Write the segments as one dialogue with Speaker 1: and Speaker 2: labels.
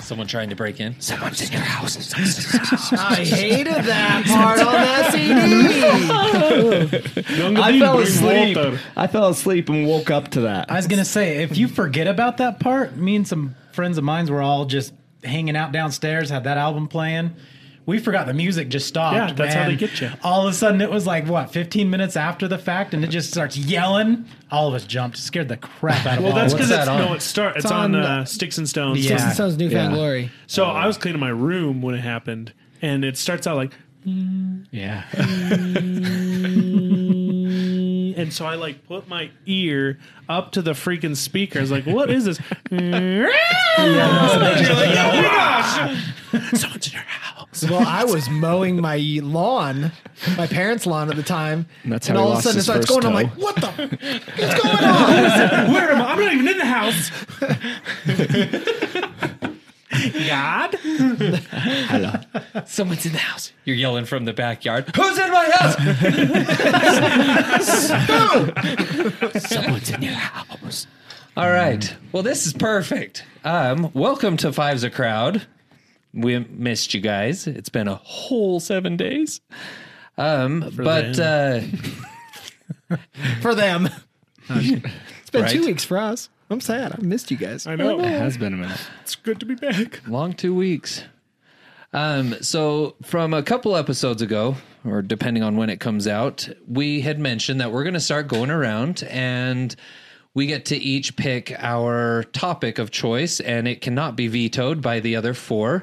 Speaker 1: Someone trying to break in.
Speaker 2: Someone's in your house. Someone's in your house.
Speaker 3: I hated that part on that CD.
Speaker 4: I fell asleep. I fell asleep and woke up to that.
Speaker 3: I was gonna say, if you forget about that part, me and some friends of mine were all just hanging out downstairs, had that album playing. We forgot the music just stopped.
Speaker 5: Yeah, that's how they
Speaker 3: man.
Speaker 5: get you.
Speaker 3: All of a sudden, it was like what, 15 minutes after the fact, and it just starts yelling. All of us jumped, scared the crap out of
Speaker 5: Well,
Speaker 3: all
Speaker 5: that's
Speaker 3: of us.
Speaker 5: because
Speaker 2: that
Speaker 5: it's no,
Speaker 2: on?
Speaker 5: it start. It's,
Speaker 6: It's
Speaker 5: on,
Speaker 6: on,
Speaker 5: uh, Sticks and Stones.
Speaker 3: Yeah.
Speaker 6: Sticks and Stones Newfound
Speaker 4: Yeah.
Speaker 6: Glory.
Speaker 5: So I was cleaning my room when it happened, and it starts out like,
Speaker 1: Yeah.
Speaker 5: and so I like put my ear up to the freaking speaker. I was like, "What is this?" And you're like, "Oh my gosh, someone's in your house."
Speaker 6: Well, I was mowing my lawn, my parents' lawn at the time,
Speaker 4: That's
Speaker 6: and
Speaker 4: how he
Speaker 6: all of a
Speaker 4: lost
Speaker 6: sudden it
Speaker 4: his
Speaker 6: starts
Speaker 4: first
Speaker 6: going. I'm like,
Speaker 4: toe.
Speaker 6: what the? What's going on?
Speaker 5: Where am I? I'm not even in the house. God,
Speaker 1: Someone's in the house. You're yelling from the backyard. Who's in my house?
Speaker 2: Someone's in your house.
Speaker 1: All right. Well, this is perfect. Um, welcome to Fives a Crowd. We missed you guys. It's been a whole seven days. Um, but uh,
Speaker 6: for them. it's been
Speaker 1: Right.
Speaker 6: two weeks for us. I'm sad. I missed you guys.
Speaker 5: I know.
Speaker 4: it has been a minute.
Speaker 5: It's good to be back.
Speaker 1: long two weeks. Um, so from a couple episodes ago, or depending on when it comes out, we had mentioned that we're going to start going around and we get to each pick our topic of choice and it cannot be vetoed by the other four.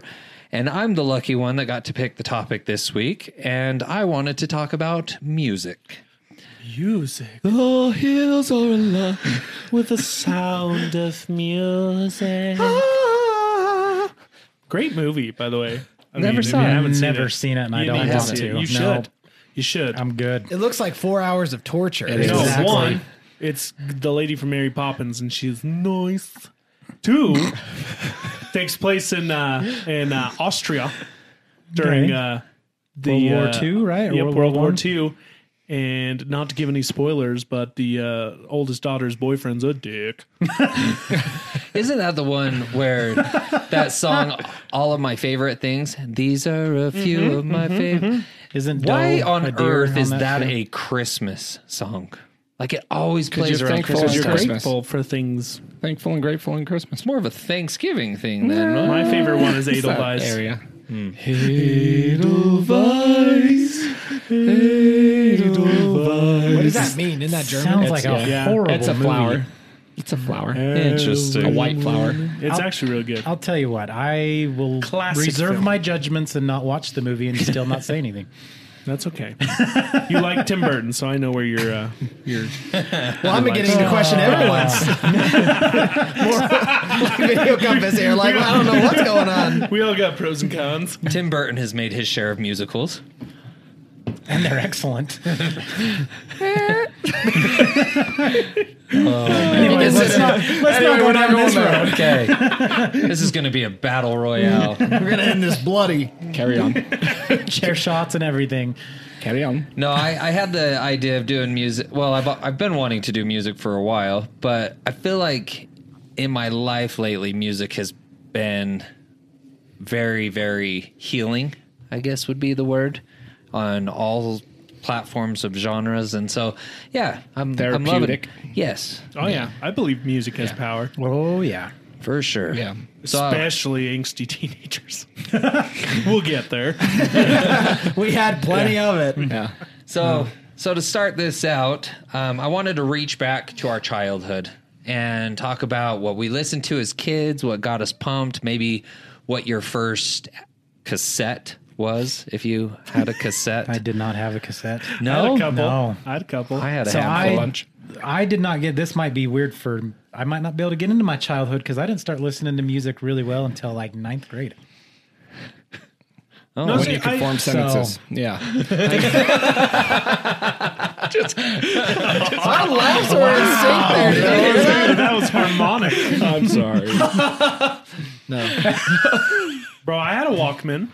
Speaker 1: And I'm the lucky one that got to pick the topic this week and I wanted to talk about music.
Speaker 5: Music
Speaker 4: The hills are alive.
Speaker 5: with the sound of music.
Speaker 3: Ah.
Speaker 5: Great movie, by the way. I
Speaker 1: Never
Speaker 5: if
Speaker 1: saw
Speaker 5: you
Speaker 1: it.
Speaker 5: haven't seen
Speaker 3: Never seen it, and I
Speaker 5: you
Speaker 3: don't
Speaker 5: need
Speaker 3: want
Speaker 5: see
Speaker 3: to.
Speaker 5: it. You
Speaker 3: No.
Speaker 5: should. You should.
Speaker 3: I'm good.
Speaker 6: It looks like four hours of torture.
Speaker 4: It is.
Speaker 5: No,
Speaker 4: Exactly.
Speaker 5: one, it's the lady from Mary Poppins, and she's nice. Two, takes place in uh, in uh, Austria during
Speaker 3: Okay.
Speaker 5: uh, the
Speaker 3: World War
Speaker 5: uh,
Speaker 3: II, right? Or
Speaker 5: Yep,
Speaker 3: World
Speaker 5: World,
Speaker 3: War
Speaker 5: War
Speaker 3: One?
Speaker 5: II. And not to give any spoilers, but the uh, oldest daughter's boyfriend's a dick.
Speaker 1: Isn't that the one where that song, All of My Favorite Things? These are a few
Speaker 5: Mm-hmm,
Speaker 1: of my favorite.
Speaker 3: Isn't
Speaker 1: Why
Speaker 3: Doe a
Speaker 1: on
Speaker 3: deer
Speaker 1: earth
Speaker 3: on
Speaker 1: is that
Speaker 3: show?
Speaker 1: a Christmas song? Like it always plays
Speaker 4: you're
Speaker 1: around
Speaker 4: thankful
Speaker 1: Christmas.
Speaker 4: it's
Speaker 5: You're
Speaker 1: time.
Speaker 4: Christmas.
Speaker 5: grateful for things.
Speaker 4: Thankful and grateful in Christmas.
Speaker 1: It's more of a Thanksgiving thing than
Speaker 5: My favorite one is
Speaker 4: It's that
Speaker 5: Edelweiss.
Speaker 4: area. Edelweiss. Edelweiss.
Speaker 6: What does that mean? Isn't that German?
Speaker 3: Sounds like
Speaker 4: It's-
Speaker 3: a
Speaker 5: yeah.
Speaker 3: horrible
Speaker 4: It's a
Speaker 3: movie.
Speaker 4: flower. It's a flower.
Speaker 5: Interesting.
Speaker 4: A white flower.
Speaker 5: It's actually really good.
Speaker 3: I'll tell you what, I will
Speaker 5: Classic
Speaker 3: reserve
Speaker 5: film.
Speaker 3: my judgments and not watch the movie and still not say anything.
Speaker 5: That's okay. you like Tim Burton, so I know where you're. Uh, you're
Speaker 6: well, I'm beginning to question everyone's More like video companies here. Like, well, I don't know what's going on.
Speaker 5: we all got pros and cons.
Speaker 1: Tim Burton has made his share of musicals.
Speaker 3: and they're excellent. Anyways, let's not, let's not go down this road.
Speaker 1: Okay. this is going to be a battle royale.
Speaker 6: We're gonna end this bloody.
Speaker 4: Carry on.
Speaker 3: Chair shots and everything.
Speaker 4: Carry on.
Speaker 1: No, I, I had the idea of doing music. Well, I've, I've been wanting to do music for a while, but I feel like in my life lately, music has been very, very healing, I guess would be the word, on all platforms of genres. And so, yeah, I'm, I'm loving
Speaker 4: Therapeutic.
Speaker 1: Yes,
Speaker 5: Oh yeah, I believe music has power,
Speaker 3: Oh yeah.
Speaker 1: for sure.
Speaker 4: Yeah.
Speaker 1: So, uh,
Speaker 5: especially angsty teenagers. we'll get there.
Speaker 6: We had plenty of it.
Speaker 4: Yeah.
Speaker 1: So,
Speaker 3: Hmm.
Speaker 1: so to start this out, um, I wanted to reach back to our childhood and talk about what we listened to as kids, what got us pumped, maybe what your first cassette was if you had a cassette?
Speaker 3: I did not have a cassette.
Speaker 5: I had
Speaker 1: no,
Speaker 5: a couple.
Speaker 3: no.
Speaker 5: I had a couple.
Speaker 1: I had a
Speaker 3: So
Speaker 1: handful.
Speaker 3: I, I did not get this. Might be weird for I might not be able to get into my childhood because I didn't start listening to music really well until like ninth grade.
Speaker 1: Oh,
Speaker 5: No,
Speaker 1: what
Speaker 5: see,
Speaker 1: do you-
Speaker 5: I-
Speaker 7: Form
Speaker 3: so-
Speaker 7: sentences. Yeah.
Speaker 6: Our lives were in sync there. Did you hear that?
Speaker 5: that was harmonic.
Speaker 7: I'm sorry.
Speaker 5: Bro, I had a Walkman.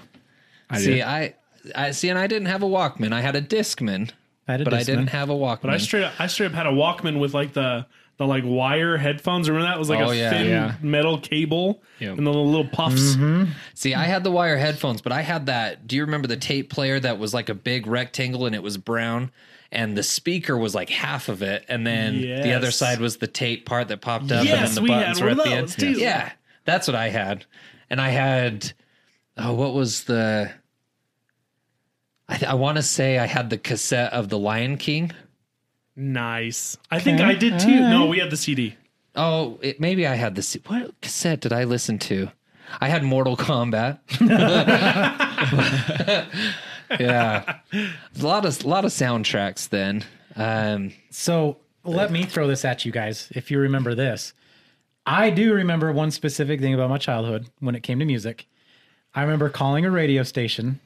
Speaker 1: see, I, I see, and I didn't have a Walkman. I had a Discman,
Speaker 3: I had a
Speaker 1: but I
Speaker 3: Discman.
Speaker 1: didn't have a Walkman.
Speaker 5: But I straight up, I straight up had a Walkman with like the the like wire headphones. Remember that It was like
Speaker 1: Oh,
Speaker 5: a
Speaker 1: yeah. Mm-hmm.
Speaker 5: thin
Speaker 7: Yeah.
Speaker 5: metal cable and the little puffs.
Speaker 1: See, I had the wire headphones, but I had that. Do you remember the tape player that was like a big rectangle and it was brown? And the speaker was like half of it, and then the other
Speaker 5: Yes.
Speaker 1: side was the tape part that popped up, and then
Speaker 5: Yes,
Speaker 1: the
Speaker 5: we
Speaker 1: buttons
Speaker 5: had
Speaker 1: were
Speaker 5: one
Speaker 1: at
Speaker 5: of
Speaker 1: the end.
Speaker 5: those, too.
Speaker 1: Yeah, that's what I had. And I had, oh, what was the? I, th- I want to say I had the cassette of The Lion King.
Speaker 5: Nice. I think I did too. No, we had the CD.
Speaker 1: Oh, it, maybe I had the C- what cassette did I listen to? I had Mortal Kombat. yeah, a lot of lot of soundtracks then. Um,
Speaker 3: So let me throw this at you guys if you remember this. I do remember one specific thing about my childhood when it came to music. I remember calling a radio station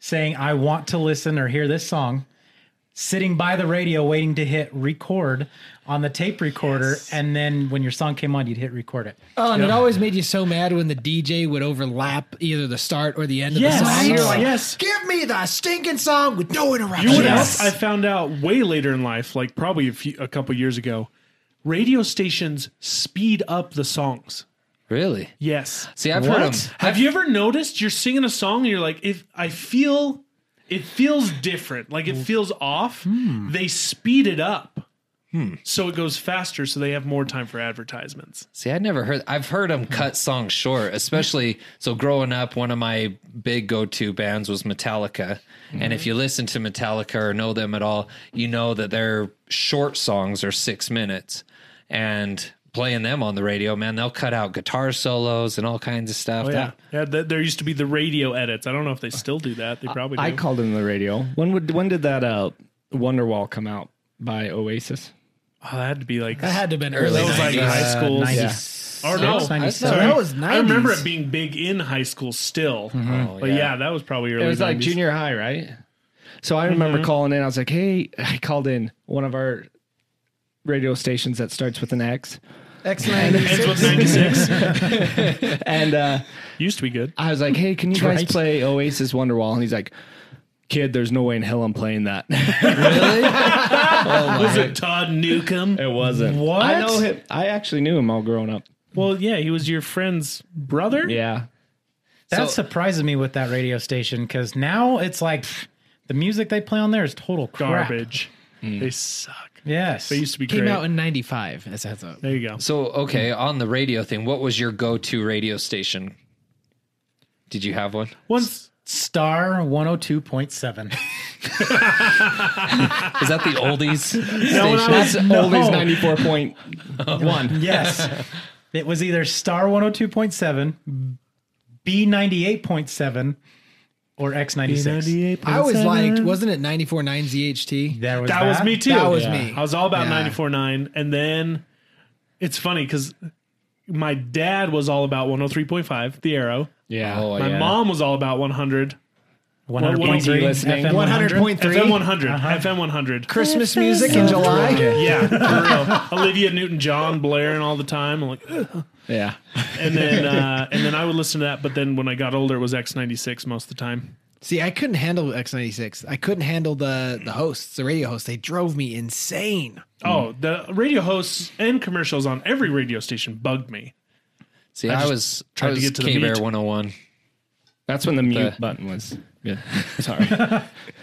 Speaker 3: saying, I want to listen or hear this song, sitting by the radio waiting to hit record on the tape recorder. And then when your song came on, you'd hit record it.
Speaker 8: Oh, and it always made you so mad when the DJ would overlap either the start or the end of the song.
Speaker 5: You're like, yes.
Speaker 6: Give me the stinking song with no
Speaker 5: You know
Speaker 6: interruption.
Speaker 5: what else I found out way later in life, like probably a, few, a couple years ago? Radio stations speed up the songs.
Speaker 1: really?
Speaker 5: Yes.
Speaker 1: See, I've heard 'em.
Speaker 5: Have you ever noticed you're singing a song and you're like, if I feel, it feels different, like it feels off. They speed it up, so it goes faster, so they have more time for advertisements.
Speaker 1: See, I never heard. I've heard them cut songs short, especially so. Growing up, one of my big go-to bands was Metallica, and
Speaker 5: Mm-hmm.
Speaker 1: if you listen to Metallica or know them at all, you know that their short songs are six minutes, and playing them on the radio, man, they'll cut out guitar solos and all kinds of stuff.
Speaker 5: Oh, yeah,
Speaker 1: That-
Speaker 5: yeah. th- there used to be the radio edits. I don't know if they still do that. They probably do.
Speaker 4: I called in the radio. When would when did that uh Wonderwall come out by Oasis?
Speaker 5: oh, that had to be like
Speaker 8: That had to have been
Speaker 5: that
Speaker 8: early.
Speaker 5: was like
Speaker 8: 90s.
Speaker 5: high
Speaker 3: Uh,
Speaker 5: school.
Speaker 3: 96,
Speaker 5: Or no, I-
Speaker 3: 97.
Speaker 6: that was
Speaker 5: I remember
Speaker 6: 90s.
Speaker 5: it being big in high school still.
Speaker 8: Oh,
Speaker 5: But yeah. that was probably early.
Speaker 4: Mm-hmm. It was like
Speaker 5: 90s.
Speaker 4: junior high, right? Mm-hmm. So I remember calling in. I was like, "Hey," I called in one of our radio stations that starts with an X,
Speaker 5: Ends with
Speaker 6: X96.
Speaker 5: 96.
Speaker 4: and uh,
Speaker 5: used to be good.
Speaker 4: I was like, "Hey, can you guys play Oasis Wonderwall?" And he's like, "Kid, there's no way in hell I'm playing that."
Speaker 5: was it Todd Newcomb?
Speaker 4: Oh, it wasn't.
Speaker 3: What?
Speaker 4: I know him. I actually knew him all grown up.
Speaker 5: Well, yeah, he was your friend's brother.
Speaker 4: Yeah,
Speaker 3: That
Speaker 1: So-
Speaker 3: surprises me with that radio station because now it's like pfft, the music they play on there is total crap.
Speaker 5: garbage.
Speaker 4: Mm.
Speaker 5: They suck.
Speaker 3: Yes.
Speaker 5: They used to be
Speaker 8: Came
Speaker 5: great.
Speaker 8: out in 95 as a heads up.
Speaker 5: there you go.
Speaker 1: So okay, on the radio thing, what was your go-to radio station? Did you have one?
Speaker 5: Once
Speaker 3: Star 102.7.
Speaker 1: Is that the oldies?
Speaker 5: I was-
Speaker 4: that's Oasis ninety four point one.
Speaker 3: yes. It was either Star 102.7, B98.7, or X96.
Speaker 6: I
Speaker 8: I
Speaker 6: always
Speaker 8: always liked,
Speaker 6: liked.
Speaker 8: wasn't it 94.9 ZHT?
Speaker 3: There was
Speaker 5: that was me too.
Speaker 8: That was me.
Speaker 5: I was all about
Speaker 8: Yeah.
Speaker 5: ninety four nine, and then it's funny because my dad was all about one hundred three point five, the Arrow.
Speaker 4: Yeah,
Speaker 1: Oh,
Speaker 5: My
Speaker 1: yeah.
Speaker 5: mom was all about one hundred. was he
Speaker 3: 100.3
Speaker 4: listening?
Speaker 3: FM 100.
Speaker 5: FM
Speaker 6: 100.3
Speaker 5: one hundred, FM one hundred.
Speaker 6: Christmas music in July.
Speaker 5: Yeah, for real. Olivia Newton John blaring all the time. I'm like, "Ugh."
Speaker 4: yeah.
Speaker 5: and then uh, and then I would listen to that. But then when I got older, it was X ninety six most of the time.
Speaker 8: See, I couldn't handle X96. I couldn't handle the the hosts, the radio hosts. They drove me insane.
Speaker 5: Oh, the radio hosts and commercials on every radio station bugged me.
Speaker 1: See,
Speaker 5: I
Speaker 1: I,
Speaker 5: just
Speaker 1: was
Speaker 5: tried
Speaker 1: I
Speaker 5: to
Speaker 1: was
Speaker 5: get to the
Speaker 1: K-Bear
Speaker 5: meat.
Speaker 1: 101.
Speaker 4: That's when the mute
Speaker 1: The-
Speaker 4: button was. Good. Sorry,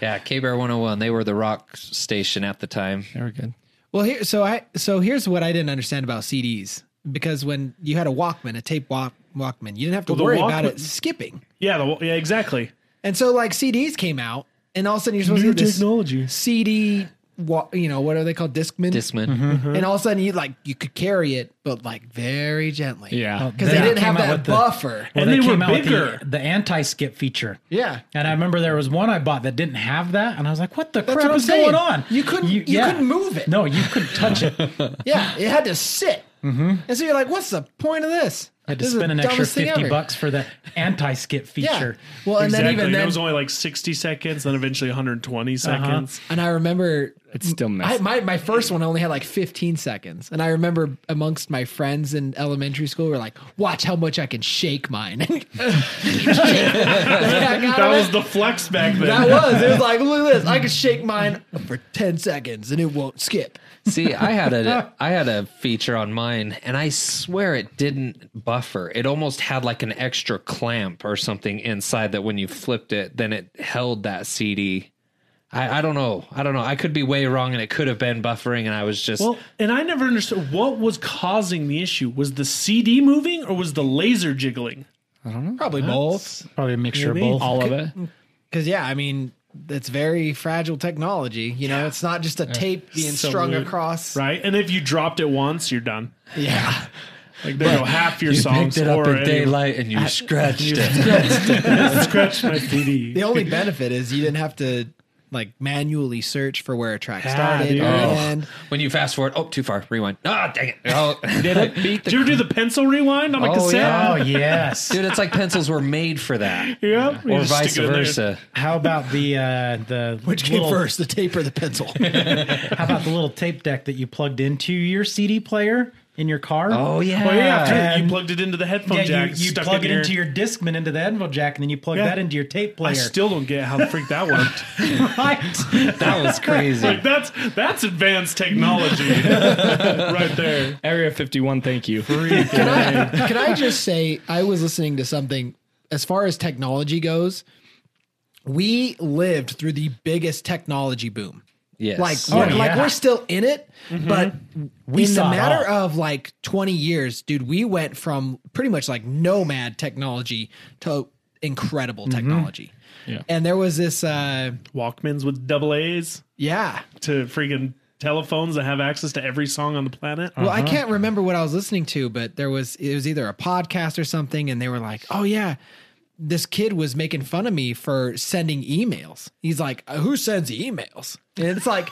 Speaker 1: Yeah, K Bear 101. They were the rock station at the time.
Speaker 4: they were good.
Speaker 8: Well, here, so I, so here's what I didn't understand about CDs because when you had a Walkman, a tape walk, Walkman, you didn't have to
Speaker 5: Well, the
Speaker 8: worry about
Speaker 5: Walkman-
Speaker 8: it skipping.
Speaker 5: Yeah, the, yeah, exactly.
Speaker 8: And so, like CDs came out, and all of a sudden you're supposed to get this CD wa- you know, what are they called? Discman. Mm-hmm.
Speaker 1: Discman.
Speaker 5: Mm-hmm.
Speaker 8: And all of a sudden, you like you could carry it, but like very gently.
Speaker 4: Oh,
Speaker 7: Yeah.
Speaker 8: because they
Speaker 3: Yeah.
Speaker 8: didn't have
Speaker 3: Came out
Speaker 8: that
Speaker 3: with the-
Speaker 8: buffer.
Speaker 3: Well,
Speaker 5: And they were
Speaker 3: came out with
Speaker 5: bigger.
Speaker 3: The, the anti-skip feature.
Speaker 8: Yeah.
Speaker 3: And I remember there was one I bought that didn't have that, and I was like, "What the crap
Speaker 8: what I'm
Speaker 3: is going
Speaker 8: saying.
Speaker 3: on?
Speaker 8: You couldn't- you couldn't move it.
Speaker 3: No, you couldn't touch it. I
Speaker 8: Yeah, it had to sit. And so you're like, what's the point of this? I
Speaker 3: Mm-hmm. had to spend an extra fifty bucks for the anti-skip
Speaker 8: Yeah.
Speaker 3: feature.
Speaker 8: Well, and
Speaker 5: Exactly.
Speaker 8: then even
Speaker 5: And
Speaker 8: then,
Speaker 5: it was only like 60 seconds, then eventually 120 seconds.
Speaker 8: and I remember
Speaker 4: It's still
Speaker 8: I,
Speaker 4: messed.
Speaker 8: my, my first one only had like 15 seconds. And I remember amongst my friends in elementary school, we are like, watch how much I can shake mine.
Speaker 5: That was the flex back then.
Speaker 8: That was. It was like, look at this. I can shake mine for 10 seconds and it won't skip.
Speaker 1: See, I had a I had a feature on mine, and I swear it didn't buffer. It almost had like an extra clamp or something inside that when you flipped it, then it held that CD. I, I don't know. I don't know. I could be way wrong, and it could have been buffering, and I was just
Speaker 5: Well, and I never understood what was causing the issue. Was the CD moving or was the laser jiggling?
Speaker 8: Probably both.
Speaker 3: Probably a mixture of both.
Speaker 4: All of it.
Speaker 8: Because, yeah, I mean, it's very fragile technology. You know, it's not just a tape being strung
Speaker 5: Absolute.
Speaker 8: across.
Speaker 5: Right? And if you dropped it once, you're done.
Speaker 8: Yeah.
Speaker 5: Like there go half your songs or any-
Speaker 1: and you scratched it.
Speaker 5: scratch my CD.
Speaker 8: The only benefit is you didn't have to like manually search for where a track started
Speaker 5: dude.
Speaker 8: or end.
Speaker 1: Oh. When you fast forward, oh, too far. Rewind. Ah, dang it. Oh, did it beat
Speaker 5: Did you ever do the pencil rewind on a
Speaker 1: Oh,
Speaker 5: cassette?
Speaker 3: Oh yes.
Speaker 1: Dude, it's like pencils were made for that,
Speaker 5: Yeah. You
Speaker 1: or
Speaker 5: just
Speaker 1: vice
Speaker 5: stick it in there.
Speaker 1: versa.
Speaker 3: How about the uh, the
Speaker 8: Which came
Speaker 3: little-
Speaker 8: first, the tape or the pencil?
Speaker 3: How about the little tape deck that you plugged into your CD player in your car?
Speaker 1: Oh yeah.
Speaker 5: Oh yeah, after
Speaker 3: And-
Speaker 5: you plugged it into the headphone
Speaker 3: Yeah,
Speaker 5: jack.
Speaker 3: you, you
Speaker 5: stuck
Speaker 3: plug
Speaker 5: in
Speaker 3: it into your Discman into the headphone jack, and then you plug
Speaker 5: Yeah.
Speaker 3: that into your tape player.
Speaker 5: I still don't get how the freak that worked.
Speaker 3: Right.
Speaker 1: That was crazy.
Speaker 5: like that's that's advanced technology right there.
Speaker 4: Area 51, thank you.
Speaker 8: can, I, can I just say I was listening to something as far as technology goes, we lived through the biggest technology boom.
Speaker 1: yes.
Speaker 8: Like,
Speaker 3: Oh,
Speaker 8: we're- like
Speaker 3: yeah. Mm-hmm.
Speaker 8: we're still in it, but
Speaker 3: We
Speaker 8: in the
Speaker 3: saw it
Speaker 8: matter
Speaker 3: all.
Speaker 8: of like 20 years, dude, we went from pretty much like nomad technology to incredible
Speaker 3: Mm-hmm.
Speaker 8: technology.
Speaker 7: Yeah.
Speaker 8: And there was this uh
Speaker 5: Walkmans with double A's
Speaker 8: yeah.
Speaker 5: to freaking telephones that have access to every song on the planet.
Speaker 8: Well,
Speaker 3: Uh-huh.
Speaker 8: I can't remember what I was listening to, but there was it was either a podcast or something, and they were like, "Oh yeah, this kid was making fun of me for sending emails." He's like, "Uh, "Who sends emails?" And it's like,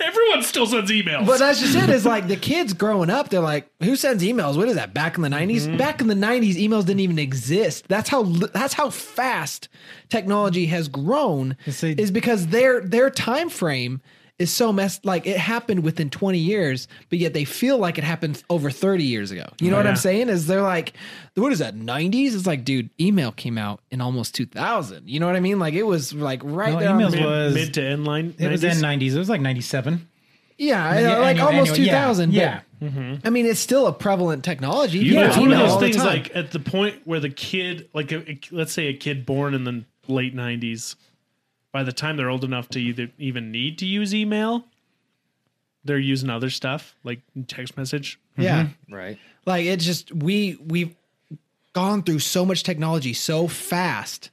Speaker 5: Everyone still sends emails.
Speaker 8: but that's just it. It's like the kids growing up, they're like, "Who sends emails?" What is that? Back in the 90s
Speaker 3: Mm-hmm.
Speaker 8: back in the nineties, emails didn't even exist. That's how li- that's how fast technology has grown.
Speaker 3: see-
Speaker 8: is because their their time frame is so messed. Like it happened within twenty years, but yet they feel like it happened over thirty years ago. You know what I'm saying? Is they're like, "What is that? Nineties? It's like, dude, email came out in almost two thousand. You know what I mean? Like it was like right
Speaker 3: No,
Speaker 8: there. on the-
Speaker 3: emails
Speaker 5: mid,
Speaker 3: was-
Speaker 5: mid to end line.
Speaker 3: it was in
Speaker 5: 90s.
Speaker 3: '90s. It was like '97.
Speaker 8: Yeah, like almost two thousand.
Speaker 3: Yeah.
Speaker 8: I mean, it's still a prevalent technology.
Speaker 5: You
Speaker 8: get
Speaker 5: know, it's one of
Speaker 8: email
Speaker 5: those
Speaker 8: all the
Speaker 5: things
Speaker 8: time.
Speaker 5: like at the point where the kid, like a, a- let's say a kid born in the late '90s, by the time they're old enough to either even need to use email, they're using other stuff like text message.
Speaker 8: yeah,
Speaker 5: mm-hmm.
Speaker 1: right.
Speaker 8: like it's just we we've gone through so much technology so fast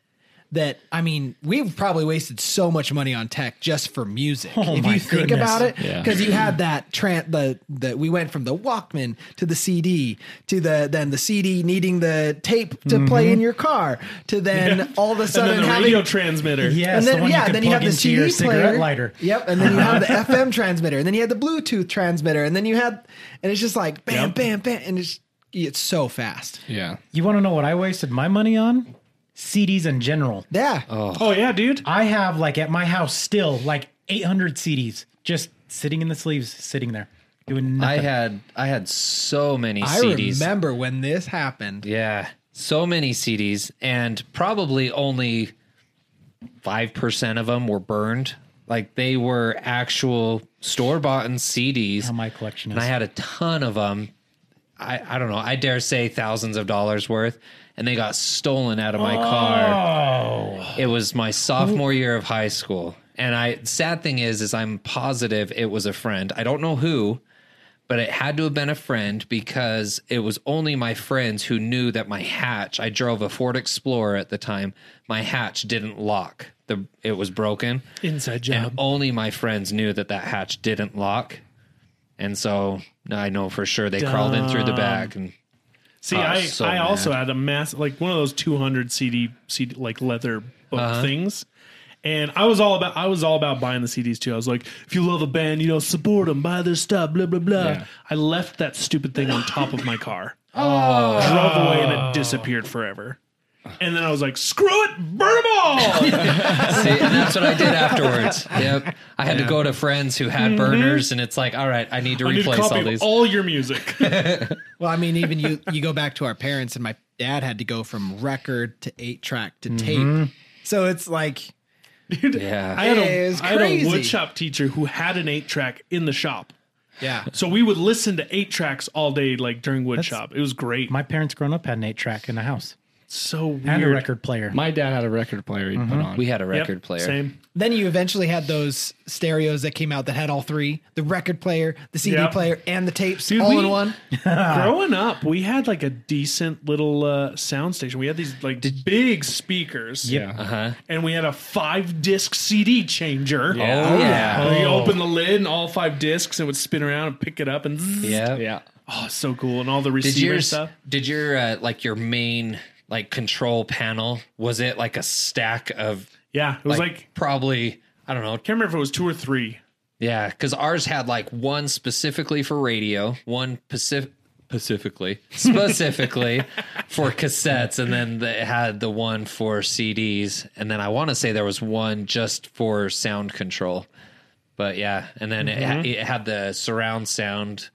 Speaker 8: that I mean, we've probably wasted so much money on tech just for music.
Speaker 3: Oh
Speaker 8: if
Speaker 3: my
Speaker 8: you think
Speaker 3: goodness.
Speaker 8: about it, because you had that tran the the we went from the Walkman to the CD to the then the CD needing the tape to play in your car to then all of a
Speaker 5: Mm-hmm. And
Speaker 8: sudden
Speaker 5: then the
Speaker 8: having
Speaker 5: radio transmitter.
Speaker 3: Yes.
Speaker 8: and
Speaker 3: the
Speaker 8: then
Speaker 3: one
Speaker 8: yeah,
Speaker 3: you could
Speaker 8: then you
Speaker 3: plug
Speaker 8: have the
Speaker 3: into your
Speaker 8: CD
Speaker 3: cigarette
Speaker 8: player.
Speaker 3: lighter. Uh-huh.
Speaker 8: Yep, and then you have the FM transmitter, and then you had the Bluetooth transmitter, and then you had, and it's just like bam, bam, bam, and it's it's so fast.
Speaker 7: Yeah.
Speaker 3: You want to know what I wasted my money on? CDs in general.
Speaker 8: Yeah,
Speaker 5: Oh yeah, dude.
Speaker 3: I have like at my house still like 800 CDs just sitting in the sleeves, sitting there doing
Speaker 1: I
Speaker 3: nothing.
Speaker 1: had I had so many
Speaker 8: I
Speaker 1: CDs.
Speaker 8: remember when this happened.
Speaker 1: Yeah, so many CDs, and probably only five percent of them were burned. Like they were actual store bought CDs.
Speaker 3: How Oh my collection
Speaker 1: and I
Speaker 3: is.
Speaker 1: had a ton of them. I, I don't know. I dare say thousands of dollars worth, and they got stolen out of my car. It was my sophomore year of high school, and I. Sad thing is, is I'm positive it was a friend. I don't know who, but it had to have been a friend because it was only my friends who knew that my hatch, I drove a Ford Explorer at the time, my hatch didn't lock. The it was broken.
Speaker 5: Inside
Speaker 1: And only my friends knew that that hatch didn't lock. And so I know for sure they crawled in through the back and
Speaker 5: See,
Speaker 1: Oh,
Speaker 5: I
Speaker 1: so
Speaker 5: I
Speaker 1: mad.
Speaker 5: also had a mass like one of those 200 CD, CD like leather book
Speaker 1: Uh-huh.
Speaker 5: things. And I was all about I was all about buying the CDs too. I was like, if you love a band, you know, support them, buy their stuff, blah blah blah. I left that stupid thing on top of my car. Oh. Drove away and it disappeared forever. And then I was like, screw it, burn them all.
Speaker 1: See, and that's what I did afterwards. Yep. I had to go to friends who had burners, and it's like, all right, I need to
Speaker 5: Mm-hmm. I need a
Speaker 1: replace
Speaker 5: copy Oh,
Speaker 1: all
Speaker 5: of
Speaker 1: these.
Speaker 5: all your music.
Speaker 8: Well, I mean, even you you go back to our parents, and my dad had to go from record to eight track to
Speaker 3: Mm-hmm.
Speaker 8: tape. So it's like
Speaker 1: yeah.
Speaker 5: I had,
Speaker 8: It
Speaker 5: a,
Speaker 8: is
Speaker 5: I had a
Speaker 8: crazy.
Speaker 5: woodshop teacher who had an eight track in the shop.
Speaker 8: Yeah.
Speaker 5: So we would listen to eight tracks all day, like during woodshop. It was great.
Speaker 3: My parents grown up had an eight track in the house
Speaker 5: so weird.
Speaker 3: and a record player.
Speaker 4: My dad had a record player he'd put on.
Speaker 1: we had a
Speaker 5: Yep,
Speaker 1: record player.
Speaker 5: Same.
Speaker 8: Then you eventually had those stereos that came out that had all three: the record player, the CD
Speaker 5: Yeah.
Speaker 8: player, and the tapes
Speaker 5: Dude,
Speaker 8: all
Speaker 5: we-
Speaker 8: in one.
Speaker 5: Growing up, we had like a decent little uh, sound station. We had these like big speakers.
Speaker 3: Yep.
Speaker 1: Uh-huh.
Speaker 5: And we had a five disc CD changer.
Speaker 1: Oh, yeah.
Speaker 5: You open the lid and all five discs, it would spin around and pick it up and zzz.
Speaker 1: Yeah.
Speaker 4: yeah.
Speaker 5: oh, so cool. And all the
Speaker 1: Did
Speaker 5: receiver
Speaker 1: yours,
Speaker 5: stuff.
Speaker 1: did your, uh, like, your main, like, control panel, was it like a stack of,
Speaker 5: Yeah, it was
Speaker 1: like,
Speaker 5: like,
Speaker 1: probably, I don't know.
Speaker 5: can't remember if it was two or three.
Speaker 1: Yeah. Cause ours had, like, one specifically for radio, one Pacific. Specifically, specifically for cassettes, and then the, it had the one for CDs, and then I want to say there was one just for sound control. But yeah, and then it ha it, had the surround sound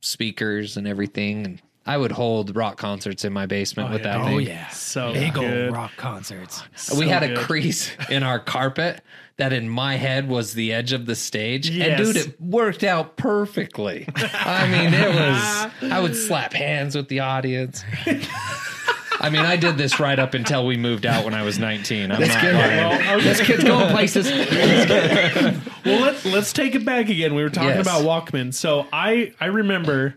Speaker 1: speakers and everything. And I would hold rock concerts in my basement with that thing.
Speaker 5: So
Speaker 8: Oh, big
Speaker 5: good.
Speaker 8: old rock concerts.
Speaker 1: we
Speaker 5: So
Speaker 1: had a
Speaker 5: good.
Speaker 1: crease in our carpet that in my head was the edge of the stage. And
Speaker 5: Yes.
Speaker 1: dude, it worked out perfectly. I mean, it was I would slap hands with the audience. I mean, I did this right up until we moved out when I was 19. I'm not lying.
Speaker 5: Well, okay.
Speaker 4: Kids going places.
Speaker 5: well let's let's take it back again we were talking
Speaker 1: Yes.
Speaker 5: about walkman so i i remember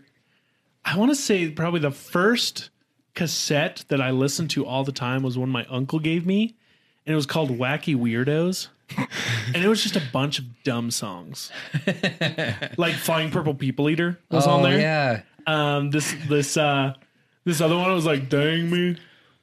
Speaker 5: i want to say probably the first cassette that i listened to all the time was one my uncle gave me and it was called wacky weirdos and it was just a bunch of dumb songs like flying purple people eater was on
Speaker 1: Oh,
Speaker 5: there
Speaker 1: yeah.
Speaker 5: um this this uh this other one was like dang me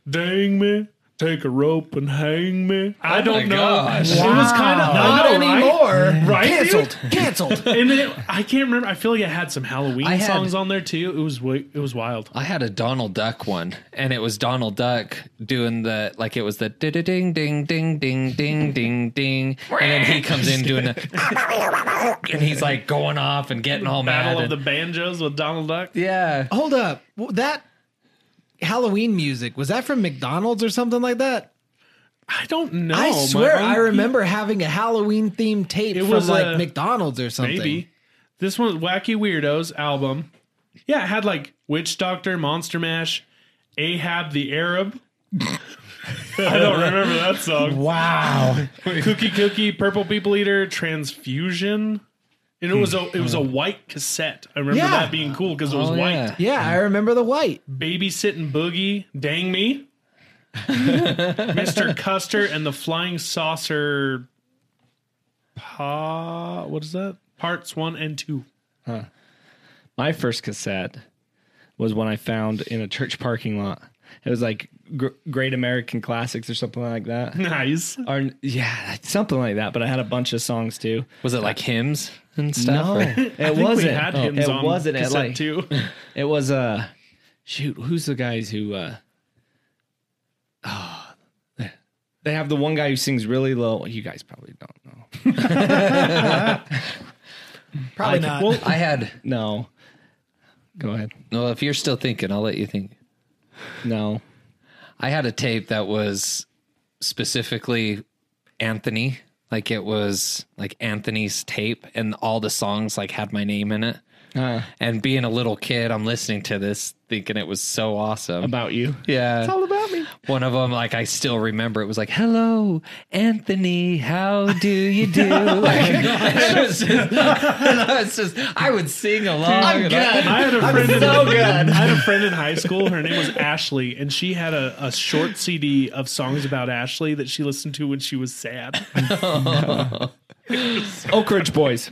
Speaker 5: dang me take a rope and hang me i don't know
Speaker 1: gosh.
Speaker 5: it was kind of
Speaker 8: Not anymore.
Speaker 5: right dude?
Speaker 8: Cancelled. Cancelled.
Speaker 5: and then I can't remember. I feel like it had some Halloween
Speaker 1: I had-
Speaker 5: songs on there too. It was wi- it was wild.
Speaker 1: I had a Donald Duck one, and it was Donald Duck doing the like it was the ding ding ding ding ding ding ding ding, and then he comes in doing the and he's like going off and getting all mad.
Speaker 5: Battle
Speaker 1: and-
Speaker 5: of the Banjos with Donald Duck.
Speaker 1: yeah,
Speaker 8: Hold up. Well, That Halloween music was that from McDonald's or something like that?
Speaker 5: I don't know.
Speaker 8: I swear
Speaker 5: Oh, My own
Speaker 8: I remember having a Halloween themed tape
Speaker 5: It
Speaker 8: from
Speaker 5: was
Speaker 8: like
Speaker 5: a-
Speaker 8: McDonald's or
Speaker 5: pe-
Speaker 8: something.
Speaker 5: maybe this one Wacky Weirdos album. Yeah, it had like Witch Doctor, Monster Mash, Ahab the Arab. I don't remember that song.
Speaker 3: Wow.
Speaker 5: Cookie Cookie, Purple People Eater, Transfusion. And it was a it was a white cassette. I remember
Speaker 8: Yeah.
Speaker 5: that being cool because it was
Speaker 1: Oh,
Speaker 5: white.
Speaker 1: yeah.
Speaker 8: Yeah, I remember the white.
Speaker 5: Babysitting Boogie, Dang Me, Mr. Custer, and the Flying Saucer. Pa, what is that? Parts one and two.
Speaker 4: My first cassette was one I found in a church parking lot. It was like gr- Great American Classics or something like that.
Speaker 5: Nice.
Speaker 4: Or yeah, something like that. But I had a bunch of songs too.
Speaker 1: was it like hymns and stuff? or-
Speaker 4: it
Speaker 5: I think
Speaker 4: wasn't.
Speaker 5: We had
Speaker 4: Oh.
Speaker 5: hymns
Speaker 4: it
Speaker 5: on
Speaker 4: wasn't. It,
Speaker 5: cassette
Speaker 4: like,
Speaker 5: too.
Speaker 4: it was. Uh, shoot, who's the guys who? Uh, oh, they have the one guy who sings really low. You guys probably don't know.
Speaker 8: Probably not.
Speaker 1: I had
Speaker 4: No. Go ahead.
Speaker 1: no. If you're still thinking, I'll let you think.
Speaker 4: No.
Speaker 1: I had a tape that was specifically Anthony. Like it was like Anthony's tape, and all the songs like had my name in it.
Speaker 4: Uh,
Speaker 1: And being a little kid, I'm listening to this thinking it was so awesome.
Speaker 4: about you.
Speaker 1: yeah.
Speaker 4: about me.
Speaker 1: one of them, like I still remember, it was like, "Hello, Anthony, how do you do?" Like, it was just- I was just- I would sing along. and I-
Speaker 5: I had a friend. in,
Speaker 1: so good.
Speaker 5: I had a friend in high school. Her name was Ashley, and she had a, a short CD of songs about Ashley that she listened to when she was sad.
Speaker 4: Oak Ridge Boys.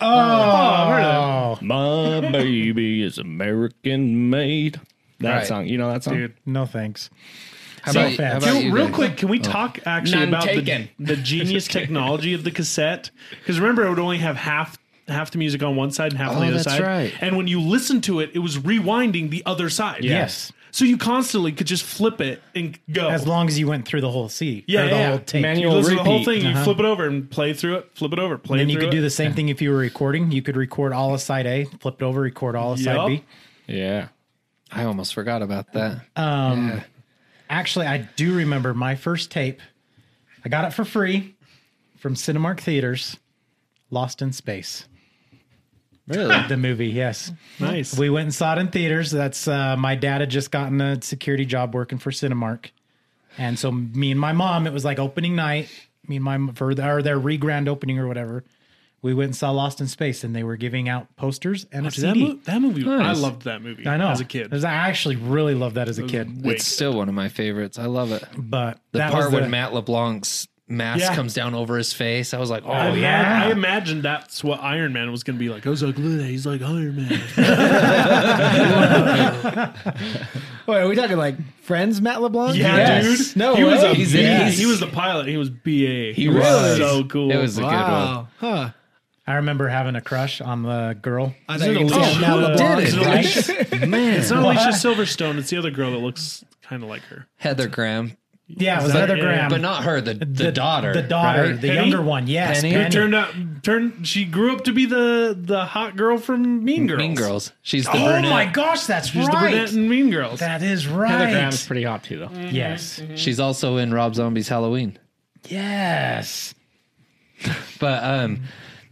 Speaker 3: Oh,
Speaker 4: My baby is American made. That
Speaker 1: Right.
Speaker 4: song. You know that song?
Speaker 3: no thanks.
Speaker 1: How
Speaker 3: So
Speaker 1: about, how
Speaker 3: fast.
Speaker 1: about
Speaker 5: Can-
Speaker 1: you
Speaker 5: real
Speaker 1: guys?
Speaker 5: quick, can we talk actually
Speaker 4: None
Speaker 5: about the,
Speaker 4: taken.
Speaker 5: the genius technology of the cassette? Because remember, it would only have half half the music on one side and half on the
Speaker 1: Oh,
Speaker 5: other
Speaker 1: that's
Speaker 5: side.
Speaker 1: right.
Speaker 5: And when you listen to it, it was rewinding the other side.
Speaker 3: Yes.
Speaker 5: So you constantly could just flip it and go.
Speaker 3: As long as you went through the whole CD.
Speaker 5: yeah,
Speaker 3: or the
Speaker 5: yeah,
Speaker 3: whole tape.
Speaker 4: Manual-
Speaker 5: You listen to the whole
Speaker 4: repeat.
Speaker 5: thing. You flip it over and play through it. Flip it over. Play.
Speaker 3: Then you
Speaker 5: through
Speaker 3: could do
Speaker 5: it.
Speaker 3: the same thing if you were recording. You could record all of side A, flip it over, record all of side
Speaker 5: Yup.
Speaker 3: B.
Speaker 4: Yeah.
Speaker 1: I almost forgot about that.
Speaker 3: Um, Actually, I do remember my first tape. I got it for free from Cinemark Theaters. Lost in Space,
Speaker 1: Really?
Speaker 3: the movie. Yes,
Speaker 5: Nice.
Speaker 3: we went and saw it in theaters. That's uh, my dad had just gotten a security job working for Cinemark, and so me and my mom. It was like opening night. Me and my m- for their, or their re-grand opening or whatever. We went and saw Lost in Space, and they were giving out posters and a
Speaker 5: Dude, that,
Speaker 3: CD.
Speaker 5: mo- that movie, I
Speaker 1: Nice.
Speaker 5: loved that movie.
Speaker 3: I know
Speaker 5: as a kid.
Speaker 3: It was- I actually really loved that as a kid,
Speaker 5: Wait,
Speaker 1: It's still one of my favorites. I love it.
Speaker 3: but
Speaker 1: The
Speaker 3: that
Speaker 1: part
Speaker 3: was the,
Speaker 1: when Matt LeBlanc's mask
Speaker 5: Yeah.
Speaker 1: comes down over his face, I was like, "Oh
Speaker 5: I,
Speaker 1: yeah,
Speaker 5: yeah. I imagined that's what Iron Man was going to be like. I was like, look at that. He's like Iron Man.
Speaker 8: Wait, are we talking like friends, Matt LeBlanc?
Speaker 5: Yeah,
Speaker 3: Yes.
Speaker 5: dude.
Speaker 8: No
Speaker 5: he was
Speaker 8: way.
Speaker 5: a,
Speaker 8: He's
Speaker 5: he,
Speaker 8: in
Speaker 1: it.
Speaker 5: he was the pilot. He was BA. He
Speaker 1: was.
Speaker 5: so cool.
Speaker 1: it was a good one."
Speaker 8: Wow. Huh.
Speaker 3: I remember having a crush on the girl.
Speaker 8: I thought you were
Speaker 5: Oh,
Speaker 8: gonna say Matt
Speaker 5: shit.
Speaker 8: LeBlanc.
Speaker 5: It's
Speaker 1: Did it?
Speaker 5: not
Speaker 3: Right?
Speaker 5: Alicia- It's not Alicia Silverstone. It's the other girl that looks kind of like her.
Speaker 1: Heather Graham,
Speaker 3: Yeah, it was
Speaker 5: that-
Speaker 3: Heather
Speaker 5: yeah,
Speaker 3: Graham.
Speaker 1: but not her. The, the, daughter,
Speaker 3: um, The daughter,
Speaker 1: right?
Speaker 3: the
Speaker 5: Penny?
Speaker 3: younger one. Yes.
Speaker 1: Penny? Who
Speaker 5: It turned out turned she grew up to be the the hot girl from Mean Girls.
Speaker 1: Mean Girls. She's the
Speaker 3: oh
Speaker 1: brunette.
Speaker 3: my gosh, that's
Speaker 5: She's the
Speaker 3: right.
Speaker 5: brunette in Mean Girls.
Speaker 3: that is
Speaker 4: Heather
Speaker 3: right. Mm-hmm.
Speaker 4: Graham's pretty hot too, though.
Speaker 3: Yes.
Speaker 1: She's also in Rob Zombie's Halloween.
Speaker 3: Yes.
Speaker 1: But um,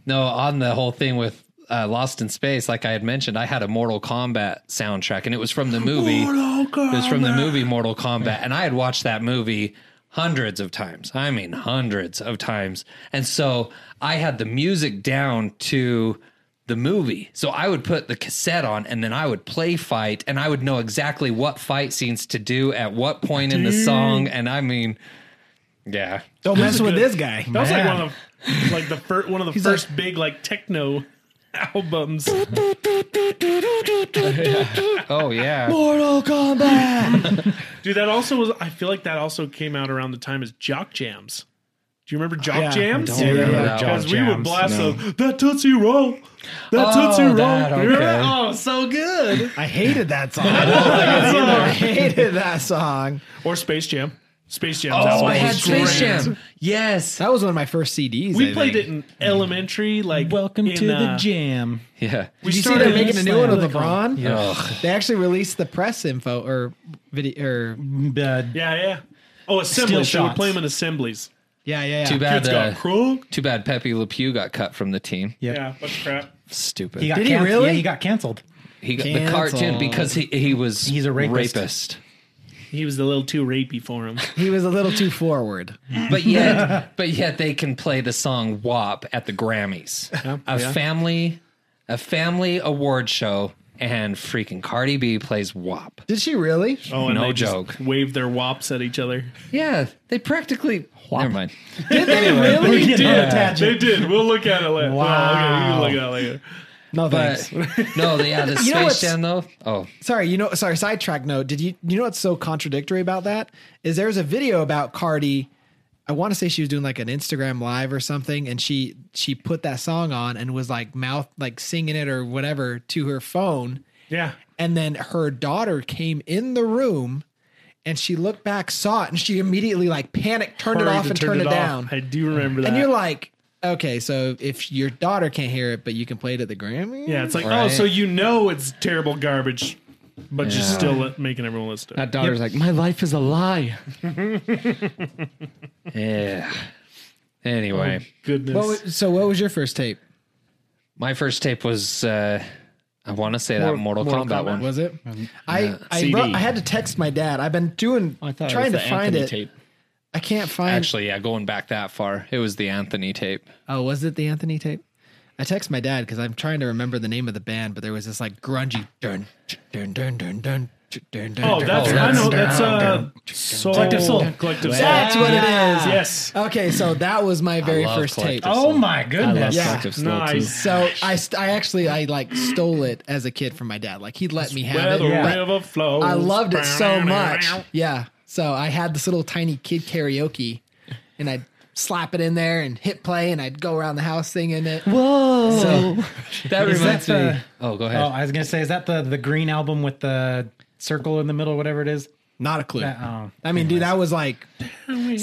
Speaker 1: no, on the whole thing with uh, Lost in Space, like I had mentioned, I had a Mortal Kombat soundtrack, and it was from the movie. It was from the movie Mortal Kombat, and I had watched that movie hundreds of times. I mean, hundreds of times. And so I had the music down to the movie. So I would put the cassette on and then I would play fight and I would know exactly what fight scenes to do at what point in the song. And I mean, yeah.
Speaker 8: Don't mess with this guy.
Speaker 5: That was like
Speaker 3: Man.
Speaker 5: one of like the first one of the first big like techno albums.
Speaker 1: Oh, yeah.
Speaker 8: Mortal Kombat.
Speaker 5: Dude, that also was. I feel like that also came out around the time as Jock Jams. Do you remember Jock Jams?
Speaker 1: don't remember
Speaker 3: Yeah, that
Speaker 5: Because
Speaker 3: Jock
Speaker 5: we would
Speaker 3: Jams,
Speaker 5: blast the that Tootsie Roll, that
Speaker 1: Oh,
Speaker 5: Tootsie Roll.
Speaker 1: that, okay.
Speaker 5: Remember? Oh, so good.
Speaker 8: I hated that song. I hated that song.
Speaker 5: or Space Jam. Space Jam.
Speaker 1: Oh, I had Space Jam. Yes.
Speaker 8: That was one of my first CDs.
Speaker 5: We
Speaker 8: I
Speaker 5: played
Speaker 8: think.
Speaker 5: it in elementary. Like
Speaker 3: Welcome
Speaker 5: in,
Speaker 3: to the
Speaker 5: uh,
Speaker 3: jam.
Speaker 1: Yeah.
Speaker 5: We
Speaker 8: You see they're
Speaker 5: started
Speaker 8: making a new one with
Speaker 3: What are they
Speaker 8: LeBron.
Speaker 1: Ugh.
Speaker 8: They actually released the press info or video or
Speaker 3: Uh,
Speaker 5: Yeah, yeah. Oh, assemblies. They
Speaker 3: Steel
Speaker 5: were
Speaker 3: shots.
Speaker 5: playing in assemblies.
Speaker 8: yeah, yeah, yeah.
Speaker 1: Too bad.
Speaker 5: Kids
Speaker 1: Uh,
Speaker 5: got crook.
Speaker 1: too bad. Pepe Le Pew got cut from the team.
Speaker 3: Yep.
Speaker 5: Yeah, bunch of crap.
Speaker 1: Stupid.
Speaker 3: He got
Speaker 8: Did he
Speaker 3: canc-
Speaker 8: really?
Speaker 3: Yeah, he got canceled.
Speaker 1: He got the
Speaker 8: Cancel.
Speaker 1: cartoon because he he was
Speaker 3: He's a rapist.
Speaker 5: He was a little too rapey for him.
Speaker 8: He was a little too forward.
Speaker 1: But yet, but yet they can play the song "WAP" at the Grammys, a family, a family award show, and freaking Cardi B plays "WAP."
Speaker 8: Did she really?
Speaker 5: Oh, and
Speaker 1: No
Speaker 5: they just
Speaker 1: joke.
Speaker 5: Waved their wops at each other.
Speaker 1: Yeah, they practically. Never mind.
Speaker 8: Did they really?
Speaker 3: He did.
Speaker 5: They did. We'll look at it later.
Speaker 3: Wow.
Speaker 5: Well, okay, you can look at it later.
Speaker 8: No
Speaker 1: But
Speaker 8: thanks.
Speaker 1: no, they had the
Speaker 8: You know
Speaker 1: Space
Speaker 8: what's-
Speaker 1: Jam though. Oh,
Speaker 8: Sorry, you know. Sorry, sidetrack note. Did you you know what's so contradictory about that is there's a video about Cardi. I want to say she was doing like an Instagram live or something, and she she put that song on and was like mouth like singing it or whatever to her phone,
Speaker 5: Yeah.
Speaker 8: and then her daughter came in the room. And she looked back, saw it, and she immediately like panicked, turned it
Speaker 5: Hurry
Speaker 8: off,
Speaker 5: to
Speaker 8: and
Speaker 5: turn
Speaker 8: turned it,
Speaker 5: off.
Speaker 8: down.
Speaker 5: I do remember that.
Speaker 8: And you're like, okay, so if your daughter can't hear it, but you can play it at the Grammy?
Speaker 5: yeah, it's like, oh,
Speaker 1: Right.
Speaker 5: so you know it's terrible garbage, but you're
Speaker 1: Yeah.
Speaker 5: still let, making everyone listen to it.
Speaker 4: That daughter's like, my life is a lie.
Speaker 1: yeah. Anyway,
Speaker 5: Goodness.
Speaker 8: What was, so what was your first tape?
Speaker 1: my first tape was uh, I want to say that Mortal, Kombat, one.
Speaker 8: was it? I I,
Speaker 4: CD.
Speaker 8: wrote- I had to text my dad. I've been doing trying to find it.
Speaker 4: Tape.
Speaker 8: I can't find.
Speaker 1: Actually, yeah, going back that far, it was the Anthony tape.
Speaker 8: oh, was it the Anthony tape? I text my dad because I'm trying to remember the name of the band, but there was this like grungy dun dun dun dun dun. dun, dun,
Speaker 5: Oh,
Speaker 8: dun,
Speaker 5: that's
Speaker 8: dun,
Speaker 5: I know
Speaker 8: dun,
Speaker 5: that's
Speaker 8: dun, dun.
Speaker 5: uh soul,
Speaker 3: Collective Soul.
Speaker 5: collective soul.
Speaker 8: That's what it is.
Speaker 5: Yes.
Speaker 8: Okay, so that was my very
Speaker 1: love
Speaker 8: first tape.
Speaker 1: Collective
Speaker 3: Oh my goodness.
Speaker 8: Yeah.
Speaker 4: Collective Soul,
Speaker 5: Nice.
Speaker 8: So I, st- I actually I like stole it as a kid from my dad. Like he'd let me
Speaker 5: Where
Speaker 8: have
Speaker 5: the
Speaker 8: it. but
Speaker 5: river flows.
Speaker 8: I loved it so much. Yeah. So I had this little tiny kid karaoke, and I'd slap it in there and hit play, and I'd go around the house singing it. Whoa! So
Speaker 1: That
Speaker 3: Is
Speaker 1: reminds
Speaker 3: that the-
Speaker 1: me. Oh, go
Speaker 3: Oh,
Speaker 1: ahead.
Speaker 3: I was gonna say, is that the the green album with the circle in the middle, whatever it is?
Speaker 8: not a clue.
Speaker 5: um,
Speaker 3: Oh,
Speaker 8: I mean, dude, I was like,
Speaker 1: so
Speaker 8: man,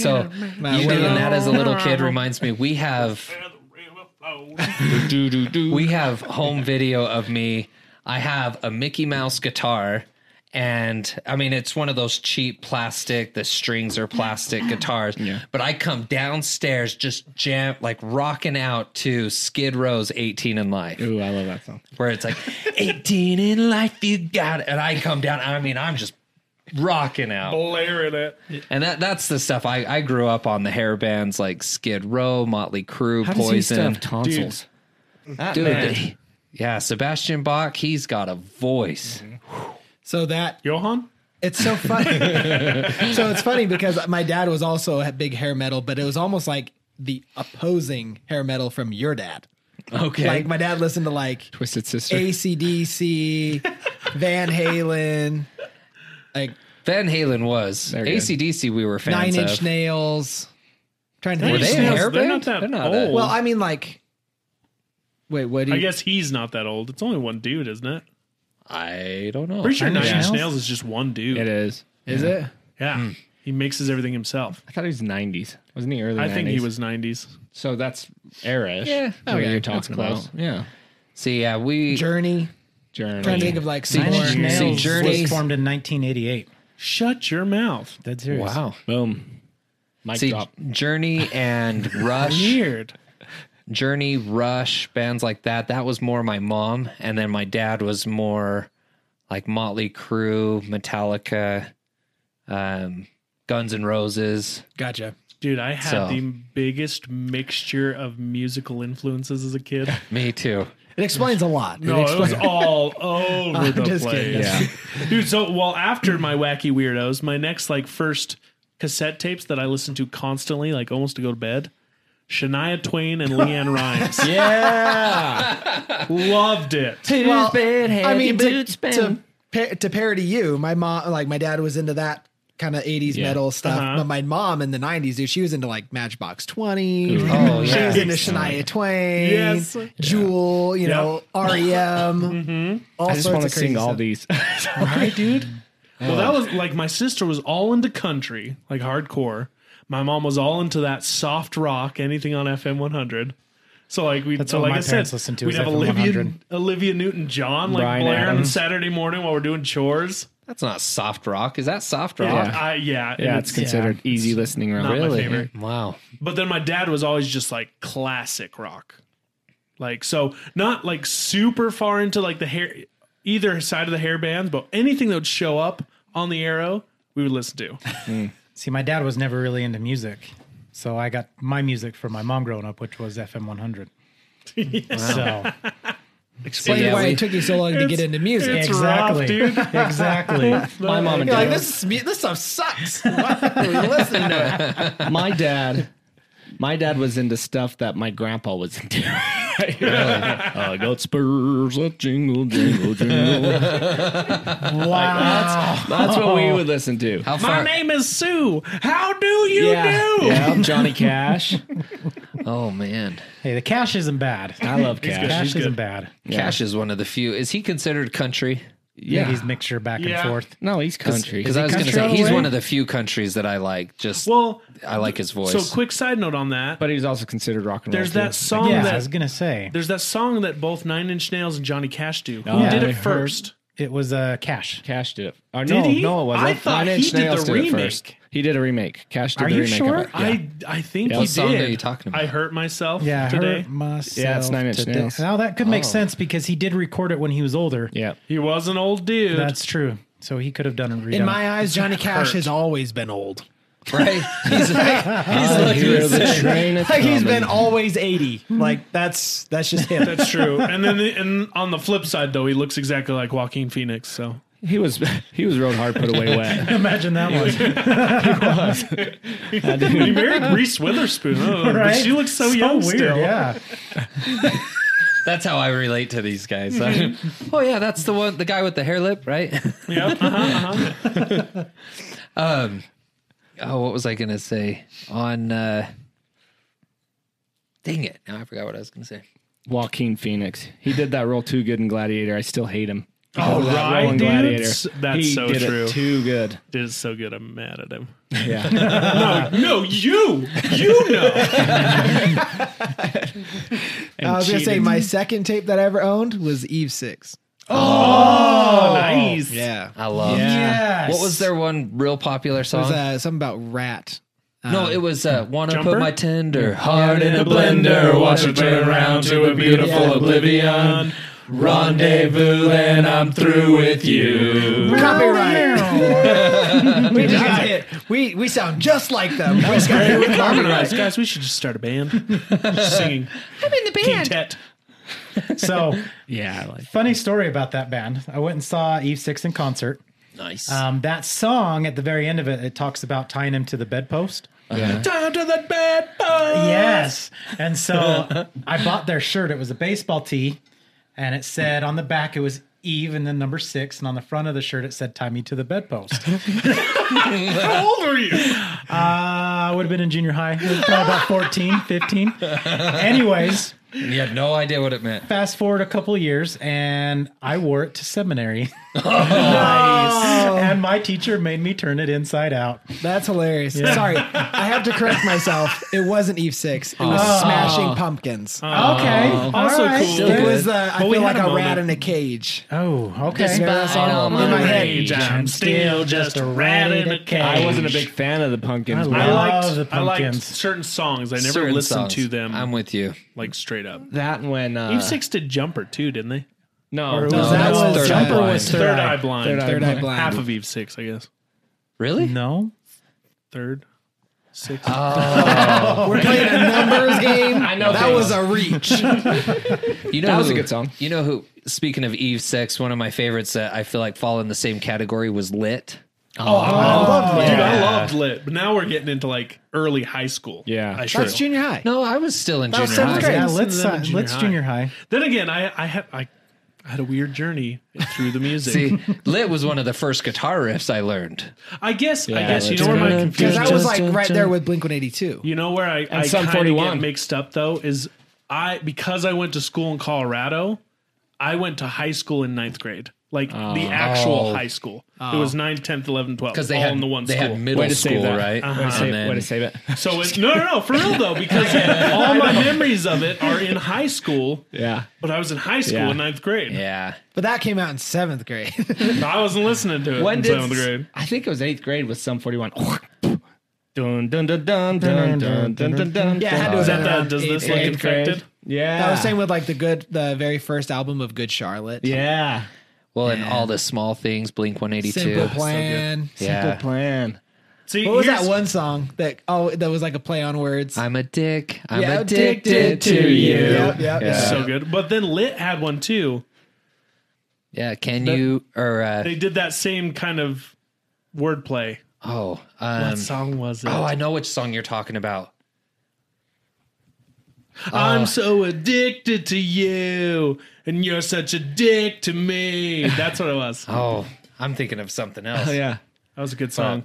Speaker 1: you
Speaker 8: what
Speaker 1: doing
Speaker 8: a-
Speaker 1: that as a little kid reminds me. We have
Speaker 4: Do, do, do.
Speaker 1: we have home video of me. I have a Mickey Mouse guitar, and I mean it's one of those cheap plastic. The strings are plastic guitars. But I come downstairs just jam like rocking out to Skid Row's "18 in Life."
Speaker 4: Ooh, I love that song.
Speaker 1: where it's like 18 in life you got it and i come down i mean i'm just rocking out
Speaker 5: Blaring it.
Speaker 1: and that that's the stuff i i grew up on the hair bands like skid row motley crue
Speaker 4: How does he still
Speaker 1: poison
Speaker 4: have tonsils?
Speaker 1: Dude, they- yeah sebastian bach he's got a voice
Speaker 8: so that
Speaker 5: Johan?
Speaker 8: It's so funny. so it's funny because my dad was also a big hair metal, but it was almost like the opposing hair metal from your dad.
Speaker 1: okay
Speaker 8: Like my dad listened to like
Speaker 4: Twisted Sister.
Speaker 8: ACDC, Van Halen, like
Speaker 1: van halen was
Speaker 4: you go.
Speaker 1: acdc we were
Speaker 8: Nine
Speaker 1: fans
Speaker 8: Inch
Speaker 1: of
Speaker 8: Nails. trying to
Speaker 5: Nine
Speaker 8: think. Were they
Speaker 5: Inch
Speaker 8: a
Speaker 5: Nails,
Speaker 8: hair
Speaker 5: They're
Speaker 8: band?
Speaker 5: not that
Speaker 1: They're not
Speaker 5: old.
Speaker 1: that-
Speaker 8: Well, I mean, like, wait, what do
Speaker 5: I
Speaker 8: you?
Speaker 5: guess he's not that old. It's only one dude, isn't it?
Speaker 1: i don't know
Speaker 5: Pretty sure Nine Inch
Speaker 3: Nails?
Speaker 5: Nails is just one dude.
Speaker 4: It is.
Speaker 8: is it?
Speaker 5: Yeah. He mixes everything himself.
Speaker 4: I thought he was 90s. Wasn't he early
Speaker 5: I
Speaker 4: 90s?
Speaker 5: think he was 90s.
Speaker 4: So that's Erish.
Speaker 1: Yeah.
Speaker 4: Oh,
Speaker 8: Okay,
Speaker 4: you're
Speaker 8: that's
Speaker 4: talking about.
Speaker 8: close.
Speaker 4: Yeah.
Speaker 1: see yeah we
Speaker 8: Journey.
Speaker 4: Journey.
Speaker 8: trying to think of like some
Speaker 3: Nine
Speaker 8: more.
Speaker 3: Inch Nails
Speaker 1: Journey.
Speaker 3: was formed in 1988.
Speaker 5: Shut your mouth.
Speaker 3: That's serious.
Speaker 1: wow
Speaker 4: Boom. Mic
Speaker 1: see
Speaker 4: drop.
Speaker 1: journey and rush
Speaker 5: Weird.
Speaker 1: Journey, Rush, bands like that. That was more my mom, and then my dad was more like Motley Crue, Metallica, um, Guns N' Roses.
Speaker 8: Gotcha.
Speaker 5: Dude, I had
Speaker 1: So-
Speaker 5: the biggest mixture of musical influences as a kid.
Speaker 1: Me too.
Speaker 8: It explains a lot.
Speaker 5: No, it was
Speaker 8: explains-
Speaker 5: all over the
Speaker 8: just
Speaker 5: place.
Speaker 8: kidding.
Speaker 5: Dude, so well after my wacky weirdos, my next like first cassette tapes that I listened to constantly, like almost to go to bed, Shania Twain and Leanne Rhymes. yeah. Loved it.
Speaker 8: Well, I mean, to, to, pa- to parody you, my mom, like my dad was into that kind of 80s metal stuff,
Speaker 5: Uh-huh.
Speaker 8: but my mom in the 90s, dude, she was into like Matchbox 20.
Speaker 1: Oh,
Speaker 8: she
Speaker 1: yeah.
Speaker 8: was into Shania Twain,
Speaker 5: Yes.
Speaker 8: Jewel, you know, REM.
Speaker 5: Mm-hmm.
Speaker 8: All
Speaker 4: I just
Speaker 8: sorts
Speaker 4: want to
Speaker 8: of crazy
Speaker 4: sing all
Speaker 8: stuff.
Speaker 4: these.
Speaker 5: Right, dude? Well, that was like my sister was all into country, like hardcore. My mom was all into that soft rock, anything on FM 100. So like we,
Speaker 3: That's
Speaker 5: so
Speaker 3: what
Speaker 5: like
Speaker 3: my
Speaker 5: I said,
Speaker 3: parents listened to
Speaker 5: we'd
Speaker 3: is
Speaker 5: have
Speaker 3: FM
Speaker 5: Olivia,
Speaker 3: 100.
Speaker 5: Olivia Newton John like
Speaker 4: Bryan
Speaker 5: blaring
Speaker 4: Adams.
Speaker 5: Saturday morning while we're doing chores.
Speaker 1: That's not soft rock. Is that soft rock?
Speaker 4: Yeah.
Speaker 5: I, yeah, and
Speaker 4: yeah, it's considered easy listening rock.
Speaker 5: not my favorite.
Speaker 1: Wow.
Speaker 5: But then my dad was always just like classic rock. Like so not like super far into like the hair either side of the hair bands, but anything that would show up on the arrow, we would listen to.
Speaker 3: See, my dad was never really into music, so I got my music from my mom growing up, which was FM 100. So
Speaker 8: Explain
Speaker 1: Yeah,
Speaker 8: why
Speaker 1: we-
Speaker 8: it took you so long to get into music.
Speaker 5: It's rough,
Speaker 3: exactly,
Speaker 5: dude.
Speaker 3: exactly.
Speaker 4: My mom and
Speaker 8: You're like,
Speaker 4: dad.
Speaker 8: this, is, mu- this stuff sucks. Why are we listening to it?
Speaker 4: my dad. My dad was into stuff that my grandpa was into. I got spurs that jingle, jingle, jingle.
Speaker 3: Wow.
Speaker 4: That's what we would listen to.
Speaker 1: How
Speaker 5: My
Speaker 1: far?
Speaker 5: name is Sue. How do you
Speaker 4: yeah,
Speaker 5: do?
Speaker 4: yeah, Johnny Cash.
Speaker 1: Oh man,
Speaker 3: Hey, the cash isn't bad.
Speaker 4: I love
Speaker 3: The
Speaker 4: Cash.
Speaker 3: cash isn't bad.
Speaker 1: Cash is one of the few. Is he considered country?
Speaker 3: Yeah,
Speaker 4: Yeah,
Speaker 3: he's mixture back
Speaker 5: Yeah.
Speaker 3: and forth.
Speaker 4: no, he's country.
Speaker 1: Because I was going to
Speaker 3: country all
Speaker 1: say
Speaker 3: the
Speaker 1: he's
Speaker 3: way?
Speaker 1: one of the few countries that I like. Just
Speaker 5: Well,
Speaker 1: I like his voice.
Speaker 5: so quick side note on that.
Speaker 4: but he was also considered rock and roll.
Speaker 5: there's that
Speaker 4: too.
Speaker 5: song
Speaker 6: Oh,
Speaker 3: yeah, I was
Speaker 5: that
Speaker 3: gonna say.
Speaker 5: there's that song that both Nine Inch Nails and Johnny Cash do. Who
Speaker 4: Yeah.
Speaker 5: did it
Speaker 4: Heard-
Speaker 5: first?
Speaker 3: It was uh, Cash.
Speaker 4: Cash did it. Or
Speaker 5: Did
Speaker 4: no,
Speaker 5: he?
Speaker 4: no, it wasn't.
Speaker 5: I thought
Speaker 4: Nine
Speaker 5: he
Speaker 4: Inch
Speaker 5: did
Speaker 4: Nails
Speaker 5: the
Speaker 4: it
Speaker 5: remake.
Speaker 4: first. He did a remake. Cash did
Speaker 3: Are
Speaker 4: the
Speaker 3: you
Speaker 4: remake
Speaker 3: sure?
Speaker 4: of it. Yeah.
Speaker 5: I I think
Speaker 4: Yeah.
Speaker 5: he
Speaker 4: What
Speaker 1: song
Speaker 5: did.
Speaker 1: are you talking about?
Speaker 5: I hurt myself
Speaker 3: Yeah,
Speaker 5: today.
Speaker 3: hurt myself.
Speaker 4: Yeah, it's Nine Inch
Speaker 3: today.
Speaker 4: Nails. Oh.
Speaker 3: Now that could make sense because he did record it when he was older.
Speaker 4: yeah.
Speaker 5: he was an old dude.
Speaker 3: That's true. So he could have done a redone.
Speaker 6: In my eyes, Johnny Cash has always been old.
Speaker 1: Right? He's like, he's like
Speaker 4: Hear the train
Speaker 6: Like he's been always eighty. Like that's that's just him.
Speaker 5: That's true. And then the, and on the flip side though, he looks exactly like Joaquin Phoenix. So
Speaker 4: He was he was road hard put away wet.
Speaker 3: Imagine that one.
Speaker 4: That dude-
Speaker 5: he married Reese Witherspoon. Oh,
Speaker 3: Right?
Speaker 5: She looks so, young
Speaker 3: weird.
Speaker 5: still.
Speaker 3: Yeah.
Speaker 1: That's how I relate to these guys. I- oh yeah, that's the one, the guy with the hair lip, right?
Speaker 5: Yep. Uh-huh, uh-huh.
Speaker 1: Um, Oh, what was I gonna say on? uh Dang it! Now I forgot what I was gonna say.
Speaker 4: Joaquin Phoenix. He did that role too good in Gladiator. I still hate him.
Speaker 1: Oh,
Speaker 5: All
Speaker 4: That role
Speaker 5: right,
Speaker 4: in
Speaker 5: dude. S- That's
Speaker 4: he
Speaker 5: so
Speaker 4: did
Speaker 5: true.
Speaker 4: It too good.
Speaker 5: Dude, it's so good. I'm mad at him.
Speaker 4: Yeah.
Speaker 5: No, you, you know.
Speaker 6: I was gonna say my second tape that I ever owned was Eve Six. Oh,
Speaker 5: nice.
Speaker 6: Yeah,
Speaker 1: I love.
Speaker 3: Yes.
Speaker 1: What was their one real popular
Speaker 6: it was
Speaker 1: song?
Speaker 6: uh, something about rat.
Speaker 1: No, it was uh, "Wanna
Speaker 5: Jumper?
Speaker 1: Put My Tender Heart in a Blender, Watch It Turn Around to a Beautiful
Speaker 6: Yeah.
Speaker 1: Oblivion, Rendezvous, and I'm through with you."
Speaker 6: Copyright. we just got hit. We we sound just like them. We just got hit with copyright.
Speaker 5: Guys, guys, we should just start a band. Just singing. I'm in the band. Quintet.
Speaker 3: So yeah, funny story about that band. I went and saw Eve Six in concert.
Speaker 1: Nice.
Speaker 3: Um, that song at the very end of it, it talks about tying him to the bedpost.
Speaker 5: Down to the bed. Oh.
Speaker 3: Yes. And so I bought their shirt. It was a baseball tee, and it said on the back it was Eve and then number six, and on the front of the shirt it said "Tie me to the bedpost." Uh,
Speaker 5: How old are you?
Speaker 3: I would have been in junior high, probably about 14, 15. Anyways,
Speaker 1: you had no idea what it meant.
Speaker 3: fast forward a couple years, and I wore it to seminary, and my teacher made me turn it inside out.
Speaker 6: That's hilarious. Sorry, I have to correct myself. It wasn't Eve Six. It was Smashing Pumpkins.
Speaker 3: Okay,
Speaker 5: Also
Speaker 3: all right.
Speaker 5: cool.
Speaker 6: it was. Uh, I
Speaker 5: But we
Speaker 6: feel like
Speaker 5: had
Speaker 6: a,
Speaker 5: a
Speaker 6: rat
Speaker 5: moment.
Speaker 6: in a cage.
Speaker 3: Oh, okay.
Speaker 6: Remember that song?
Speaker 1: all my
Speaker 6: in my head.
Speaker 5: Rage, I'm still just a rat in a cage.
Speaker 4: I wasn't a big fan of the pumpkins.
Speaker 3: I
Speaker 5: I
Speaker 4: man.
Speaker 3: love
Speaker 5: liked,
Speaker 3: the
Speaker 5: I liked
Speaker 3: Pumpkins.
Speaker 5: certain songs. I never
Speaker 1: Certain
Speaker 5: listened
Speaker 1: songs.
Speaker 5: to them
Speaker 1: I'm with you.
Speaker 5: like straight up.
Speaker 4: that when uh,
Speaker 5: Eve Six did Jumper too, didn't they?
Speaker 4: No,
Speaker 3: Or
Speaker 4: no,
Speaker 3: was
Speaker 6: that
Speaker 3: that
Speaker 6: was
Speaker 1: Third
Speaker 6: Jumper
Speaker 1: Eye Blind.
Speaker 6: was
Speaker 5: Third,
Speaker 6: Oh, Third,
Speaker 5: Eye,
Speaker 6: Eye.
Speaker 5: Blind.
Speaker 4: Third Eye
Speaker 6: Third Eye Blind.
Speaker 5: Half of Eve Six, I guess.
Speaker 1: Really?
Speaker 3: No.
Speaker 5: Third, six.
Speaker 6: We're playing a numbers game. I
Speaker 4: know
Speaker 6: that
Speaker 4: things.
Speaker 6: was a reach.
Speaker 1: You know
Speaker 4: That was a
Speaker 1: who-
Speaker 4: good song.
Speaker 1: You know who? Speaking of Eve Six, one of my favorites that I feel like fall in the same category was Lit.
Speaker 5: Dude, I loved lit, but now we're getting into like early high school.
Speaker 4: Yeah.
Speaker 5: I
Speaker 4: That's
Speaker 5: sure.
Speaker 6: That's junior high.
Speaker 1: No, I was still in junior
Speaker 6: seventh
Speaker 1: high.
Speaker 6: grade.
Speaker 3: Yeah,
Speaker 6: Listen
Speaker 3: let's
Speaker 5: to them in
Speaker 3: uh,
Speaker 5: junior
Speaker 3: let's
Speaker 5: high.
Speaker 3: junior high.
Speaker 5: Then again, I I had I, I had a weird journey through the music.
Speaker 1: See, Lit was one of the first guitar riffs I learned.
Speaker 5: I guess I guess you
Speaker 4: let's
Speaker 5: know where my
Speaker 4: go.
Speaker 6: Because
Speaker 5: confusion.
Speaker 6: that was like right there with Blink 182.
Speaker 5: you know where I, I
Speaker 4: Sum
Speaker 5: kind of get
Speaker 4: 41.
Speaker 5: mixed up though is I because I went to school in Colorado, I went to high school in ninth grade, like the actual
Speaker 1: Oh.
Speaker 5: high school. It was 9th, 10th, 11th, 12th,
Speaker 1: Because they
Speaker 5: all
Speaker 1: had
Speaker 5: in the one
Speaker 1: they
Speaker 5: school.
Speaker 1: had middle
Speaker 4: Way to save
Speaker 1: school,
Speaker 4: that. Uh-huh.
Speaker 1: right?
Speaker 4: Way to save,
Speaker 1: And then-
Speaker 4: way to save it.
Speaker 5: so it, no, no, no, for real though, because all my memories of it are in high school.
Speaker 4: Yeah.
Speaker 5: But I was in high school
Speaker 4: Yeah.
Speaker 5: in ninth grade.
Speaker 1: Yeah.
Speaker 6: But that came out in seventh grade.
Speaker 5: I wasn't listening to it
Speaker 4: When
Speaker 5: in
Speaker 4: did
Speaker 5: seventh grade.
Speaker 4: I think it was eighth grade with some forty one. Dun dun dun dun dun dun dun dun dun.
Speaker 6: Yeah, I had to
Speaker 5: Is
Speaker 6: have been
Speaker 5: that the,
Speaker 6: around
Speaker 5: does
Speaker 6: eighth,
Speaker 5: this look
Speaker 6: eighth
Speaker 4: grade.
Speaker 5: infected?
Speaker 4: Yeah.
Speaker 6: I was saying with like the good, the very first album of Good Charlotte.
Speaker 4: yeah.
Speaker 1: Well, and all the small things, Blink One Eighty
Speaker 6: Simple
Speaker 1: Two.
Speaker 6: Plan.
Speaker 4: Simple
Speaker 1: Yeah.
Speaker 4: plan.
Speaker 5: See,
Speaker 6: What was that
Speaker 5: here's-
Speaker 6: one song that? Oh, that was like a play on words.
Speaker 1: I'm a dick. I'm
Speaker 6: Yeah,
Speaker 1: addicted
Speaker 6: addicted
Speaker 1: to
Speaker 6: to
Speaker 1: you.
Speaker 6: Yep, yep,
Speaker 1: Yeah.
Speaker 5: So good. But then Lit had one too.
Speaker 1: Yeah. Can you or uh,
Speaker 5: They did that same kind of wordplay.
Speaker 1: oh
Speaker 5: What
Speaker 1: um,
Speaker 5: song was it?
Speaker 1: oh I know which song you're talking about.
Speaker 5: I'm so addicted to you, and you're such a dick to me. That's what it was. That
Speaker 1: Oh, I'm thinking of something else.
Speaker 4: Oh yeah.
Speaker 5: was a good song.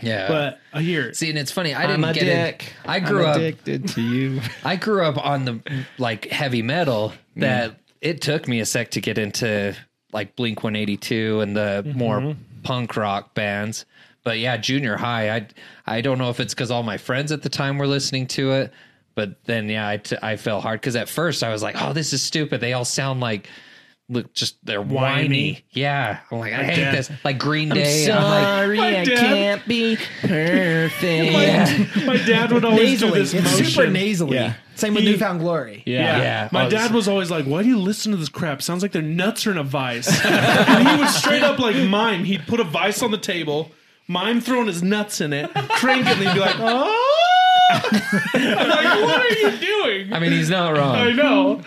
Speaker 1: Yeah.
Speaker 5: But uh, here,
Speaker 1: See, and it's funny. I didn't
Speaker 4: a
Speaker 1: get it.
Speaker 4: dick.
Speaker 1: I grew up.
Speaker 4: addicted to you.
Speaker 1: I grew up on the like heavy metal that it took me a sec to get into like Blink 182 and the more punk rock bands. But yeah, junior high, I I don't know if it's because all my friends at the time were listening to it, but then yeah, I, t- I fell hard because at first I was like, oh, this is stupid. They all sound like look just they're whiny.
Speaker 5: Whiny.
Speaker 1: Yeah, I'm like I hate
Speaker 5: dad.
Speaker 1: this. Like Green Day, I'm, like
Speaker 5: My dad-
Speaker 6: be perfect.
Speaker 5: My dad would always
Speaker 6: nasally.
Speaker 5: do this
Speaker 6: It's
Speaker 5: motion.
Speaker 6: super nasally.
Speaker 4: Yeah.
Speaker 6: Same with
Speaker 5: He-
Speaker 6: Newfound Glory.
Speaker 5: Yeah.
Speaker 1: Yeah.
Speaker 5: My
Speaker 1: Oh,
Speaker 5: dad
Speaker 1: this-
Speaker 5: was always like, Why do you listen to this crap? Sounds like their nuts are in a vice. and he would straight up like mime. He'd put a vice on the table, mime throwing his nuts in it, crank it, and he'd be like, Oh I'm like, what are you doing?
Speaker 1: I mean, he's not wrong.
Speaker 5: I know.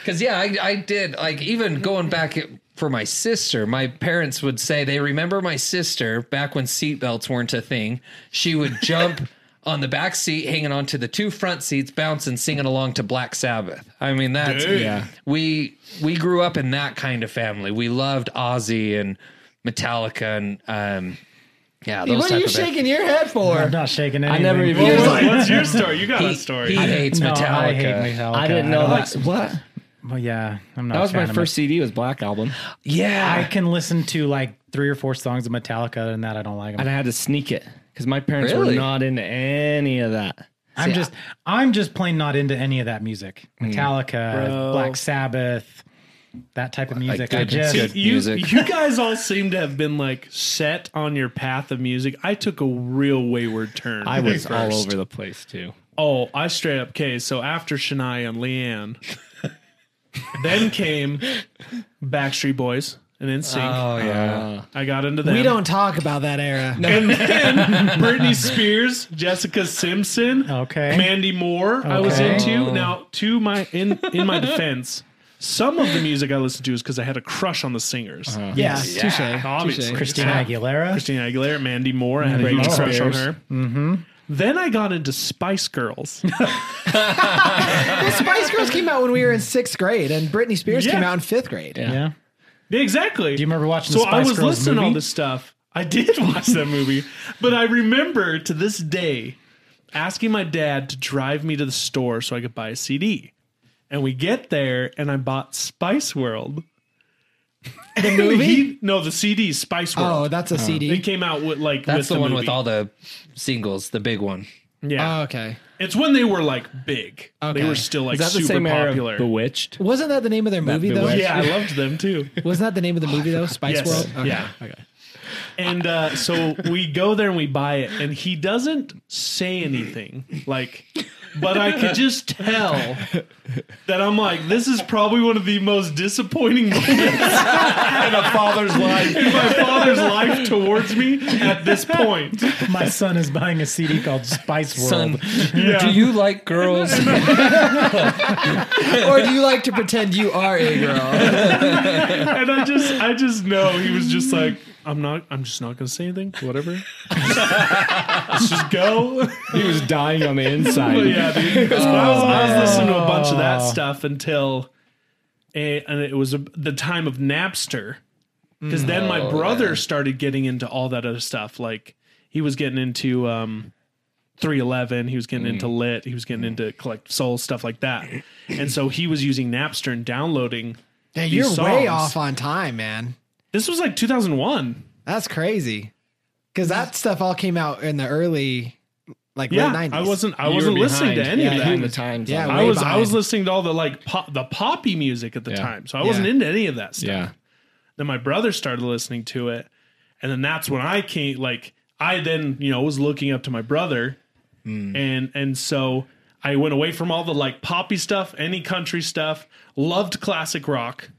Speaker 1: Because yeah, I, I did like even going back it- for my sister. My parents would say they remember my sister back when seatbelts weren't a thing. She would jump on the back seat, hanging onto the two front seats, bouncing, singing along to Black Sabbath. I mean, that's
Speaker 4: Yeah.
Speaker 1: we we grew up in that kind of family. We loved Ozzy and Metallica and um, yeah. Those
Speaker 6: What are
Speaker 1: type
Speaker 6: you
Speaker 1: of bands.
Speaker 6: shaking your head
Speaker 3: I'm
Speaker 6: for?
Speaker 3: not shaking anything.
Speaker 4: never even-
Speaker 5: What
Speaker 4: Here's
Speaker 5: was- what's your story? You got a
Speaker 1: He
Speaker 5: story.
Speaker 1: hates
Speaker 3: No,
Speaker 1: Metallica.
Speaker 3: I hate Metallica.
Speaker 4: I didn't know
Speaker 3: don't-
Speaker 4: that. What?
Speaker 3: Well, yeah, I'm not.
Speaker 4: That
Speaker 3: a
Speaker 4: was
Speaker 3: fan
Speaker 4: my
Speaker 3: of Met-
Speaker 4: first CD. Was Black Album,
Speaker 1: Yeah,
Speaker 3: I can listen to like three or four songs of Metallica, and that I don't like
Speaker 4: and
Speaker 3: them.
Speaker 4: I had to sneak it because my parents
Speaker 1: Really?
Speaker 4: were not into any of that.
Speaker 3: I'm just, I'm just plain not into any of that music.
Speaker 4: Mm.
Speaker 3: Metallica, Black Sabbath, that type of music. I
Speaker 1: good-
Speaker 3: just,
Speaker 1: good.
Speaker 5: You,
Speaker 1: Music.
Speaker 5: you guys all seem to have been like set on your path of music. I took a real wayward turn.
Speaker 4: I was all
Speaker 5: first.
Speaker 4: over the place too.
Speaker 5: Oh, I straight up. Okay, so after Shania and Leanne, then came Backstreet Boys and NSYNC.
Speaker 1: Oh yeah.
Speaker 5: I got into them.
Speaker 6: We don't talk about that era.
Speaker 5: And then Britney Spears, Jessica Simpson,
Speaker 3: Okay.
Speaker 5: Mandy Moore. I was
Speaker 3: Okay. Oh.
Speaker 5: into. Now, to my in in my defense, some of the music I listened to is because I had a crush on the singers.
Speaker 3: Uh-huh.
Speaker 6: Yeah, touche.
Speaker 5: Obviously,
Speaker 3: Christina Aguilera.
Speaker 5: Christina Aguilera, Mandy Moore. I had a huge
Speaker 3: Moore.
Speaker 5: crush on her. Mm-hmm. Then I got into Spice Girls.
Speaker 6: The Spice Girls came out when we were in sixth grade, and Britney Spears
Speaker 5: Yeah.
Speaker 6: came out in fifth grade.
Speaker 3: Yeah.
Speaker 5: Exactly. Do
Speaker 3: you remember watching
Speaker 5: So
Speaker 3: the Spice
Speaker 5: I was
Speaker 3: Girls
Speaker 5: listening to all
Speaker 3: movie?
Speaker 5: this stuff. I did watch that movie, but I remember to this day asking my dad to drive me to the store so I could buy a CD. And we get there, and I bought Spice World. The movie? no, the CD Spice
Speaker 6: Oh,
Speaker 5: World.
Speaker 8: Uh,
Speaker 6: that's a CD.
Speaker 5: it came out with like
Speaker 1: That's
Speaker 5: with
Speaker 1: the, one
Speaker 5: movie.
Speaker 1: with all the singles, the big one.
Speaker 5: yeah.
Speaker 8: Uh,
Speaker 6: Oh, okay.
Speaker 5: it's when they were like big.
Speaker 6: Okay.
Speaker 5: They were still like
Speaker 4: Is that
Speaker 5: super
Speaker 4: the same era
Speaker 5: popular.
Speaker 4: of Bewitched?
Speaker 6: Wasn't that the name of their movie though?
Speaker 4: Bewitched.
Speaker 5: yeah, I loved them too.
Speaker 6: Wasn't that the name of the movie though? Spice
Speaker 5: Yes.
Speaker 6: World. Okay.
Speaker 5: Yeah. Okay. And uh, so we go there and we buy it, and he doesn't say anything. Like, but I could just tell that I'm like, this is probably one of the most disappointing moments in a father's life, in my father's life towards me at this point.
Speaker 3: My son is buying a CD called Spice World.
Speaker 1: do you like girls?
Speaker 6: or do you like to pretend you are a girl?
Speaker 5: And I just, I just know he was just like, I'm not, I'm just not gonna say anything. Whatever. Let's just go.
Speaker 4: He was dying on the
Speaker 5: But
Speaker 4: inside.
Speaker 5: yeah, dude. So I, was, I
Speaker 4: Oh.
Speaker 5: was listening to a bunch of that stuff until, eh, and it was a, the time of Napster, because then my
Speaker 4: Oh,
Speaker 5: brother started getting into all that other stuff. Like he was getting into um, 311, he was getting into
Speaker 4: Mm.
Speaker 5: Lit, he was getting into Collect Soul stuff like that, and so he was using Napster and downloading.
Speaker 6: Dang,
Speaker 5: these
Speaker 6: you're way
Speaker 5: songs.
Speaker 6: off on time, man.
Speaker 5: This was like 2001.
Speaker 6: That's crazy. Because that stuff all came out in the early, like
Speaker 5: Yeah,
Speaker 6: late 90s.
Speaker 5: I wasn't. I
Speaker 4: You were
Speaker 5: wasn't listening to
Speaker 4: behind.
Speaker 5: any
Speaker 4: Yeah,
Speaker 5: of that.
Speaker 4: behind the times.
Speaker 6: Yeah,
Speaker 4: on
Speaker 5: I
Speaker 6: way
Speaker 5: was I
Speaker 6: behind.
Speaker 5: was listening to all the like pop, the poppy music at the
Speaker 4: Yeah.
Speaker 5: time, so I wasn't
Speaker 6: Yeah.
Speaker 5: into any of that
Speaker 4: that.
Speaker 5: stuff.
Speaker 4: yeah.
Speaker 5: Then my brother started listening to it, and then that's when I came. Like I then you know was looking up to my brother, and and so I went away from all the like poppy stuff, any country stuff. Loved classic rock,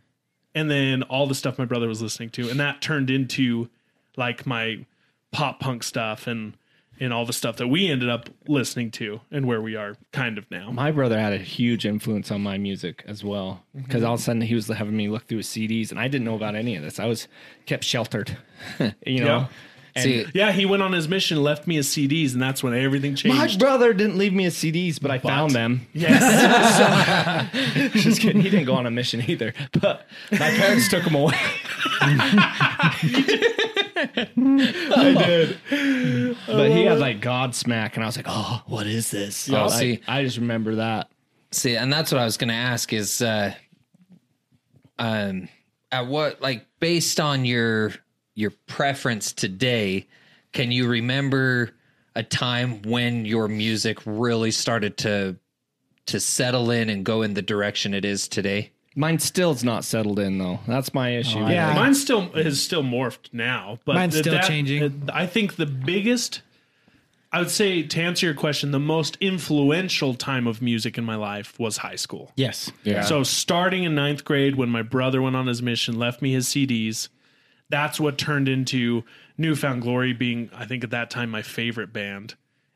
Speaker 5: and then all the stuff my brother was listening to, and that turned into like my pop punk stuff and and all the stuff that we ended up listening to and where we are kind of now.
Speaker 4: My brother had a huge influence on my music as well because all of a sudden he was having me look through his CDs and I didn't know about any of this. I was kept sheltered, you know.
Speaker 5: Yeah.
Speaker 4: And
Speaker 1: See,
Speaker 5: Yeah, he went on his mission, left me his CDs, and that's when everything
Speaker 4: my
Speaker 5: changed.
Speaker 4: brother didn't leave me his CDs, but I found them.
Speaker 5: yes.
Speaker 4: Just kidding. He didn't go on a mission either, but my parents took them away. I did. But he had like Godsmack, and I was like, oh, what is this?
Speaker 1: Oh,
Speaker 4: I-
Speaker 1: see.
Speaker 4: I just remember that.
Speaker 1: See, and that's what I was going to ask is, uh, um, at what like based on your your preference today, can you remember a time when your music really started to to settle in and go in the direction it is today?
Speaker 4: Mine still's not settled in though. That's my issue.
Speaker 8: Yeah.
Speaker 5: Mine still is still morphed now, but
Speaker 8: Mine's
Speaker 5: th-
Speaker 8: still changing.
Speaker 5: I think the biggest, I would say, to answer your question, the most influential time of music in my life was high school.
Speaker 3: Yes.
Speaker 4: Yeah.
Speaker 5: So starting in ninth grade, when my brother went on his mission, left me his CDs. That's what turned into Newfound Glory being, I think, at that time my favorite band,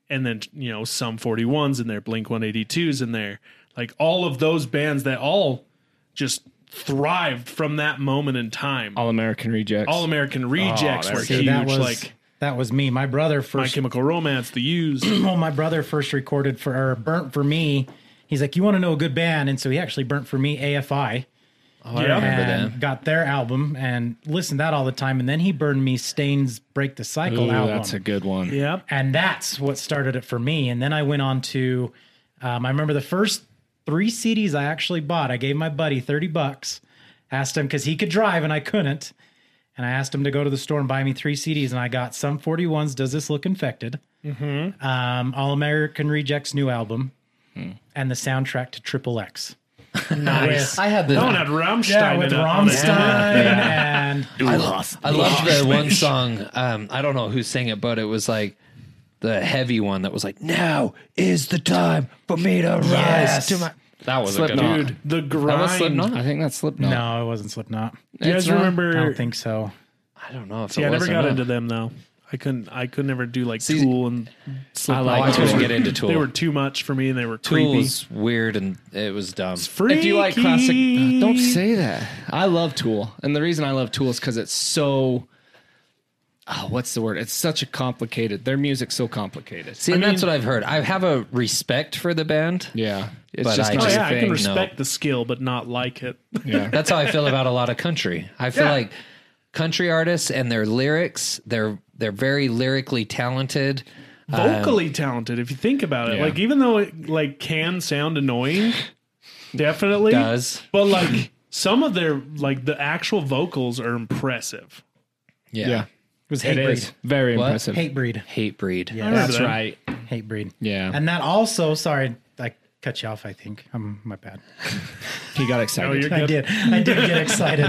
Speaker 5: and then you know some Forty Ones in there, Blink One Eighty Twos in there, like all of those bands that all just thrived from that moment in time.
Speaker 4: All American rejects.
Speaker 5: All American Rejects were
Speaker 3: See,
Speaker 5: huge.
Speaker 3: that was
Speaker 5: like
Speaker 3: that was me. My brother
Speaker 5: My
Speaker 3: first Oh,
Speaker 5: Chemical Romance, The Used.
Speaker 3: well, my brother first recorded for or burnt for me. He's like, you want to know a good band, and so he actually burnt for me AFI
Speaker 5: yeah.
Speaker 3: and got their album and listened to that all the time. And then he burned me Stain's Break the Cycle
Speaker 4: Ooh,
Speaker 3: album.
Speaker 4: that's a good one.
Speaker 5: Yep.
Speaker 3: and that's what started it for me. And then I went on to, um, I remember the first three CDs I actually bought. I gave my buddy thirty bucks, asked him because he could drive and I couldn't, and I asked him to go to the store and buy me three CDs. And I got some forty ones. Does this look infected? Um, All American Rejects new album, and the soundtrack to Triple X. Nice.
Speaker 6: I had the.
Speaker 5: Oh, and had Rammstein.
Speaker 3: Yeah, with
Speaker 5: in it on it.
Speaker 3: Rammstein and
Speaker 1: I loved the one song. Um, I don't know who sang it, but it was like the heavy one that was like, "Now is the time for me to rise
Speaker 3: Yes.
Speaker 1: to my." That was a good
Speaker 4: Slipknot.
Speaker 1: one.
Speaker 5: Dude, the
Speaker 4: That was
Speaker 5: grind.
Speaker 4: Slipknot. I think that's Slipknot.
Speaker 3: no, it wasn't Slipknot.
Speaker 5: Do you guys remember?
Speaker 3: I don't think so.
Speaker 1: I don't know if
Speaker 5: yeah,
Speaker 1: it
Speaker 5: I
Speaker 1: was
Speaker 5: never
Speaker 1: or
Speaker 5: got
Speaker 1: not.
Speaker 5: into them though. I couldn't. I could never do like Tool and
Speaker 4: I like
Speaker 1: I couldn't
Speaker 4: Tool.
Speaker 1: get into Tool.
Speaker 5: They were too much for me, and they were
Speaker 1: Tool
Speaker 5: creepy.
Speaker 1: was weird and it was dumb.
Speaker 5: Freaky.
Speaker 4: If you like classic, don't say that. I love Tool, and the reason I love Tool is because it's so. Oh, what's the word? It's such a complicated. Their music's so complicated.
Speaker 1: See, and that's what I've heard. I have a respect for the band.
Speaker 4: Yeah, it's
Speaker 1: But
Speaker 4: just
Speaker 1: I
Speaker 4: not
Speaker 5: Oh,
Speaker 1: just-
Speaker 4: your
Speaker 5: yeah, I
Speaker 4: thing.
Speaker 5: can respect the skill, but not like it.
Speaker 1: That's how I feel about a lot of country. I feel like country artists and their lyrics, they're they're very lyrically talented.
Speaker 3: Uh,
Speaker 5: Vocally talented, if you think about it.
Speaker 4: Yeah.
Speaker 5: Like, even though it like can sound annoying, definitely
Speaker 1: Does.
Speaker 5: But like some of their like the actual vocals are impressive.
Speaker 1: Yeah.
Speaker 4: Yeah,
Speaker 3: It was
Speaker 4: it
Speaker 3: Hatebreed.
Speaker 4: is very
Speaker 1: What?
Speaker 4: impressive.
Speaker 3: Hatebreed.
Speaker 1: Hate breed. Yeah.
Speaker 4: that's
Speaker 5: them.
Speaker 4: right.
Speaker 3: hate breed.
Speaker 4: Yeah.
Speaker 3: And that also, sorry, I cut you off, I think. Um, my bad.
Speaker 4: He got
Speaker 5: Oh,
Speaker 4: excited.
Speaker 5: you're
Speaker 3: I
Speaker 5: good.
Speaker 3: did. I did get excited.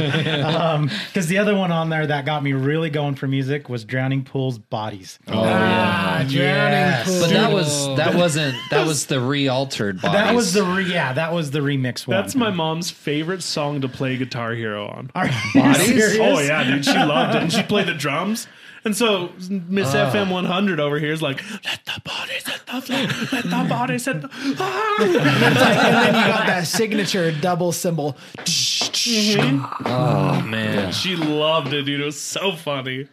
Speaker 3: Because the other one on there that got me really going for music was Drowning Pool's Bodies. Oh, yeah. Drowning Pool.
Speaker 1: But that was that wasn't that was the re-altered bodies.
Speaker 3: That was the re- yeah. That was the remix one.
Speaker 5: That's my mom's favorite song to play Guitar Hero on.
Speaker 3: Are you serious?
Speaker 5: Oh yeah, dude, she loved it. And she played the drums. And so Miss
Speaker 3: Oh.
Speaker 5: FM 100 over here is like, let the body set the floor, let the body set the ah."
Speaker 6: It's like, and then you got that signature double symbol.
Speaker 1: oh man.
Speaker 5: She loved it, dude. It was so funny.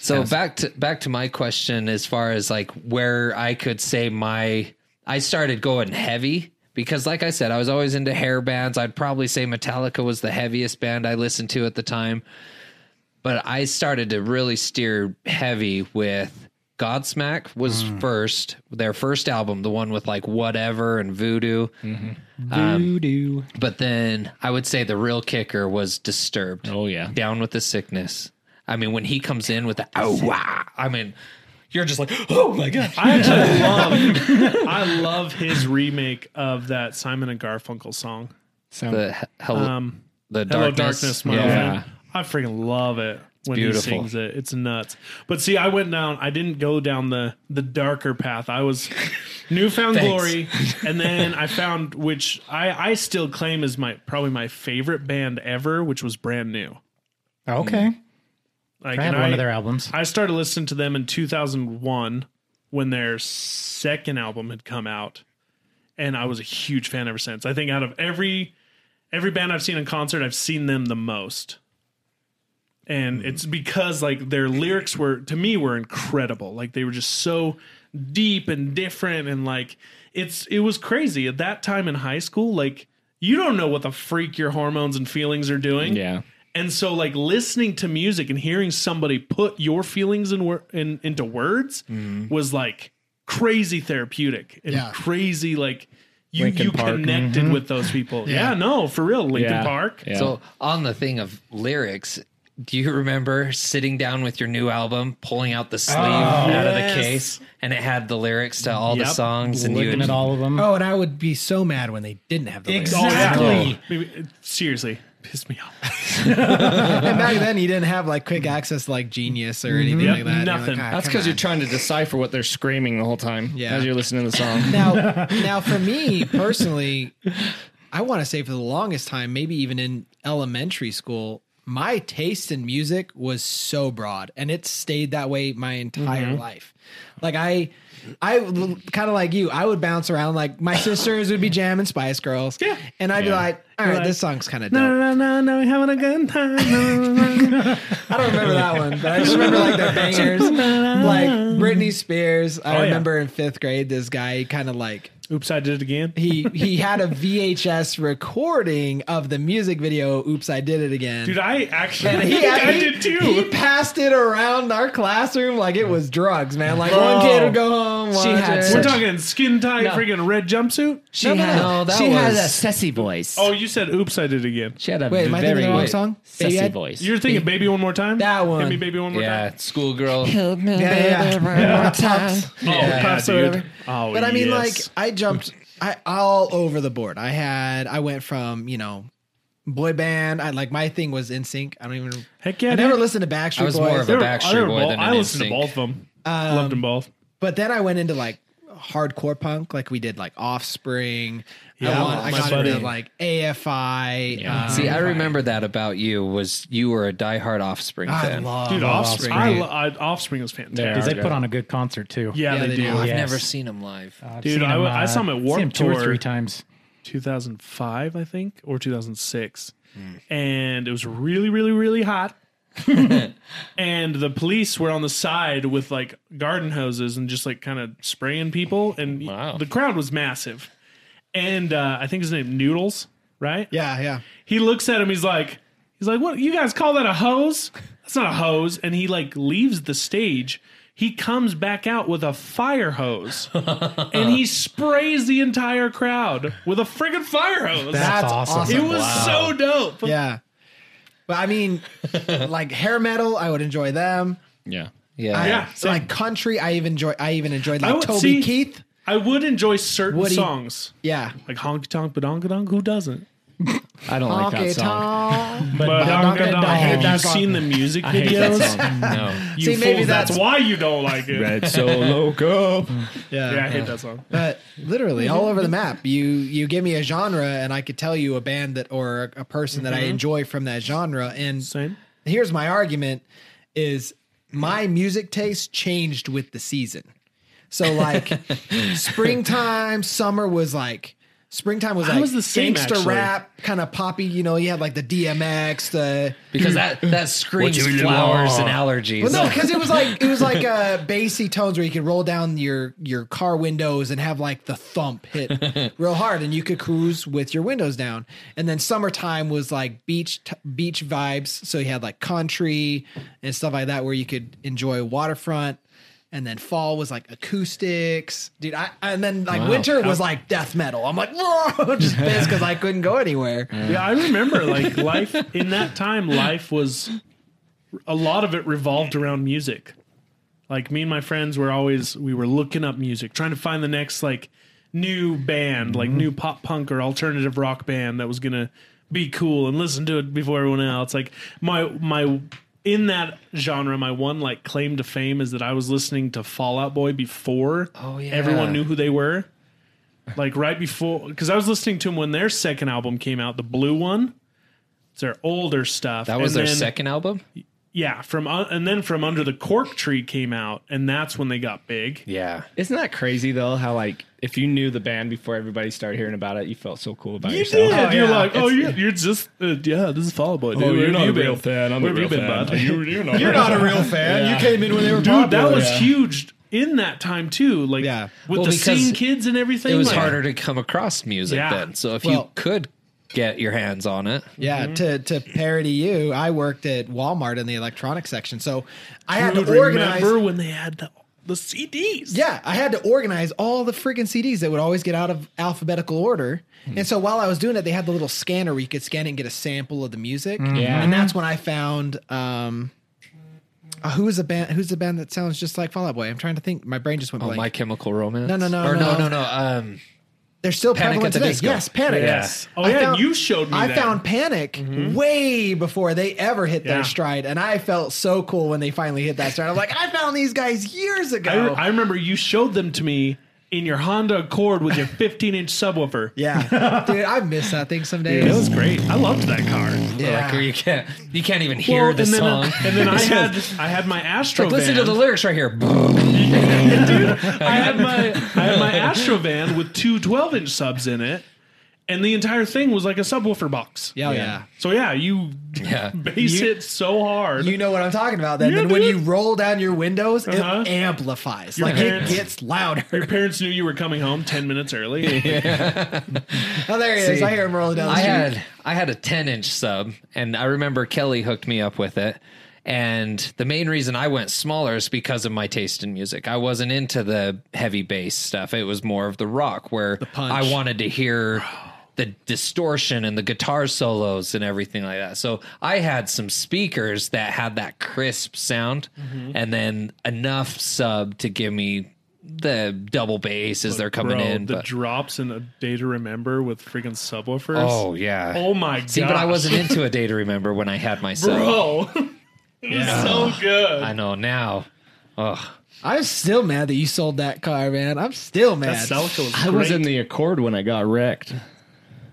Speaker 1: So back to back to my question as far as like where I could say my I started going heavy because like I said I was always into hair bands. I'd probably say Metallica was the heaviest band I listened to at the time. But I started to really steer heavy with Godsmack was
Speaker 4: Hmm.
Speaker 1: first, their first album, the one with like whatever and voodoo.
Speaker 4: Mm-hmm.
Speaker 1: Um,
Speaker 4: Voodoo.
Speaker 1: But then I would say the real kicker was disturbed.
Speaker 4: Oh, yeah.
Speaker 1: Down with the sickness. I mean, when he comes in with the oh wow, I mean, you're just like, oh my gosh.
Speaker 5: I actually love I love his remake of that Simon and Garfunkel song.
Speaker 1: The he- hello,
Speaker 5: Um
Speaker 1: the
Speaker 5: Hello
Speaker 1: darkness.
Speaker 5: Darkness, my
Speaker 1: yeah.
Speaker 5: old friend. I freaking love it when
Speaker 1: beautiful.
Speaker 5: he sings it. It's nuts. But see, I went down. I didn't go down the the darker path. I was newfound glory, and then I found which I I still claim is my probably my favorite band ever, which was brand new.
Speaker 3: Okay.
Speaker 5: Like
Speaker 3: I had
Speaker 5: and
Speaker 3: Mm. one of their albums.
Speaker 5: I started listening to them in 2001 when their second album had come out, and I was a huge fan ever since. I think out of every every band I've seen in concert, I've seen them the most, and it's because like their lyrics were to me were incredible. Like they were just so deep and different, and like it's it was crazy at that time in high school. Like you don't know what the freak your hormones and feelings are doing,
Speaker 4: Yeah.
Speaker 5: and so, like listening to music and hearing somebody put your feelings in, wor- in into words
Speaker 8: Mm-hmm.
Speaker 5: was like crazy therapeutic and
Speaker 6: Yeah.
Speaker 5: crazy like you
Speaker 4: Linkin
Speaker 5: you
Speaker 4: Park.
Speaker 5: connected with those people. mm-hmm. Yeah. no, for real, Linkin
Speaker 4: Yeah.
Speaker 5: Park.
Speaker 4: Yeah.
Speaker 1: So on the thing of lyrics, do you remember sitting down with your new album, pulling out the sleeve out of the case, and it had the lyrics to all the
Speaker 5: Oh, Yep.
Speaker 1: songs, and you
Speaker 3: looking
Speaker 1: would,
Speaker 3: at all of them.
Speaker 8: Oh, and I would be so mad when they didn't have the lyrics.
Speaker 3: Exactly.
Speaker 5: Oh, Maybe, uh, seriously, pissed me off.
Speaker 8: And back then, you didn't have like quick access to like Genius or anything
Speaker 5: Mm-hmm. Yep,
Speaker 8: like that. You're like,
Speaker 5: nothing.
Speaker 8: "Ah,
Speaker 4: That's
Speaker 8: come
Speaker 4: because you're
Speaker 8: on."
Speaker 4: trying to decipher what they're screaming the whole time
Speaker 8: Yeah.
Speaker 4: as you're listening to the song.
Speaker 8: now now for me personally i want to say for the longest time maybe even in elementary school my taste in music was so broad and it stayed that way my entire life like i i kind of like you i would bounce around like my sisters would be jamming spice girls yeah and i'd be like all right, this song's kind of dope.
Speaker 5: no, no, no, we're having a good time.
Speaker 8: I don't remember that one, but I just remember like their bangers, like Britney Spears. I
Speaker 5: yeah.
Speaker 8: remember in fifth grade, this guy kind of like
Speaker 5: Oops, I did it again.
Speaker 8: he he had a VHS recording of the music video. Oops, I did it again.
Speaker 5: Dude, I actually
Speaker 8: And
Speaker 5: think I
Speaker 8: he-
Speaker 5: did too.
Speaker 8: He passed it around our classroom like it was drugs, man. Like one kid would go home. Watch
Speaker 4: She had
Speaker 8: it.
Speaker 4: such-
Speaker 5: We're talking skin tight, freaking red jumpsuit.
Speaker 2: She had,
Speaker 1: no, that
Speaker 2: she had a
Speaker 1: was-
Speaker 2: sessy voice.
Speaker 5: Oh, you said oops, I did it again.
Speaker 2: she had a
Speaker 8: Wait, am I thinking
Speaker 2: very
Speaker 8: the wrong song? Baby,
Speaker 2: sessy
Speaker 8: I-
Speaker 2: voice.
Speaker 5: You're thinking baby one more time?
Speaker 8: That one.
Speaker 5: Hit me baby one more
Speaker 1: yeah,
Speaker 5: time.
Speaker 1: schoolgirl.
Speaker 8: Yeah, yeah.
Speaker 5: Oh, yeah, dude. Oh,
Speaker 8: But I mean,
Speaker 5: yes.
Speaker 8: like I jumped I all over the board. I had I went from you know boy band. I like my thing was In Sync. I don't even.
Speaker 5: Heck yeah,
Speaker 8: I never
Speaker 5: dude.
Speaker 8: listened to Backstreet
Speaker 1: I was more
Speaker 8: Boys.
Speaker 1: of a
Speaker 5: They were- oh,
Speaker 1: Backstreet
Speaker 5: they were
Speaker 1: Boy
Speaker 5: both-
Speaker 1: than
Speaker 5: I
Speaker 1: an
Speaker 5: listened to
Speaker 1: NSYNC.
Speaker 5: both of them. Loved them both.
Speaker 8: But then I went into like hardcore punk, like we did like Offspring. I, want, I
Speaker 5: my
Speaker 8: got into
Speaker 5: buddy.
Speaker 8: like AFI. um,
Speaker 1: See, I remember that about you was you were a diehard Offspring
Speaker 8: I
Speaker 1: fan.
Speaker 8: love
Speaker 5: Dude, Offspring.
Speaker 8: Oh, Offspring.
Speaker 5: I, lo- I, offspring was fantastic.
Speaker 3: Because they put on a good concert too.
Speaker 5: Yeah,
Speaker 8: Yeah,
Speaker 5: they,
Speaker 8: they
Speaker 5: do.
Speaker 8: do.
Speaker 1: I've
Speaker 3: yes.
Speaker 1: never seen him live.
Speaker 3: I've
Speaker 5: Dude,
Speaker 3: seen
Speaker 5: I w-
Speaker 3: him,
Speaker 5: I saw him at
Speaker 3: seen
Speaker 5: Warped
Speaker 3: two or
Speaker 5: Tour.
Speaker 3: three times.
Speaker 5: 2005, I think, or 2006. And it was really, really, really hot. and the police were on the side with like garden hoses and just like kind of spraying people. And the crowd was massive. And uh, I think his name Noodles, right?
Speaker 8: Yeah, yeah.
Speaker 5: He looks at him. He's like, he's like, what? You guys call that a hose? That's not a hose. And he like leaves the stage. He comes back out with a fire hose and he sprays the entire crowd with a friggin' fire hose.
Speaker 8: That's,
Speaker 3: awesome.
Speaker 8: awesome.
Speaker 5: it was so dope.
Speaker 8: yeah. But I mean, like hair metal, I would enjoy them.
Speaker 4: yeah.
Speaker 1: Yeah.
Speaker 8: I,
Speaker 5: Yeah, same.
Speaker 8: like country, I even enjoy. I even enjoyed
Speaker 5: I
Speaker 8: like
Speaker 5: would
Speaker 8: Toby
Speaker 5: see-
Speaker 8: Keith.
Speaker 5: I would enjoy certain
Speaker 8: Woody-
Speaker 5: songs
Speaker 8: Yeah,
Speaker 5: like Honky Tonk Badonkadonk. Who doesn't?
Speaker 4: I don't like
Speaker 8: Honky
Speaker 4: that song.
Speaker 8: tonk.
Speaker 5: But
Speaker 8: Badonkadonk. I hate
Speaker 5: Have
Speaker 8: that
Speaker 5: you
Speaker 8: song.
Speaker 5: seen the music
Speaker 4: I hate that
Speaker 5: videos?
Speaker 4: song.
Speaker 1: No.
Speaker 5: You
Speaker 8: See, maybe
Speaker 5: fools, that's,
Speaker 8: that's-
Speaker 5: why you don't like it.
Speaker 4: Red Solo Cup.
Speaker 8: yeah,
Speaker 5: Yeah, I hate that song.
Speaker 8: but literally all over the map. You you give me a genre, and I could tell you a band that or a person that I enjoy from that genre. And
Speaker 5: Mm-hmm. Same.
Speaker 8: here's my argument is my music taste changed with the season so like springtime summer was like springtime was
Speaker 5: I
Speaker 8: like
Speaker 5: was the same,
Speaker 8: gangsta
Speaker 5: actually.
Speaker 8: rap kind of poppy you know you had like the dmx the
Speaker 1: Because that that screams flowers and allergies.
Speaker 8: well, no, because it was like it was like uh, bassy tones where you could roll down your your car windows and have like the thump hit real hard, and you could cruise with your windows down. And then summertime was like beach t- beach vibes, so you had like country and stuff like that where you could enjoy waterfront. And then fall was like acoustics, dude. I, and then like winter was like death metal. I'm like, whoa, just pissed because I couldn't go anywhere.
Speaker 5: Yeah, I remember like life in that time, life was a lot of it revolved around music. Like me and my friends were always we were looking up music, trying to find the next like new band, like
Speaker 1: Mm-hmm.
Speaker 5: new pop punk or alternative rock band that was gonna be cool and listen to it before everyone else. Like my my in that genre, my one like claim to fame is that I was listening to Fallout Boy before
Speaker 1: Oh, yeah.
Speaker 5: everyone knew who they were. Like right before, because I was listening to them when their second album came out, the blue one. It's their older stuff.
Speaker 1: that was
Speaker 5: And
Speaker 1: their
Speaker 5: then-
Speaker 1: second album?
Speaker 5: yeah, from uh, and then from under the cork tree came out, and that's when they got big.
Speaker 1: Yeah.
Speaker 4: Isn't that crazy though? How like if you knew the band before everybody started hearing about it, you felt so cool about yourself.
Speaker 5: you're like, oh, you're, you're just, uh, yeah, this is Fall Out Boy. Dude. Where have you been? Where have you been, bud?
Speaker 4: You're not.
Speaker 8: a real fan. You came in when they were
Speaker 5: Dude, that was huge in that time too. Like,
Speaker 8: Yeah.
Speaker 5: with
Speaker 1: Well,
Speaker 5: the
Speaker 1: because
Speaker 5: scene kids and everything.
Speaker 1: It was
Speaker 5: like-
Speaker 1: harder to come across music
Speaker 5: Yeah.
Speaker 1: then. So if you
Speaker 8: Well-
Speaker 1: could get your hands on it.
Speaker 8: Yeah, to to parody you, I worked at Walmart in the electronics section, so I had
Speaker 5: Dude,
Speaker 8: to organize.
Speaker 5: remember when they had the the CDs.
Speaker 8: Yeah, I had to organize all the freaking CDs that would always get out of alphabetical order. And so while I was doing it, they had the little scanner where you could scan it and get a sample of the music.
Speaker 4: Yeah.
Speaker 8: And that's when I found um uh, who is a band who's the band that sounds just like Fall Out Boy? I'm trying to think. My brain just went
Speaker 1: Oh,
Speaker 8: blank.
Speaker 1: My Chemical Romance.
Speaker 8: No, no, no,
Speaker 1: Or no, no,
Speaker 8: no.
Speaker 1: no. Um,
Speaker 8: They're still
Speaker 1: Panic
Speaker 8: prevalent
Speaker 1: at the
Speaker 8: today.
Speaker 1: Disco.
Speaker 8: Yes, Panic.
Speaker 5: Yes. Oh
Speaker 8: I
Speaker 5: yeah,
Speaker 8: found-
Speaker 5: you showed me.
Speaker 8: I
Speaker 5: that. Mm-hmm.
Speaker 8: found Panic way before they ever hit
Speaker 5: Yeah.
Speaker 8: their stride, and I felt so cool when they finally hit that stride. I'm like, I found these guys years ago.
Speaker 5: I, I remember you showed them to me in your Honda Accord with your 15 inch subwoofer.
Speaker 8: yeah, dude, I miss that thing some days.
Speaker 5: It was great. I loved that car.
Speaker 1: Like where you can't you can't even hear
Speaker 5: Well,
Speaker 1: the
Speaker 5: and then, uh,
Speaker 1: song.
Speaker 5: and then I had I had my Astro.
Speaker 1: like, listen to the
Speaker 5: van.
Speaker 1: lyrics right here.
Speaker 5: I had my I had my Astro van with two 12 inch subs in it, and the entire thing was like a subwoofer box.
Speaker 8: Yeah, yeah.
Speaker 5: So yeah, you
Speaker 1: oh, Yeah.
Speaker 5: base it so hard.
Speaker 8: You know what I'm talking about. Then,
Speaker 5: Yeah,
Speaker 8: then when
Speaker 5: dude.
Speaker 8: you roll down your windows,
Speaker 5: Uh-huh.
Speaker 8: it amplifies.
Speaker 5: Your
Speaker 8: like
Speaker 5: parents-
Speaker 8: it gets louder.
Speaker 5: your parents knew you were coming home 10 minutes early.
Speaker 8: Oh, there he is. I hear him rolling down the
Speaker 1: I
Speaker 8: street.
Speaker 1: had I had a 10 inch sub, and I remember Kelly hooked me up with it. And the main reason I went smaller is because of my taste in music. I wasn't into the heavy bass stuff. It was more of the rock where I wanted to hear the distortion and the guitar solos and everything like that. So I had some speakers that had that crisp sound
Speaker 5: Mm-hmm.
Speaker 1: and then enough sub to give me the double bass as they're coming
Speaker 5: Bro,
Speaker 1: in.
Speaker 5: the
Speaker 1: but-
Speaker 5: drops in a day to remember with freaking subwoofers.
Speaker 1: oh yeah.
Speaker 5: Oh my god.
Speaker 1: See, but I wasn't into a day to remember when I had my sub.
Speaker 5: Bro. it was so good.
Speaker 1: I know now.
Speaker 8: I'm still mad that you sold that car, man. I'm still mad.
Speaker 5: That Celica was
Speaker 4: I
Speaker 5: great.
Speaker 4: was in the Accord when I got wrecked.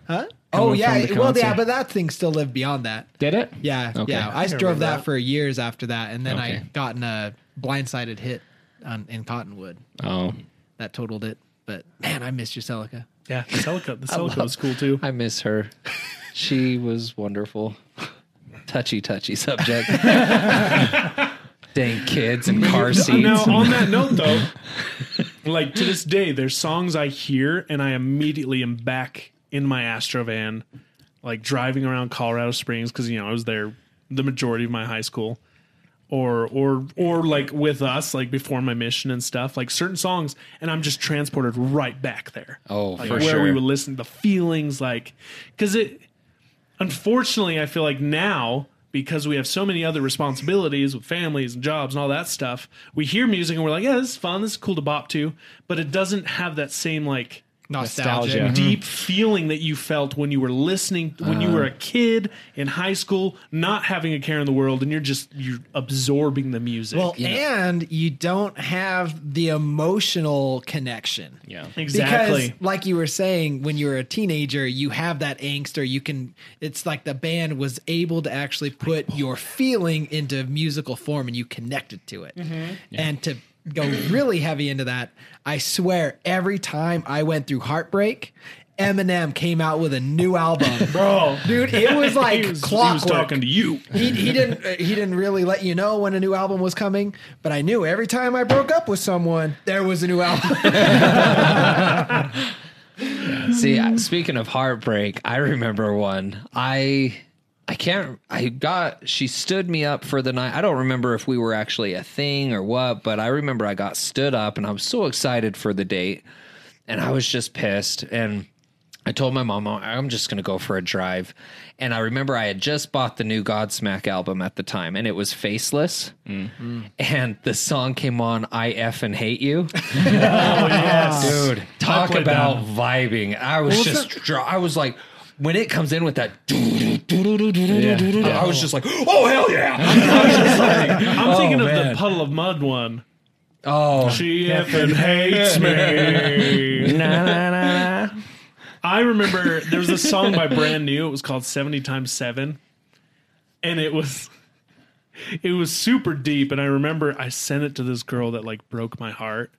Speaker 8: huh? Oh yeah.
Speaker 4: from the
Speaker 8: well, yeah,
Speaker 4: concert.
Speaker 8: but that thing still lived beyond that.
Speaker 4: Did it?
Speaker 8: Yeah,
Speaker 4: Okay.
Speaker 8: yeah. I, drove that, for years after that, and then I
Speaker 4: Okay.
Speaker 8: gotten a blindsided hit on, in Cottonwood
Speaker 4: Oh.
Speaker 8: that totaled it. But man, I missed your Celica.
Speaker 5: yeah, the Celica. The Celica was cool too.
Speaker 1: I miss her. She was wonderful. Touchy, touchy subject. Dang kids and car seats.
Speaker 5: Now, on that note, though, like to this day, there's songs I hear and I immediately am back in my Astrovan, like driving around Colorado Springs because you know I was there the majority of my high school, or or or like with us, like before my mission and stuff, like certain songs, and I'm just transported right back there.
Speaker 1: Oh,
Speaker 5: like,
Speaker 1: for
Speaker 5: where
Speaker 1: sure.
Speaker 5: we would listen, the feelings, like because it unfortunately, I feel like now because we have so many other responsibilities with families and jobs and all that stuff, we hear music and we're like, yeah, this is fun. This is cool to bop to, but it doesn't have that same like
Speaker 8: Nostalgia.
Speaker 4: Nostalgia.
Speaker 5: deep feeling that you felt when you were listening when
Speaker 8: Uh-huh.
Speaker 5: you were a kid in high school, not having a care in the world, and you're just you're absorbing the music.
Speaker 8: Well, and you don't have the emotional connection.
Speaker 4: Yeah.
Speaker 5: exactly.
Speaker 8: Because, like you were saying, when you're a teenager, you have that angst, or you can. It's like the band was able to actually put your feeling into musical form, and you connected to it.
Speaker 5: Mm-hmm.
Speaker 8: And to go really heavy into that, I swear, every time I went through heartbreak, Eminem came out with a new album,
Speaker 5: Bro,
Speaker 8: dude. It was like
Speaker 5: Oh, he was, he
Speaker 8: clockwork
Speaker 5: was talking to you.
Speaker 8: he, he didn't uh, he didn't really let you know when a new album was coming but i knew every time i broke up with someone there was a new album
Speaker 1: See, I- speaking of heartbreak, I remember one. I I can't I got she stood me up for the night. I don't remember if we were actually a thing or what, but I remember I got stood up and I was so excited for the date and I was just pissed and I told my mom I'm just going to go for a drive. And I remember I had just bought the new Godsmack album at the time and it was Faceless. And the song came on I F and Hate You.
Speaker 5: Oh yes.
Speaker 1: Dude, talk
Speaker 5: played
Speaker 1: about vibing. I was just, dr- I was like, when it comes in with that, I was just like, oh hell yeah!
Speaker 5: I'm
Speaker 8: Oh,
Speaker 5: thinking of
Speaker 3: man.
Speaker 5: the puddle of mud one.
Speaker 1: Oh,
Speaker 5: She effing hates me. I remember there was a song by Brand New. It was called 70 times 7. And it was it was super deep and I remember I sent it to this girl that like broke my heart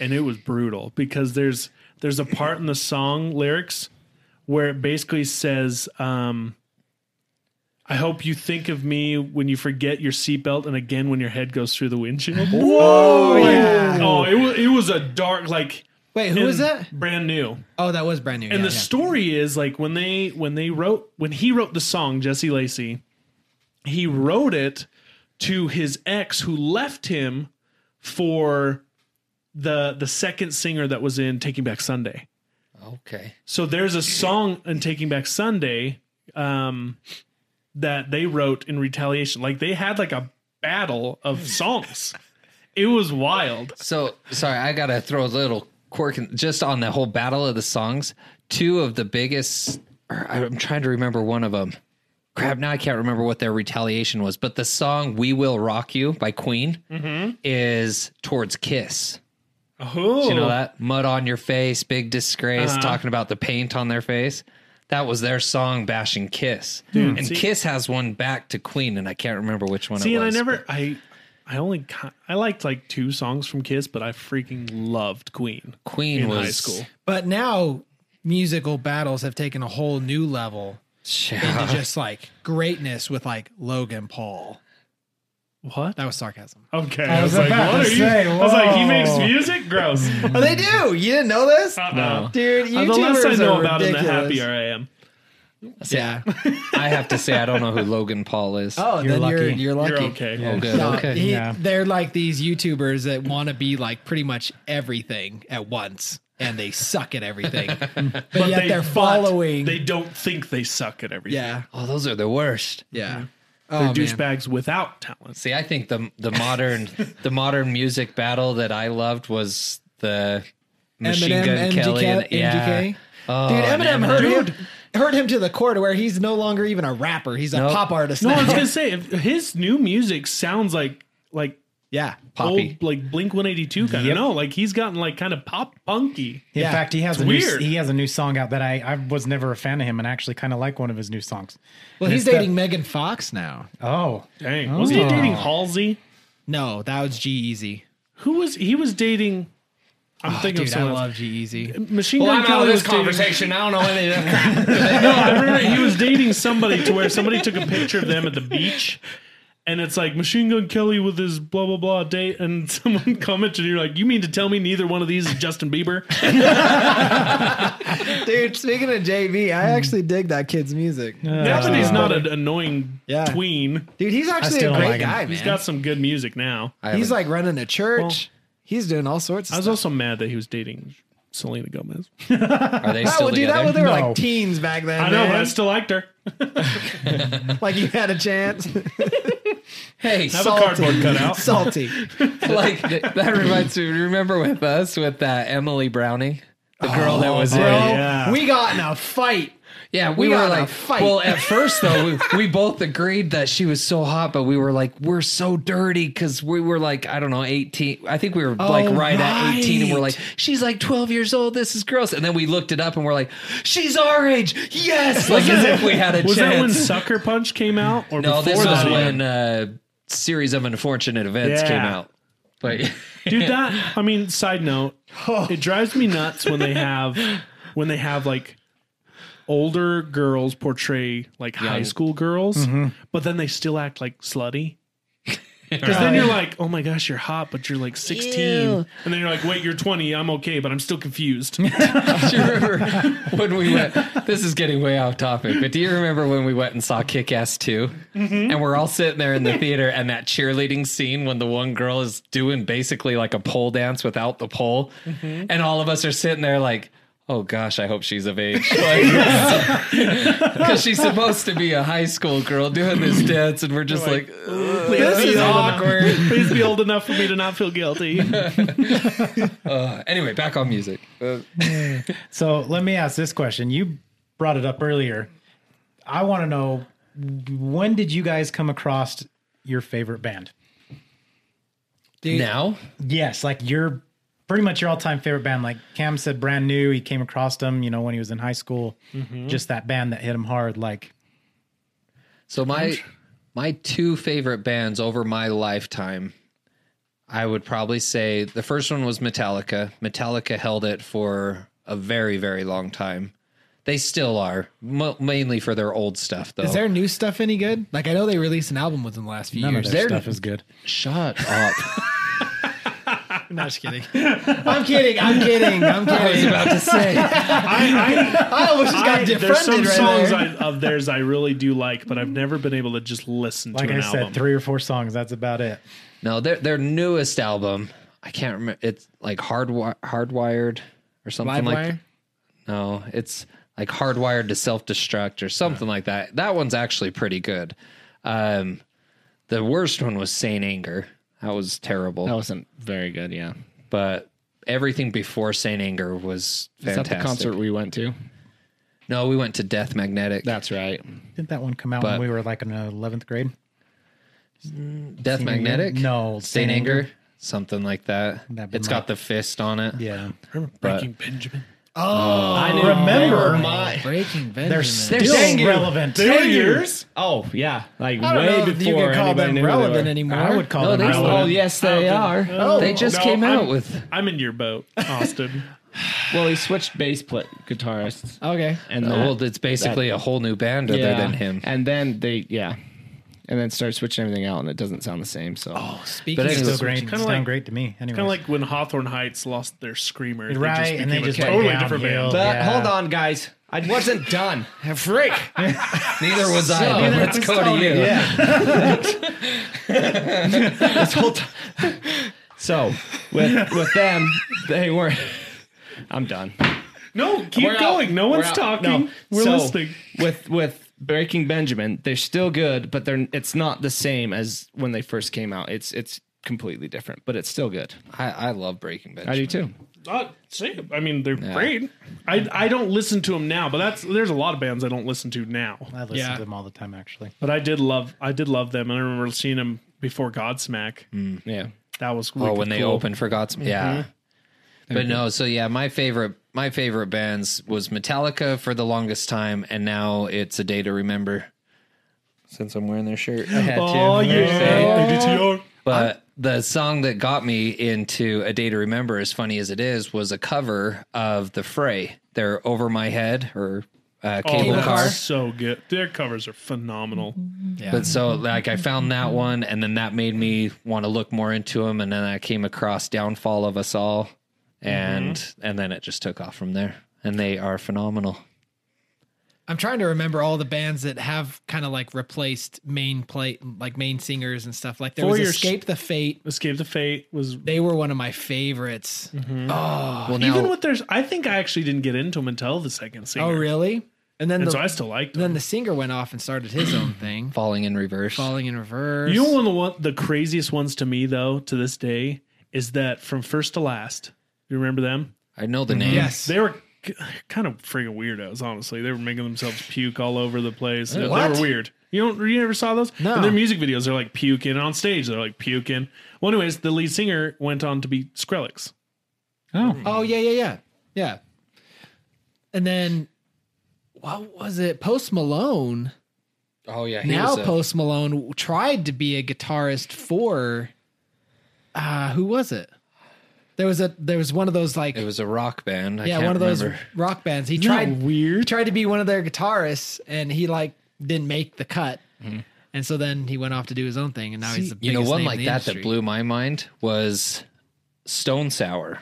Speaker 5: and it was brutal because there's there's a part in the song lyrics where it basically says um I hope you think of me when you forget your seatbelt and again when your head goes through the windshield. Whoa! Oh, it was, it was a dark, like.
Speaker 8: wait who
Speaker 5: and
Speaker 8: was that
Speaker 5: Brand new.
Speaker 8: oh that was brand new
Speaker 5: And
Speaker 8: yeah,
Speaker 5: the
Speaker 8: yeah.
Speaker 5: story is like when they when they wrote when he wrote the song Jesse Lacey, he wrote it to his ex who left him for the the second singer that was in Taking Back Sunday.
Speaker 1: Okay.
Speaker 5: So there's a song in Taking Back Sunday um, that they wrote in retaliation. Like they had like a battle of songs. It was wild.
Speaker 1: So sorry, I gotta throw a little quirk in, just on the whole battle of the songs. Two of the biggest, or I'm trying to remember one of them. Crap, now I can't remember what their retaliation was. But the song "We Will Rock You" by Queen is towards Kiss.
Speaker 5: Oh, Uh-huh.
Speaker 1: Do you know that mud on your face, big disgrace, talking about the paint on their face. That was their song bashing Kiss, and Kiss has one back to Queen, and I can't remember which one.
Speaker 5: See,
Speaker 1: it
Speaker 5: and I
Speaker 1: was,
Speaker 5: never, I, I only, ki- I liked like two songs from Kiss, but I freaking loved Queen
Speaker 1: but Queen
Speaker 5: in
Speaker 1: was
Speaker 5: high school.
Speaker 8: But now musical battles have taken a whole new level into just like greatness with like Logan Paul.
Speaker 5: What?
Speaker 8: That was sarcasm.
Speaker 5: Okay,
Speaker 3: I
Speaker 5: I was,
Speaker 3: was
Speaker 5: like,
Speaker 3: about
Speaker 5: what
Speaker 3: to
Speaker 5: are you?
Speaker 3: say,
Speaker 5: I was like, he
Speaker 3: whoa.
Speaker 5: makes music. Gross.
Speaker 6: Oh, they do. You didn't know this,
Speaker 5: No.
Speaker 6: dude. YouTubers
Speaker 5: Uh, Uh-uh. The less I know
Speaker 6: are
Speaker 5: about him, the
Speaker 6: ridiculous.
Speaker 5: happier I am.
Speaker 8: Yeah.
Speaker 1: I have to say, I don't know who Logan Paul is.
Speaker 6: Oh,
Speaker 3: You're
Speaker 6: then you're
Speaker 3: lucky.
Speaker 6: you're lucky.
Speaker 5: You're okay.
Speaker 1: Oh, good.
Speaker 8: No,
Speaker 1: okay.
Speaker 8: he-
Speaker 3: Yeah.
Speaker 8: They're like these YouTubers that want to be like pretty much everything at once and they suck at everything. but, yet
Speaker 5: They-
Speaker 8: they, are
Speaker 5: but
Speaker 8: following.
Speaker 5: They don't think they suck at everything.
Speaker 8: yeah.
Speaker 1: Oh, those are the worst.
Speaker 8: Yeah.
Speaker 5: They're
Speaker 8: Oh, man.
Speaker 5: douchebags without talent.
Speaker 1: See, I think the the modern the modern music battle that I loved was the Machine
Speaker 8: Eminem,
Speaker 1: Gun
Speaker 8: MGK,
Speaker 1: Kelly and yeah.
Speaker 8: MGK.
Speaker 1: Oh,
Speaker 8: Dude,
Speaker 1: and
Speaker 8: Eminem, hurt
Speaker 5: Dude.
Speaker 8: him. Hurt him to the core to where he's no longer even a rapper. He's a
Speaker 1: Nope.
Speaker 8: pop artist
Speaker 5: No, I was
Speaker 8: now.
Speaker 5: gonna say if his new music sounds like like
Speaker 8: yeah.
Speaker 6: oh,
Speaker 1: Poppy.
Speaker 5: old like Blink One Eighty Two kind of. No, like he's gotten like kind of pop punky.
Speaker 3: In
Speaker 8: Yeah.
Speaker 3: fact, he has
Speaker 5: It's
Speaker 3: a
Speaker 5: weird.
Speaker 3: new he has a new song out that I I was never a fan of him and actually kind of like one of his new songs.
Speaker 8: Well, he's
Speaker 3: It's the-
Speaker 8: dating Megan Fox now.
Speaker 3: Oh,
Speaker 5: Dang, wasn't he dating Halsey?
Speaker 8: No, that was G Easy.
Speaker 5: Who was he? Was dating? I'm
Speaker 1: Oh,
Speaker 5: thinking
Speaker 8: Dude,
Speaker 5: of
Speaker 8: I
Speaker 5: someone.
Speaker 8: love G Easy.
Speaker 5: else. Machine Gun Kelly was dating-
Speaker 1: I don't know any of that.
Speaker 5: no, I remember he was dating somebody to where somebody took a picture of them at the beach. And it's like Machine Gun Kelly with his blah blah blah date, and someone commented, "You're like, you mean to tell me neither one of these is Justin Bieber?"
Speaker 6: Dude, speaking of JV, I actually dig that kid's music.
Speaker 5: now that he's not an annoying
Speaker 6: Yeah.
Speaker 5: tween,
Speaker 6: Dude, he's actually a
Speaker 3: still don't
Speaker 6: great
Speaker 3: like him.
Speaker 6: guy, man.
Speaker 5: he's got some good music now.
Speaker 6: he's like running a church. he's doing all sorts
Speaker 5: I
Speaker 6: of
Speaker 5: was
Speaker 6: stuff.
Speaker 5: also mad that he was dating Selena Gomez.
Speaker 1: Are they
Speaker 6: That
Speaker 1: still
Speaker 6: would, Oh, dude, that
Speaker 1: together?
Speaker 6: was they were
Speaker 3: No.
Speaker 6: like teens back then.
Speaker 5: I know, but I
Speaker 6: man.
Speaker 5: still liked her.
Speaker 6: like you had a chance.
Speaker 1: hey,
Speaker 5: Have
Speaker 6: Salty.
Speaker 5: a cardboard cutout.
Speaker 6: Salty.
Speaker 1: like th- that reminds me. Remember with us with uh, Emily Browning, the girl that was
Speaker 8: Oh,
Speaker 1: in.
Speaker 5: yeah.
Speaker 6: We got in a fight.
Speaker 1: Yeah, we,
Speaker 6: We
Speaker 1: were
Speaker 6: gotta
Speaker 1: like,
Speaker 6: fight.
Speaker 1: well, at first though, we, we both agreed that she was so hot, but we were like, we're so dirty because we were like, I don't know, eighteen. I think we were like right, at eighteen, and we're like, she's like twelve years old. This is gross. And then we looked it up, and we're like, she's our age. Yes, like as if we had a
Speaker 5: was that when
Speaker 1: chance.
Speaker 5: Sucker Punch came out, or
Speaker 1: no,
Speaker 5: before
Speaker 1: this was
Speaker 5: that?
Speaker 1: when uh, series of unfortunate events
Speaker 5: Yeah.
Speaker 1: came out. But
Speaker 5: dude that i mean side note it drives me nuts when they have when they have like older girls portray like high school girls but then they still act like slutty because then you're like oh my gosh you're hot but you're like 16 and then you're like wait you're 20 i'm okay but i'm still confused
Speaker 1: do you remember when we went? This is getting way off topic, but do you remember when we went and saw Kick Ass 2? And we're all sitting there in the theater, and that cheerleading scene when the one girl is doing basically like a pole dance without the pole, and all of us are sitting there like, oh gosh, I hope she's of age. Because she's supposed to be a high school girl doing this dance, and we're just like, "Ugh, this is awkward.
Speaker 5: please be old enough for me to not feel guilty
Speaker 1: Anyway, back on music.
Speaker 3: So let me ask this question. You brought it up earlier. I want to know when did you guys come across your favorite band?
Speaker 1: Now,
Speaker 3: Yes, like your pretty much your all-time favorite band. Like Cam said, brand new. He came across them, you know, when he was in high school.
Speaker 5: Mm-hmm.
Speaker 3: Just that band that hit him hard. Like
Speaker 1: So my my two favorite bands over my lifetime, I would probably say the first one was Metallica. Metallica held it for a very very long time. They still are mo mainly for their old stuff though.
Speaker 8: Is their new stuff any good? Like I know they released an album within the last few years.
Speaker 3: their stuff is good.
Speaker 1: Shut up!
Speaker 8: No, just kidding.
Speaker 6: I'm kidding. I'm kidding. I'm
Speaker 1: I was
Speaker 6: kidding.
Speaker 1: about to say
Speaker 5: I,
Speaker 6: I almost
Speaker 5: I,
Speaker 6: just got
Speaker 5: I, there's some
Speaker 6: defriended right
Speaker 5: songs
Speaker 6: there.
Speaker 5: I, of theirs i really do like but i've never been able to just listen
Speaker 3: Like
Speaker 5: to
Speaker 3: I
Speaker 5: an
Speaker 3: said,
Speaker 5: album
Speaker 3: three or four songs. That's about it.
Speaker 1: No, their their newest album. I can't remember. It's like hardwi- hardwired or something like.
Speaker 4: Livewire?
Speaker 1: No, it's like hardwired to self destruct or something like that. That one's actually pretty good. Um, the worst one was Saint Anger. That was terrible.
Speaker 4: That wasn't very good. Yeah.
Speaker 1: But everything before Saint Anger was
Speaker 4: Is that
Speaker 1: fantastic.
Speaker 4: the concert we went to?
Speaker 1: No, we went to Death Magnetic.
Speaker 4: That's right.
Speaker 3: Didn't that one come out
Speaker 1: But-
Speaker 3: when we were like in eleventh grade?
Speaker 1: Death
Speaker 3: Saint Anger?
Speaker 1: Magnetic.
Speaker 3: No,
Speaker 1: Saint
Speaker 3: Saint
Speaker 1: Anger. Something like that.
Speaker 3: That'd be
Speaker 1: It's
Speaker 3: my-
Speaker 1: got the fist on it.
Speaker 3: Yeah.
Speaker 5: Breaking Benjamin.
Speaker 3: I remember
Speaker 8: Breaking Benjamin.
Speaker 3: they're
Speaker 1: They're
Speaker 3: still
Speaker 1: saying-
Speaker 3: relevant.
Speaker 4: Ten years? Oh yeah, like
Speaker 8: I don't
Speaker 4: way
Speaker 8: know
Speaker 4: before
Speaker 8: if you can call
Speaker 4: anybody
Speaker 8: them
Speaker 4: knew who they
Speaker 8: relevant
Speaker 4: were.
Speaker 8: anymore.
Speaker 3: I would call
Speaker 1: No,
Speaker 3: them
Speaker 1: they-
Speaker 3: relevant.
Speaker 4: Oh yes, they are.
Speaker 1: They just
Speaker 5: No,
Speaker 1: came
Speaker 5: I'm-
Speaker 1: out with
Speaker 5: I'm in your boat, Austin.
Speaker 4: Well, he switched bass pl- guitarists,
Speaker 8: okay.
Speaker 4: and
Speaker 1: Uh,
Speaker 4: that-
Speaker 1: well, it's basically a whole new band other
Speaker 4: yeah.
Speaker 1: than him.
Speaker 4: And then they, yeah, and then started switching everything out, and it doesn't sound the same. So oh,
Speaker 8: Speaking
Speaker 1: But
Speaker 8: of
Speaker 1: anyways-
Speaker 3: Still great.
Speaker 5: Kinda
Speaker 3: sound
Speaker 5: like-
Speaker 3: great to me. Anyway,
Speaker 5: Kind of like when Hawthorne Heights lost their screamer. They
Speaker 3: Right,
Speaker 5: just
Speaker 3: and they
Speaker 5: became a
Speaker 3: just went
Speaker 5: totally
Speaker 3: downhill.
Speaker 5: different band.
Speaker 4: but
Speaker 3: yeah.
Speaker 4: hold on, guys, I wasn't done. Freak.
Speaker 1: Neither was I. but let's go to you.
Speaker 4: this whole time. So with with them, they were. I'm done.
Speaker 5: No, keep
Speaker 4: We're out.
Speaker 5: going. No
Speaker 4: We're
Speaker 5: one's
Speaker 4: out.
Speaker 5: talking.
Speaker 4: No.
Speaker 5: We're
Speaker 4: So,
Speaker 5: listening.
Speaker 4: With with Breaking Benjamin, they're still good, but they're it's not the same as when they first came out. It's it's completely different, but it's still good.
Speaker 1: I, I love Breaking Benjamin.
Speaker 4: I do too.
Speaker 5: Not same. I mean, they're great. I I don't listen to them now, but that's there's a lot of bands I don't listen to now.
Speaker 3: I listen
Speaker 4: Yeah.
Speaker 3: to them all the time. Actually,
Speaker 5: But I did love I did love them, and I remember seeing them before Godsmack.
Speaker 4: Yeah.
Speaker 5: That was
Speaker 1: Mm. Oh,
Speaker 5: wicked
Speaker 1: when they
Speaker 5: cool.
Speaker 1: opened for Godsmack. Yeah. But no, so yeah, my favorite my favorite bands was Metallica for the longest time, and now it's a day to remember. Since I'm wearing their shirt, I had
Speaker 5: Oh
Speaker 1: to.
Speaker 5: yeah, ADTR.
Speaker 1: But the song that got me into A Day to Remember, as funny as it is, was a cover of The Fray. They're Over My Head or uh,
Speaker 5: Oh,
Speaker 1: Cable
Speaker 5: that's
Speaker 1: Car.
Speaker 5: so good. Their covers are phenomenal.
Speaker 1: But so
Speaker 8: Mm-hmm.
Speaker 1: like I found that one, and then that made me want to look more into them, and then I came across Downfall of Us All,
Speaker 8: Mm-hmm.
Speaker 1: and and then it just took off from there. And they are phenomenal.
Speaker 8: I'm trying to remember all the bands that have kind of like replaced main play like main singers and stuff. Like there
Speaker 5: For
Speaker 8: was
Speaker 5: your-
Speaker 8: Escape the Fate.
Speaker 5: Escape the Fate was
Speaker 8: They were one of my favorites. Oh,
Speaker 1: Well, now
Speaker 5: even with their. I think I actually didn't get into them until the second singer.
Speaker 8: Oh really? And then
Speaker 5: And
Speaker 8: the,
Speaker 5: so I still liked them.
Speaker 8: then the singer went off and started his own thing.
Speaker 1: falling in reverse.
Speaker 8: Falling in reverse.
Speaker 5: You know, one of the, one, the craziest ones to me, though, to this day, is that from first to last, you remember them?
Speaker 1: I know the name.
Speaker 8: yes.
Speaker 5: They were k- kind of friggin' weirdos, honestly. They were making themselves puke all over the place. They- They
Speaker 8: What?
Speaker 5: were weird. You don't, you never saw those?
Speaker 8: No.
Speaker 5: In their music videos, they're like puking on stage. They're like puking. Well, anyways, the lead singer went on to be Skrillex.
Speaker 8: Oh yeah, yeah, yeah, yeah. And then what was it? Post Malone.
Speaker 1: Oh yeah. he
Speaker 8: now
Speaker 1: was a-
Speaker 8: Post Malone tried to be a guitarist for uh who was it? There was a there was one of those like
Speaker 1: it was a rock band. I
Speaker 8: yeah,
Speaker 1: can't
Speaker 8: one of those
Speaker 1: remember.
Speaker 8: rock bands. He
Speaker 5: that
Speaker 8: tried
Speaker 5: weird?
Speaker 8: He tried to be one of their guitarists, and he like didn't make the cut. And so then he went off to do his own thing, and now he's the
Speaker 1: You know,
Speaker 8: biggest
Speaker 1: one
Speaker 8: name in
Speaker 1: like
Speaker 8: the
Speaker 1: that
Speaker 8: industry.
Speaker 1: that blew my mind was Stone Sour,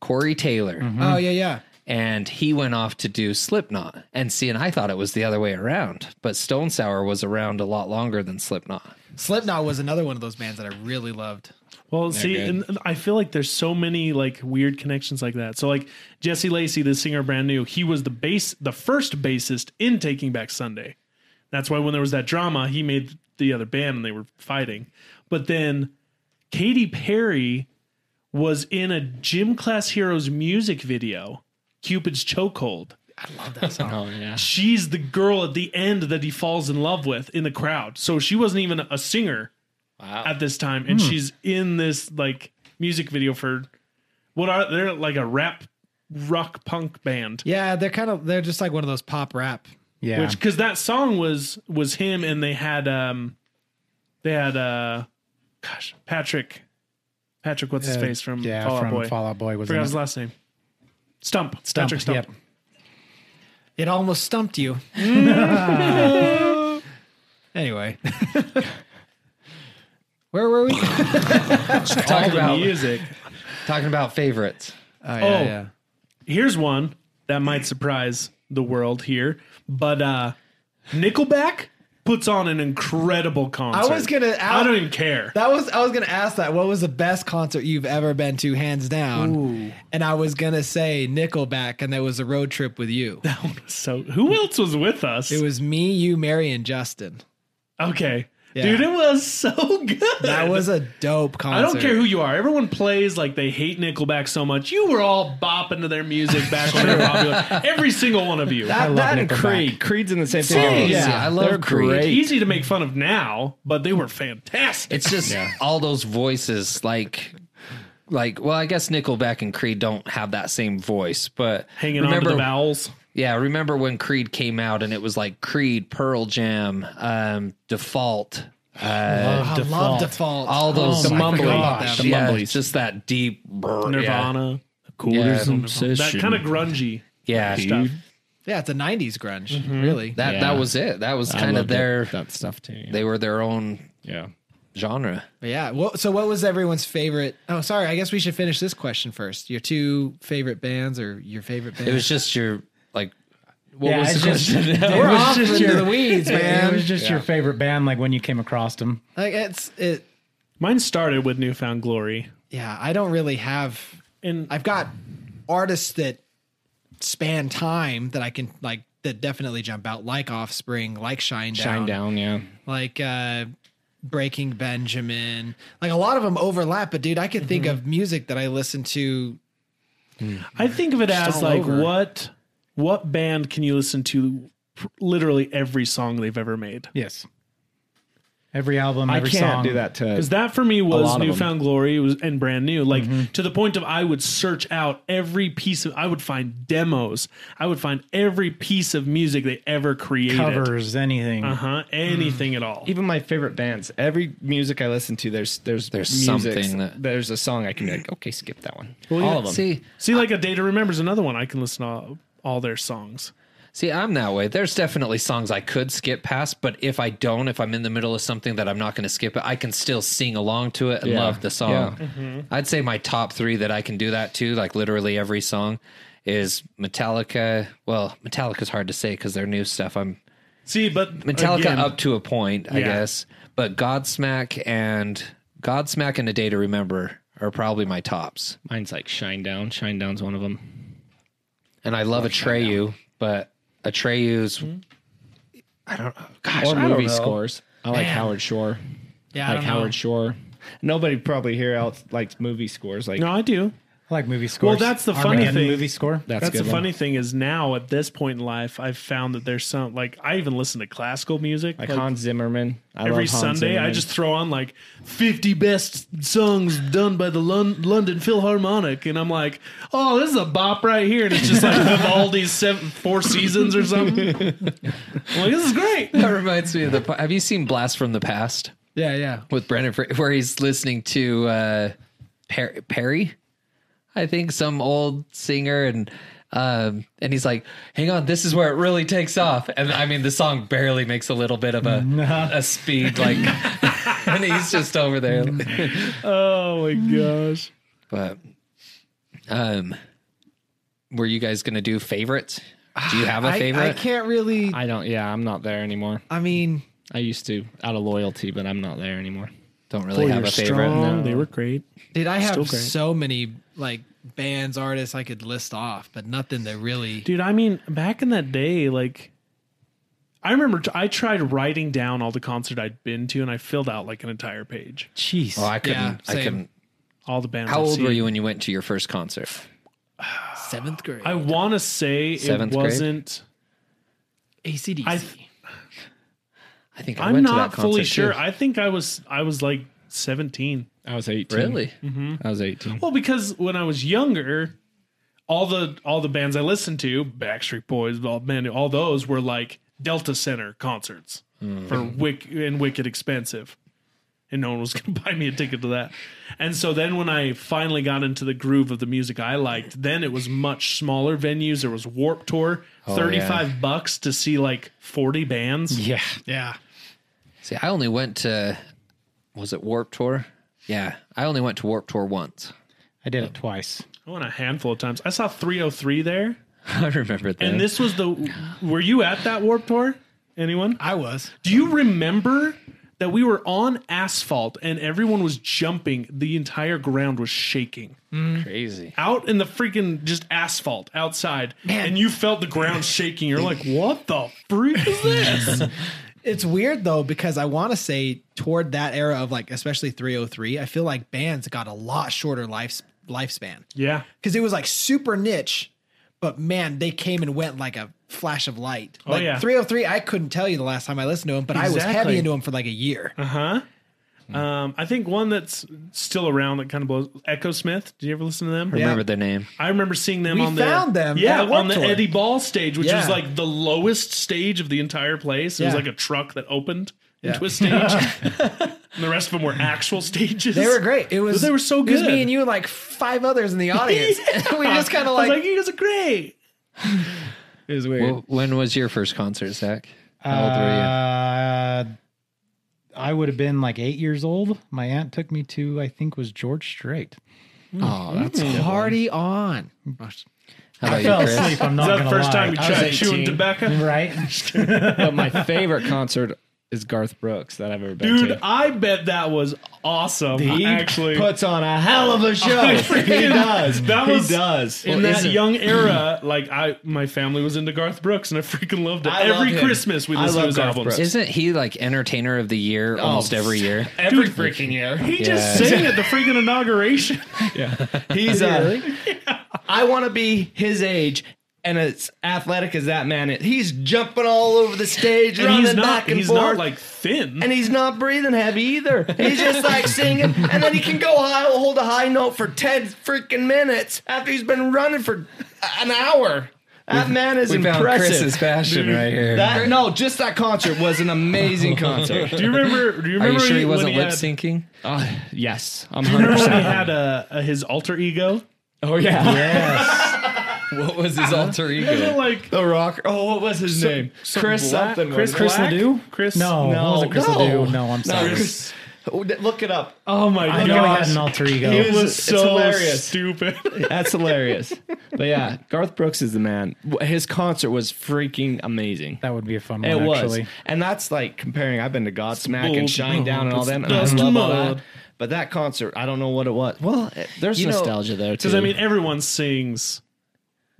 Speaker 1: Corey Taylor,
Speaker 8: Oh yeah, yeah.
Speaker 1: and he went off to do Slipknot. And see, and I thought it was the other way around, but Stone Sour was around a lot longer than Slipknot.
Speaker 8: Slipknot was another one of those bands that I really loved.
Speaker 5: Well, see, and and I feel like there's so many like weird connections like that. So like Jesse Lacey, the singer brand new, he was the bass the first bassist in Taking Back Sunday. That's why when there was that drama, he made the other band and they were fighting. But then Katy Perry was in a Gym Class Heroes music video, Cupid's Chokehold.
Speaker 4: Oh yeah.
Speaker 5: She's the girl at the end that he falls in love with in the crowd. So she wasn't even a singer at this time, and
Speaker 3: Hmm.
Speaker 5: she's in this like music video for what are they're like a rap rock punk band.
Speaker 8: Yeah, they're kind of they're just like one of those pop rap.
Speaker 3: yeah.
Speaker 5: Which because that song was was him and they had um they had uh gosh Patrick Patrick what's his
Speaker 3: Uh,
Speaker 5: face from
Speaker 3: yeah,
Speaker 5: Fall Out
Speaker 3: from
Speaker 5: Boy
Speaker 3: Fall Out Boy was in
Speaker 5: forgot his
Speaker 3: it.
Speaker 5: last name Stump
Speaker 3: Stump,
Speaker 5: Patrick Stump
Speaker 3: yep.
Speaker 8: It almost stumped you.
Speaker 1: Mm-hmm.
Speaker 8: anyway, where were we? oh,
Speaker 1: Talking about
Speaker 5: music
Speaker 1: talking about favorites.
Speaker 8: yeah,
Speaker 5: Oh. here's one that might surprise the world here but uh Nickelback puts on an incredible concert.
Speaker 8: I was gonna
Speaker 5: I don't even care.
Speaker 8: That was I was gonna ask that. What was the best concert you've ever been to, hands down? And I was gonna say Nickelback, and that was a road trip with you.
Speaker 5: so who else was with us?
Speaker 8: It was me, you, Mary, and Justin.
Speaker 5: okay, dude, it was so good.
Speaker 8: That was a dope concert.
Speaker 5: I don't care who you are. Everyone plays like they hate Nickelback so much. You were all bopping to their music back when they were popular. Every single one of you.
Speaker 4: That,
Speaker 3: love
Speaker 4: that and
Speaker 3: Nickelback.
Speaker 4: Creed. Creed's in the same
Speaker 1: Same.
Speaker 4: thing.
Speaker 1: Yeah, I love
Speaker 4: They're
Speaker 1: Creed.
Speaker 4: great.
Speaker 5: Easy to make fun of now, but they were fantastic.
Speaker 1: It's just all those voices, like, like. Well, I guess Nickelback and Creed don't have that same voice, but
Speaker 5: Hanging on to
Speaker 1: remember,
Speaker 5: the vowels.
Speaker 1: yeah, remember when Creed came out and it was like Creed, Pearl Jam, um, Default, uh,
Speaker 8: I love default.
Speaker 1: all those
Speaker 4: The mumbly.
Speaker 1: gosh,
Speaker 4: The
Speaker 1: yeah,
Speaker 4: mumbly.
Speaker 1: it's just that deep brr,
Speaker 5: Nirvana.
Speaker 1: Quarters
Speaker 5: That kind of grungy.
Speaker 1: Yeah, yeah
Speaker 5: stuff.
Speaker 8: yeah, it's a '90s grunge, really.
Speaker 1: that
Speaker 4: Yeah.
Speaker 1: that was it. That was
Speaker 4: I
Speaker 1: kind of
Speaker 4: loved it,
Speaker 1: their.
Speaker 4: that stuff too. Yeah.
Speaker 1: They were their own
Speaker 4: yeah.
Speaker 1: genre.
Speaker 8: But yeah. Well, so what was everyone's favorite? Oh, sorry. I guess we should finish this question first. Your two favorite bands or your favorite band?
Speaker 1: It was just your like. What
Speaker 3: Yeah,
Speaker 1: was the
Speaker 3: it's just-
Speaker 1: question?
Speaker 8: We're
Speaker 3: it was
Speaker 8: off
Speaker 3: just
Speaker 8: into
Speaker 3: your-
Speaker 8: the weeds,
Speaker 3: it
Speaker 8: man.
Speaker 3: was just your favorite band, like when you came across them.
Speaker 8: like it's it.
Speaker 5: Mine started with Newfound Glory.
Speaker 8: Yeah, I don't really have.
Speaker 5: And
Speaker 8: I've got artists that span time that I can like that definitely jump out, like Offspring, like Shine Down,
Speaker 4: Shine down. Yeah.
Speaker 8: like uh, Breaking Benjamin. Like a lot of them overlap, but dude, I could think of music that I listen to.
Speaker 5: I think of it as
Speaker 8: all
Speaker 5: like
Speaker 8: over.
Speaker 5: what what band can you listen to pr- literally every song they've ever made?
Speaker 3: Yes. Every album,
Speaker 4: I
Speaker 3: every
Speaker 4: can't
Speaker 3: song.
Speaker 4: do that to.
Speaker 5: Because that for me was
Speaker 4: lot of Mm-hmm.
Speaker 5: newfound glory was, and brand new. Like to the point of I would search out every piece of, I would find demos. I would find every piece of music they ever created.
Speaker 3: Covers, anything.
Speaker 5: Uh huh. Anything at all.
Speaker 4: even my favorite bands, every music I listen to, there's there's
Speaker 1: There's
Speaker 4: music-
Speaker 1: something that-
Speaker 4: there's a song I can be like, okay, skip that one. All of them.
Speaker 1: See,
Speaker 5: See, like a day to remember is another one I can listen to all, all their songs.
Speaker 1: See, I'm that way. There's definitely songs I could skip past, but if I don't, if I'm in the middle of something that I'm not going to skip it, I can still sing along to it and
Speaker 4: Yeah.
Speaker 1: love the song.
Speaker 4: Yeah.
Speaker 5: Mm-hmm.
Speaker 1: I'd say my top three that I can do that to, like literally every song, is Metallica. Well, Metallica's hard to say because their new stuff. I'm
Speaker 5: See, but
Speaker 1: Metallica uh,
Speaker 5: again,
Speaker 1: up to a point, I
Speaker 5: Yeah.
Speaker 1: guess, but Godsmack and Godsmack and A Day to Remember are probably my tops.
Speaker 4: Mine's like Shine Down. Shine Down's one of them.
Speaker 1: And I love Atreyu, but Atreyu's. I don't. Gosh,
Speaker 4: Or
Speaker 1: I don't
Speaker 4: movie
Speaker 1: know.
Speaker 4: scores. I like
Speaker 8: Man.
Speaker 4: Howard Shore.
Speaker 8: Yeah,
Speaker 4: I
Speaker 8: I
Speaker 4: like
Speaker 8: don't know.
Speaker 4: Howard Shore. Nobody probably here else likes movie scores. Like
Speaker 5: No, I do.
Speaker 3: I like movie scores.
Speaker 5: that's the funny
Speaker 3: Armageddon
Speaker 5: thing.
Speaker 3: Movie score.
Speaker 4: that's,
Speaker 5: That's,
Speaker 4: a good
Speaker 5: the
Speaker 4: one.
Speaker 5: funny thing is now at this point in life, I've found that there's some like I even listen to classical music
Speaker 4: Like
Speaker 5: like,
Speaker 4: Hans Zimmerman. I love
Speaker 5: every
Speaker 4: Hans
Speaker 5: Sunday. I
Speaker 4: Zimmerman.
Speaker 5: just throw on like 50 best songs done by the Lon- London Philharmonic, and I'm like, oh, this is a bop right here, and it's just like Vivaldi's seven, Four Seasons or something. I'm like, this is great.
Speaker 1: That reminds me of the. Have you seen Blast from the Past
Speaker 8: Yeah, yeah.
Speaker 1: with Brendan, Fra- where he's listening to uh, per- Perry? I think some old singer, and um, and he's like, "Hang on, this is where it really takes off." And I mean, the song barely makes a little bit of a a speed, like, and he's just over there.
Speaker 5: Oh my gosh.
Speaker 1: But, um, were you guys gonna do favorites? Do you have a
Speaker 8: I,
Speaker 1: favorite?
Speaker 8: I can't really.
Speaker 4: I don't. Yeah, I'm not there anymore.
Speaker 8: I mean,
Speaker 4: I used to out of loyalty, but I'm not there anymore.
Speaker 1: Don't really have a favorite.
Speaker 5: They were great.
Speaker 8: Dude, I
Speaker 5: Still
Speaker 8: have
Speaker 5: great.
Speaker 8: so many like bands, artists I could list off, but nothing that really.
Speaker 5: Dude, I mean, back in that day, like, I remember t- I tried writing down all the concert I'd been to, and I filled out like an entire page.
Speaker 3: Jeez.
Speaker 1: Oh, I couldn't.
Speaker 8: Yeah,
Speaker 1: I
Speaker 8: same.
Speaker 1: couldn't.
Speaker 5: All the bands.
Speaker 1: How
Speaker 5: I've
Speaker 1: old were
Speaker 5: seen.
Speaker 1: you when you went to your first concert?
Speaker 8: Seventh grade,
Speaker 5: I want to say
Speaker 1: Seventh
Speaker 5: it
Speaker 1: grade?
Speaker 5: wasn't.
Speaker 8: ACDC.
Speaker 5: I
Speaker 1: I think I
Speaker 5: I'm
Speaker 1: went
Speaker 5: not
Speaker 1: to that
Speaker 5: fully
Speaker 1: concert,
Speaker 5: sure.
Speaker 1: too.
Speaker 5: I think I was I was like 17.
Speaker 4: I was 18.
Speaker 1: Really?
Speaker 4: I was 18.
Speaker 5: Well, because when I was younger, all the all the bands I listened to, Backstreet Boys, all man, all those were like Delta Center concerts for Wick and Wicked expensive. And no one was going to buy me a ticket to that. And so then when I finally got into the groove of the music I liked, then it was much smaller venues. There was Warp Tour, 35 bucks to see like 40 bands.
Speaker 4: Yeah.
Speaker 8: yeah,
Speaker 1: See, I only went to was it Warp Tour? Yeah, I only went to Warp Tour once.
Speaker 3: I did it twice.
Speaker 5: I went Oh, a handful of times. I saw 303 there.
Speaker 1: I remember that.
Speaker 5: And this was the. Were you at that Warp Tour? Anyone?
Speaker 8: I was.
Speaker 5: Do you remember that we were on asphalt and everyone was jumping? The entire ground was shaking.
Speaker 1: Crazy.
Speaker 5: Out in the freaking just asphalt outside. And you felt the ground shaking. You're like, what the freak is this?
Speaker 8: It's weird though because I want to say toward that era of like especially 303, I feel like bands got a lot shorter life lifespan
Speaker 5: yeah.
Speaker 8: because it was like super niche, but man, they came and went like a flash of light. like
Speaker 5: Oh, yeah.
Speaker 8: 303, I couldn't tell you the last time I listened to them, but I was
Speaker 5: Exactly. Uh-huh.
Speaker 8: heavy into them for like a year.
Speaker 5: Um, I think one that's still around that kind of blows Echo Smith. Did you ever listen to them?
Speaker 1: Remember the name.
Speaker 5: I remember seeing them
Speaker 8: We
Speaker 5: on
Speaker 8: found
Speaker 5: the,
Speaker 8: them
Speaker 5: Yeah,
Speaker 8: at Warped
Speaker 5: on the
Speaker 8: Tour.
Speaker 5: Eddie Ball stage, which was
Speaker 8: Yeah.
Speaker 5: like the lowest stage of the entire place. It was
Speaker 8: Yeah.
Speaker 5: like a truck that opened into a stage. and the rest of them were actual stages.
Speaker 8: They were great. It was
Speaker 5: They were so
Speaker 8: It was
Speaker 5: good.
Speaker 8: me and you and like five others in the audience. we just kind
Speaker 5: I
Speaker 8: of like,
Speaker 5: was like, you guys are great.
Speaker 4: It was weird.
Speaker 1: Well, when was your first concert, Zach? How old were
Speaker 3: Uh, I would have been like eight years old. My aunt took me to, I think, was George Strait.
Speaker 4: oh, that's
Speaker 9: Party on.
Speaker 1: you? How
Speaker 3: I
Speaker 1: about
Speaker 3: fell
Speaker 1: you, Chris?
Speaker 3: asleep. I'm
Speaker 5: Is
Speaker 3: not
Speaker 5: that
Speaker 3: gonna
Speaker 5: the first
Speaker 3: lie.
Speaker 5: time you
Speaker 4: I was
Speaker 5: tried chewing
Speaker 4: 18.
Speaker 5: tobacco?
Speaker 3: right?
Speaker 4: but my favorite concert is Garth Brooks that I've ever been
Speaker 5: Dude,
Speaker 4: to.
Speaker 5: I bet that was awesome.
Speaker 4: he
Speaker 5: actually,
Speaker 4: puts on a hell of a show. he does.
Speaker 5: That was-
Speaker 4: he does.
Speaker 5: in that young era, like I, my family was into Garth Brooks, and I freaking loved it.
Speaker 4: I love
Speaker 5: Every
Speaker 4: him.
Speaker 5: Christmas, we
Speaker 4: I
Speaker 5: listened to
Speaker 4: love
Speaker 5: his
Speaker 4: Garth
Speaker 5: albums.
Speaker 4: Brooks.
Speaker 1: Isn't he like entertainer of the year almost every year?
Speaker 4: every freaking year.
Speaker 5: He just sang at the freaking inauguration.
Speaker 4: He's uh, I want to be his age. And as athletic as that man is, he's jumping all over the stage,
Speaker 5: and
Speaker 4: running
Speaker 5: he's not,
Speaker 4: back and
Speaker 5: he's
Speaker 4: forth.
Speaker 5: not like thin.
Speaker 4: and he's not breathing heavy either. He's just like singing, and then he can go high, hold a high note for ten freaking minutes after he's been running for an hour. That man is
Speaker 1: We found
Speaker 4: impressive.
Speaker 1: Chris's passion right here.
Speaker 4: that no, just that concert was an amazing concert.
Speaker 5: do you remember? Do you
Speaker 1: Are
Speaker 5: remember
Speaker 1: you sure he
Speaker 5: when
Speaker 1: wasn't lip
Speaker 5: had-
Speaker 1: syncing?
Speaker 4: yes, I'm
Speaker 5: do you
Speaker 4: hundred
Speaker 5: remember when he
Speaker 4: percent.
Speaker 5: had a, a, his alter ego?
Speaker 4: Oh yeah,
Speaker 1: What was his alter ego?
Speaker 5: Like
Speaker 4: the rocker. Oh, what was his name? Chris
Speaker 5: Black-
Speaker 4: something.
Speaker 5: Chris
Speaker 4: wasn't
Speaker 5: Black?
Speaker 4: it?
Speaker 3: Ledoux?
Speaker 5: Chris?
Speaker 3: No,
Speaker 4: No,
Speaker 3: no, was it Chris
Speaker 4: no.
Speaker 3: Ledoux? No, I'm
Speaker 4: No,
Speaker 3: sorry.
Speaker 4: Chris- oh, d- look it up.
Speaker 5: Oh my
Speaker 3: I know I
Speaker 5: gosh.
Speaker 3: had an alter ego.
Speaker 4: He
Speaker 5: It was
Speaker 4: It's
Speaker 5: so
Speaker 4: hilarious.
Speaker 5: stupid.
Speaker 4: That's hilarious. But yeah, Garth Brooks is the man. W- His concert was freaking amazing.
Speaker 3: that would be a fun one.
Speaker 4: It was.
Speaker 3: actually.
Speaker 4: And that's like comparing I've been to Godsmack and
Speaker 5: Bold
Speaker 4: Shine Down and all
Speaker 5: It's
Speaker 4: them and I
Speaker 5: best
Speaker 4: love all that.
Speaker 5: mode.
Speaker 4: But that concert, I don't know what it was. Well, it- there's
Speaker 1: know,
Speaker 4: nostalgia there too.
Speaker 5: Because I mean, everyone sings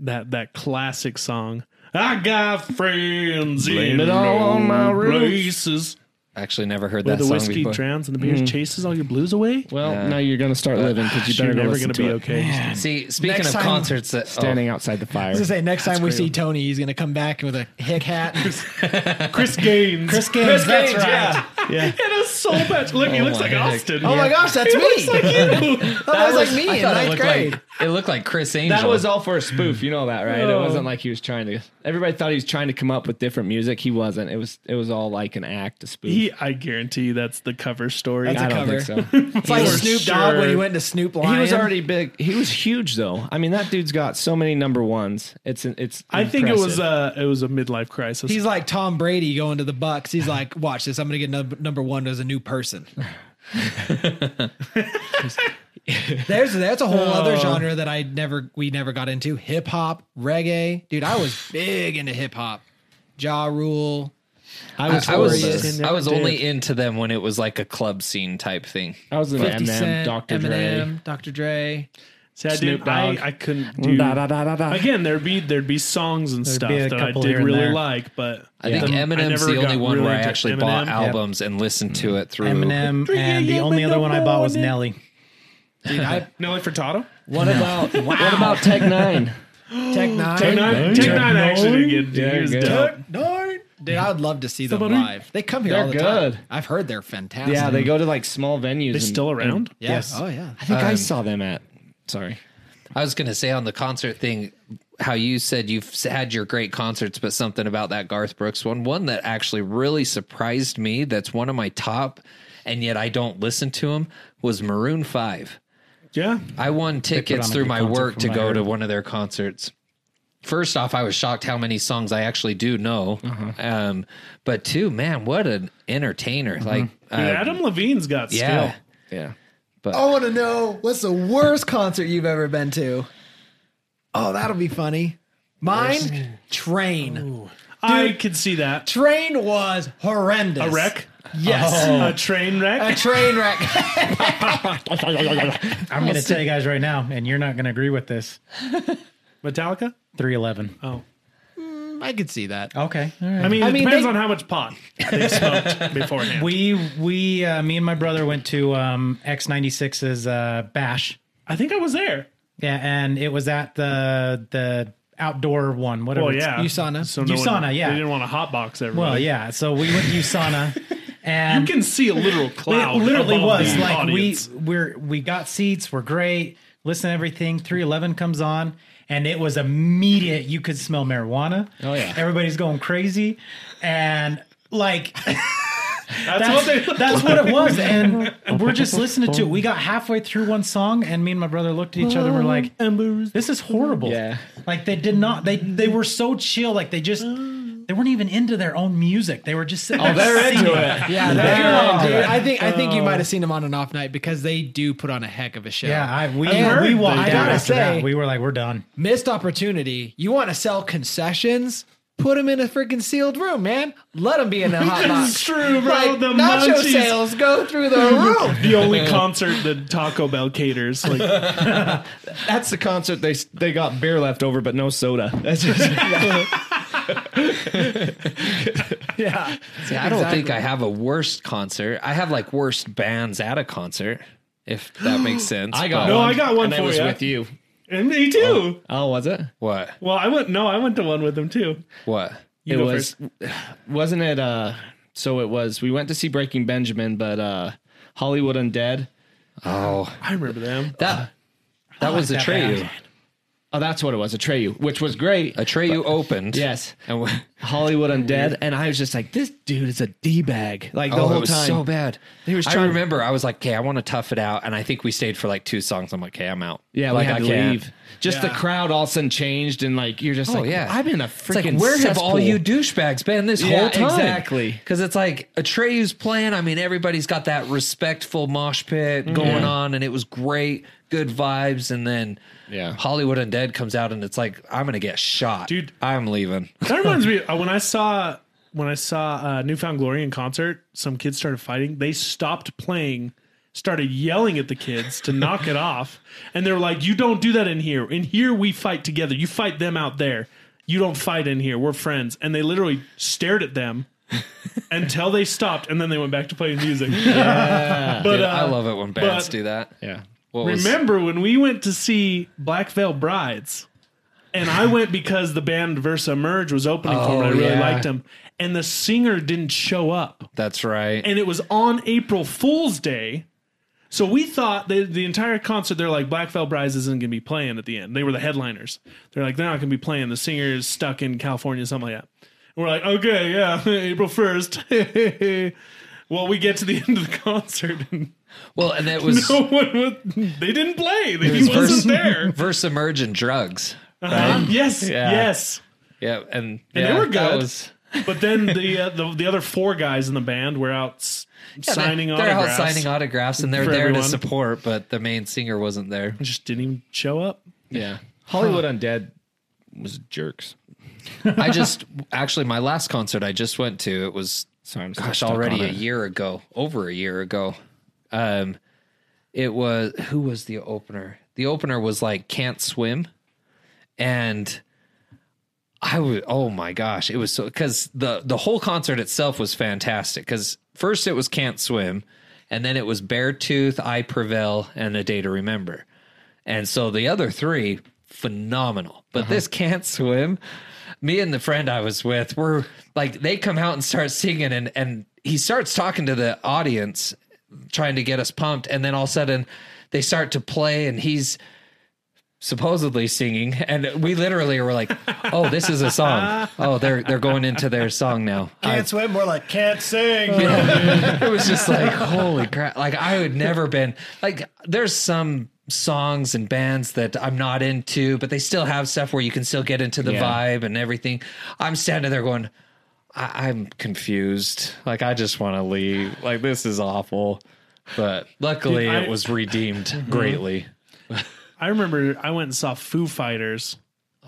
Speaker 5: that that classic song. I got friends
Speaker 4: Blame
Speaker 5: in
Speaker 4: it all on my
Speaker 5: low
Speaker 4: roots.
Speaker 5: places.
Speaker 1: Actually, never heard
Speaker 5: Where
Speaker 1: that
Speaker 5: the
Speaker 1: song
Speaker 5: whiskey
Speaker 1: before.
Speaker 5: drowns and the beer chases all your blues away.
Speaker 4: well, now you're going to start living because you
Speaker 5: You're
Speaker 4: Mm. better go
Speaker 5: never
Speaker 4: listen
Speaker 5: going to
Speaker 4: to
Speaker 5: be
Speaker 4: it.
Speaker 5: okay.
Speaker 1: See, speaking
Speaker 8: Next
Speaker 1: of
Speaker 8: time-
Speaker 1: concerts, that oh,
Speaker 4: Standing outside the
Speaker 8: I
Speaker 4: fire.
Speaker 8: was gonna say next time we see Tony, he's gonna come back with a hick hat.
Speaker 5: Chris Gaines.
Speaker 3: Chris Gaines, that's right.
Speaker 5: And a soul patch. Look, he looks
Speaker 1: my
Speaker 5: like
Speaker 1: heck.
Speaker 5: Austin.
Speaker 8: Oh my gosh, that's me.
Speaker 5: you.
Speaker 8: Oh, that was like me in
Speaker 1: thought it
Speaker 8: ninth
Speaker 1: looked
Speaker 8: grade.
Speaker 1: like it looked like Chris Angel.
Speaker 4: That was all for a spoof, you know that, right? It wasn't like he was trying to. Everybody thought he was trying to come up with different music. He wasn't. It was. It was all like an act, a spoof.
Speaker 5: He, I guarantee you that's the cover story.
Speaker 4: I
Speaker 8: a
Speaker 4: don't
Speaker 8: cover.
Speaker 4: think so.
Speaker 8: it's like
Speaker 5: for
Speaker 8: Snoop Dogg when he
Speaker 5: sure.
Speaker 8: went to Snoop Lion.
Speaker 4: He was already big. He was huge though. I mean, that dude's got so many number ones. It's an, it's.
Speaker 5: I think it was uh,
Speaker 4: impressive.
Speaker 5: a it was a midlife crisis.
Speaker 8: He's like Tom Brady going to the Bucks. He's like, watch this. I'm gonna get num- number one as a new person. There's that's a whole
Speaker 4: Oh.
Speaker 8: other genre that I never we never got into. Hip hop, reggae. Dude, I was big into hip hop. Ja Rule.
Speaker 4: I was.
Speaker 1: I
Speaker 4: I
Speaker 1: was
Speaker 4: was.
Speaker 1: I was only into them when it was like a club scene type thing.
Speaker 4: I was an
Speaker 8: 50
Speaker 4: Eminem,
Speaker 8: Cent,
Speaker 4: Dr. Dre.
Speaker 8: Eminem, Dr. Dre.
Speaker 5: See, I,
Speaker 4: Snoop
Speaker 5: didn't- I,
Speaker 4: Dogg.
Speaker 5: I couldn't do again. There'd be there'd be songs and stuff
Speaker 3: be a
Speaker 5: that I
Speaker 3: couple
Speaker 5: did
Speaker 3: here and
Speaker 5: really
Speaker 3: there.
Speaker 5: like, but
Speaker 1: I think
Speaker 5: Yeah. I
Speaker 1: Eminem's
Speaker 5: never
Speaker 1: the
Speaker 5: got
Speaker 1: only one where
Speaker 5: really
Speaker 1: I
Speaker 5: into
Speaker 1: actually bought
Speaker 5: Eminem.
Speaker 1: albums and listened to it through.
Speaker 3: Eminem, and the only other one I bought was Nelly.
Speaker 8: Dude, I
Speaker 5: Nelly Furtado.
Speaker 4: What about what about Tech Nine?
Speaker 8: Tech Nine.
Speaker 5: Tech Nine, Tech Nine actually did get he was
Speaker 4: good.
Speaker 5: dope.
Speaker 8: Nine. Dude, I would love to see them
Speaker 5: Somebody-
Speaker 8: live. They come here
Speaker 4: They're
Speaker 8: all the
Speaker 4: good.
Speaker 8: time. I've heard they're fantastic.
Speaker 4: Yeah, they go to like small venues.
Speaker 5: They still around?
Speaker 8: Yeah.
Speaker 3: Yes.
Speaker 8: Oh yeah.
Speaker 4: I think I
Speaker 5: Um,
Speaker 4: saw them at. Sorry.
Speaker 1: I was gonna say on the concert thing, how you said you've s- had your great concerts, but something about that Garth Brooks one, one that actually really surprised me. That's one of my top, and yet I don't listen to him. Was Maroon Five.
Speaker 5: Yeah,
Speaker 1: I won tickets
Speaker 3: on a
Speaker 1: through
Speaker 3: good
Speaker 1: my
Speaker 3: concert
Speaker 1: work
Speaker 3: from
Speaker 1: to
Speaker 3: what I
Speaker 1: go to
Speaker 3: heard.
Speaker 1: one of their concerts. First off, I was shocked how many songs I actually do know. Um, but two, man, what an entertainer! Like, uh,
Speaker 5: Dude, Adam Levine's got skill.
Speaker 1: yeah,
Speaker 4: Yeah.
Speaker 8: I want to know what's the worst concert you've ever been to. Oh, that'll be funny. Mine, Train.
Speaker 5: I could see that.
Speaker 6: Train was horrendous.
Speaker 5: A wreck?
Speaker 6: Yes.
Speaker 5: A train wreck?
Speaker 6: A train wreck.
Speaker 3: I'm going to tell you guys right now, and you're not going to agree with this.
Speaker 5: Metallica?
Speaker 3: 311.
Speaker 5: Oh.
Speaker 6: I could see that.
Speaker 3: Okay. All right.
Speaker 5: I mean,
Speaker 6: I
Speaker 5: it
Speaker 6: mean,
Speaker 5: depends
Speaker 6: they-
Speaker 5: on how much pot they smoked beforehand.
Speaker 3: We, we, uh, me and my brother went to um, X96's uh, bash.
Speaker 5: I think I was there.
Speaker 3: Yeah. And it was at the, the outdoor one, whatever.
Speaker 5: Well,
Speaker 3: it's-
Speaker 5: yeah.
Speaker 6: USANA.
Speaker 5: So no
Speaker 3: USANA,
Speaker 5: one,
Speaker 3: yeah.
Speaker 5: They didn't want to hotbox everyone.
Speaker 3: Well, yeah. So we went to USANA. And
Speaker 5: You can see a literal cloud.
Speaker 3: It literally
Speaker 5: above
Speaker 3: was
Speaker 5: the
Speaker 3: like
Speaker 5: audience.
Speaker 3: we we're we got seats, we're great, listen to everything. 311 comes on and it was immediate. You could smell marijuana. Oh yeah. Everybody's going crazy. And like
Speaker 5: That's,
Speaker 3: that's,
Speaker 5: what they.
Speaker 3: that's what it was. And we're just listening to it. We got halfway through one song and me and my brother looked at each other and we're like, this is horrible.
Speaker 7: Yeah.
Speaker 3: Like they did not they they were so chill, like they just they weren't even into their own music. They were just sitting oh,
Speaker 4: they're into
Speaker 3: singing.
Speaker 4: it.
Speaker 6: Yeah, that's
Speaker 3: Yeah.
Speaker 6: dude. I think I think you might have seen them on an off night because they do put on a heck of a show.
Speaker 3: Yeah, I, we
Speaker 6: And
Speaker 3: we walked
Speaker 6: I
Speaker 3: out
Speaker 6: gotta
Speaker 3: after that.
Speaker 6: say-
Speaker 3: we were like, we're done.
Speaker 6: missed opportunity. You want to sell concessions? Put them in a freaking sealed room, man. Let them be in a hot
Speaker 5: That's
Speaker 6: box.
Speaker 5: true, bro.
Speaker 6: Like,
Speaker 5: the
Speaker 6: nacho
Speaker 5: munchies.
Speaker 6: sales go through the roof.
Speaker 5: The only concert that Taco Bell caters. Like,
Speaker 4: That's the concert they they got beer left over, but no soda. That's just,
Speaker 1: See, I don't think I have a worst concert. I have like worst bands at a concert, if that makes sense. I
Speaker 5: no, I got one
Speaker 4: and it
Speaker 5: for
Speaker 4: was
Speaker 5: you.
Speaker 4: with you.
Speaker 5: And me too.
Speaker 4: Oh, was it?
Speaker 1: what?
Speaker 5: Well, I went. No, I went to one with them too.
Speaker 1: What?
Speaker 5: You
Speaker 4: it
Speaker 5: go
Speaker 4: was
Speaker 5: first.
Speaker 4: wasn't it uh so it was we went to see Breaking Benjamin, but uh Hollywood Undead.
Speaker 1: Oh,
Speaker 5: I remember them.
Speaker 1: that that was Atreyu.
Speaker 4: Oh, that's what it was, Atreyu, which was great.
Speaker 1: Atreyu opened.
Speaker 4: Yes.
Speaker 1: and we,
Speaker 4: Hollywood Undead, and I was just like, this dude is a d bag, like the
Speaker 1: oh,
Speaker 4: whole
Speaker 1: it was
Speaker 4: time.
Speaker 1: so bad.
Speaker 4: He was
Speaker 1: I
Speaker 4: trying-
Speaker 1: remember I was like, "Okay, I want to tough it out," and I think we stayed for like two songs. I'm like, "Okay, I'm out."
Speaker 4: Yeah,
Speaker 1: like
Speaker 4: we had
Speaker 1: I
Speaker 4: to
Speaker 1: can't.
Speaker 4: leave. Just the crowd all of a sudden changed, and like you're just
Speaker 1: Oh
Speaker 4: like,
Speaker 1: yeah,
Speaker 4: I'm in a
Speaker 1: It's like,
Speaker 4: freaking.
Speaker 1: where have all
Speaker 4: cesspool."
Speaker 1: you douchebags been this
Speaker 4: Yeah,
Speaker 1: whole time?
Speaker 4: exactly.
Speaker 1: Because it's like Atreyu's playing. I mean, everybody's got that respectful mosh pit going on, and it was great, good vibes. And then
Speaker 4: Yeah.
Speaker 1: Hollywood Undead comes out, and it's like I'm gonna get shot,
Speaker 5: Dude.
Speaker 1: I'm leaving.
Speaker 5: That reminds me uh, when I saw when I saw uh, Newfound Glory in concert. Some kids started fighting. They stopped playing, started yelling at the kids to knock it off, and they were like, "You don't do that in here. In here, we fight together. You fight them out there. You don't fight in here. We're friends." And they literally stared at them. until they stopped and then they went back to playing music but
Speaker 1: Dude,
Speaker 5: uh,
Speaker 1: I love it when bands
Speaker 5: but-
Speaker 1: do that.
Speaker 4: Yeah.
Speaker 1: What was-
Speaker 5: Remember when we went to see Black Veil Brides? And I went because the band Versa Merge was opening for me. I really
Speaker 1: yeah.
Speaker 5: liked them. And the singer didn't show up.
Speaker 1: that's right.
Speaker 5: And it was on April Fool's Day. So we thought they, the entire concert, they're like, Black Veil Brides isn't going to be playing at the end. They were the headliners. They're like, they're not going to be playing. The singer is stuck in California, something like that. And we're like, okay, yeah, April 1st. well, we get to the end of the concert and
Speaker 1: well, and that was
Speaker 5: no one was, they didn't play. They,
Speaker 1: was
Speaker 5: he wasn't
Speaker 1: first-
Speaker 5: there.
Speaker 1: verse emerge and drugs.
Speaker 5: Uh-huh. Yes, yes.
Speaker 1: Yeah, and,
Speaker 5: And
Speaker 1: yeah,
Speaker 5: they were
Speaker 1: that
Speaker 5: good.
Speaker 1: was-
Speaker 5: But then the, uh, the the other four guys in the band were out s- signing
Speaker 1: they're
Speaker 5: autographs.
Speaker 1: out signing autographs, and they're
Speaker 5: for
Speaker 1: there
Speaker 5: everyone.
Speaker 1: to support, but the main singer wasn't there.
Speaker 5: Just didn't even show up.
Speaker 4: Yeah. Hollywood Undead was jerks.
Speaker 1: I just actually my last concert I just went to it was
Speaker 4: So I'm
Speaker 1: gosh
Speaker 4: stuck
Speaker 1: already
Speaker 4: on
Speaker 1: a
Speaker 4: it.
Speaker 1: year ago, over a year ago. Um, it was who was the opener? The opener was like Can't Swim, and I would oh my gosh, it was so because the the whole concert itself was fantastic. Because first it was Can't Swim, and then it was Bear Tooth, I Prevail, and A Day to Remember. And so the other three, phenomenal. But this can't swim. Me and the friend I was with were like, they come out and start singing, and, and he starts talking to the audience, trying to get us pumped. And then all of a sudden, they start to play, and he's supposedly singing. And we literally were like, oh, this is a song. Oh, they're, they're going into their song now. I-
Speaker 10: Can't swim, more like can't sing.
Speaker 1: it was just like holy crap like i would never been like there's some songs and bands that i'm not into but they still have stuff where you can still get into the vibe and everything i'm standing there going I- i'm confused like i just want to leave like this is awful but luckily
Speaker 5: Dude, I-
Speaker 1: Mm-hmm. it was redeemed greatly
Speaker 5: I remember I went and saw Foo Fighters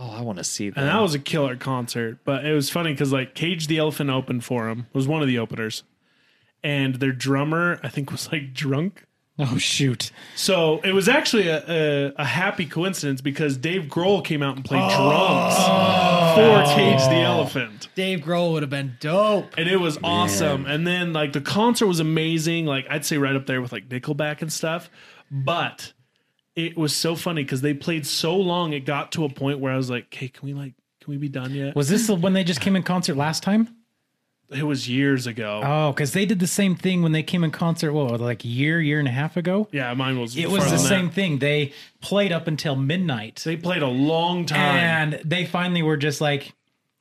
Speaker 1: Oh, I want to see that.
Speaker 5: And that was a killer concert. But it was funny because like Cage the Elephant opened for him was one of the openers, and their drummer I think was like drunk.
Speaker 3: Oh shoot!
Speaker 5: So it was actually a, a, a happy coincidence because Dave Grohl came out and played drums
Speaker 3: Oh.
Speaker 5: for Cage the Elephant,
Speaker 6: Dave Grohl would have been dope.
Speaker 5: and it was awesome. And then like the concert was amazing. Like I'd say right up there with like Nickelback and stuff, but. It was so funny because they played so long. It got to a point where I was like, "Hey, can we like, can we be done yet?"
Speaker 3: Was this the- when they just came in concert last time?
Speaker 5: It was years ago.
Speaker 3: Oh, because they did the same thing when they came in concert. What, like a year, year and a half ago?
Speaker 5: yeah, mine was.
Speaker 3: It was
Speaker 5: farther
Speaker 3: the
Speaker 5: than that.
Speaker 3: same thing. They played up until midnight,
Speaker 5: They played a long time.
Speaker 3: and they finally were just like,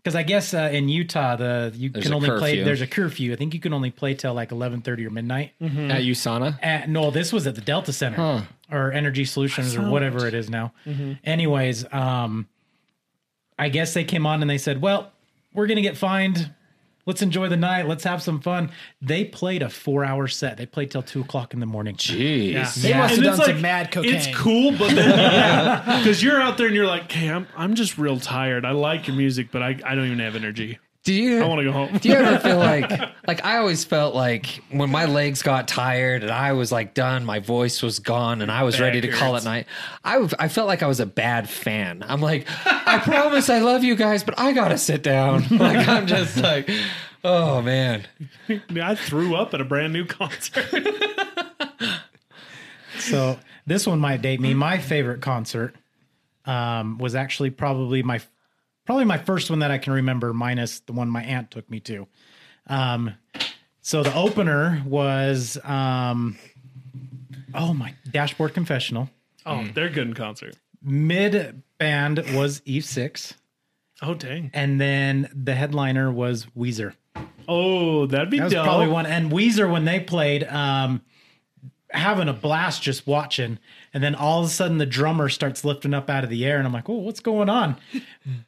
Speaker 3: because I guess uh, in Utah the you
Speaker 1: There's
Speaker 3: can
Speaker 1: a
Speaker 3: only play.
Speaker 1: curfew.
Speaker 3: There's a curfew. I think you can only play till like eleven thirty or midnight.
Speaker 7: At USANA?
Speaker 3: at no this was at the delta center or energy solutions or whatever it is now anyways um i guess they came on and they said well we're gonna get fined let's enjoy the night let's have some fun they played a four hour set they played till two o'clock in the morning
Speaker 1: Jeez.
Speaker 6: They must have
Speaker 5: And
Speaker 6: done
Speaker 5: it's
Speaker 6: some mad cocaine.
Speaker 5: It's cool, but then because you're out there and you're like, "Okay, I'm I'm just real tired. I like your music, but I, I don't even have energy.
Speaker 1: Do you?
Speaker 5: I want to go home."
Speaker 1: Do you ever feel like like I always felt like when my legs got tired and I was like done, my voice was gone, and I was ready to call it night. I w- I felt like I was a bad fan. I'm like, I promise I love you guys, but I gotta sit down. Like I'm just like, oh man,
Speaker 5: I, mean, I threw up at a brand new concert.
Speaker 3: so this one might date me my favorite concert um was actually probably my probably my first one that i can remember minus the one my aunt took me to um so the opener was um oh my dashboard confessional
Speaker 5: oh, they're good in concert.
Speaker 3: mid band was e6
Speaker 5: Oh dang.
Speaker 3: and then the headliner was weezer
Speaker 5: Oh, that'd be
Speaker 3: that was
Speaker 5: dope.
Speaker 3: probably one. And Weezer when they played, um, having a blast just watching, and then all of a sudden the drummer starts lifting up out of the air, and I'm like, "Oh, what's going on?"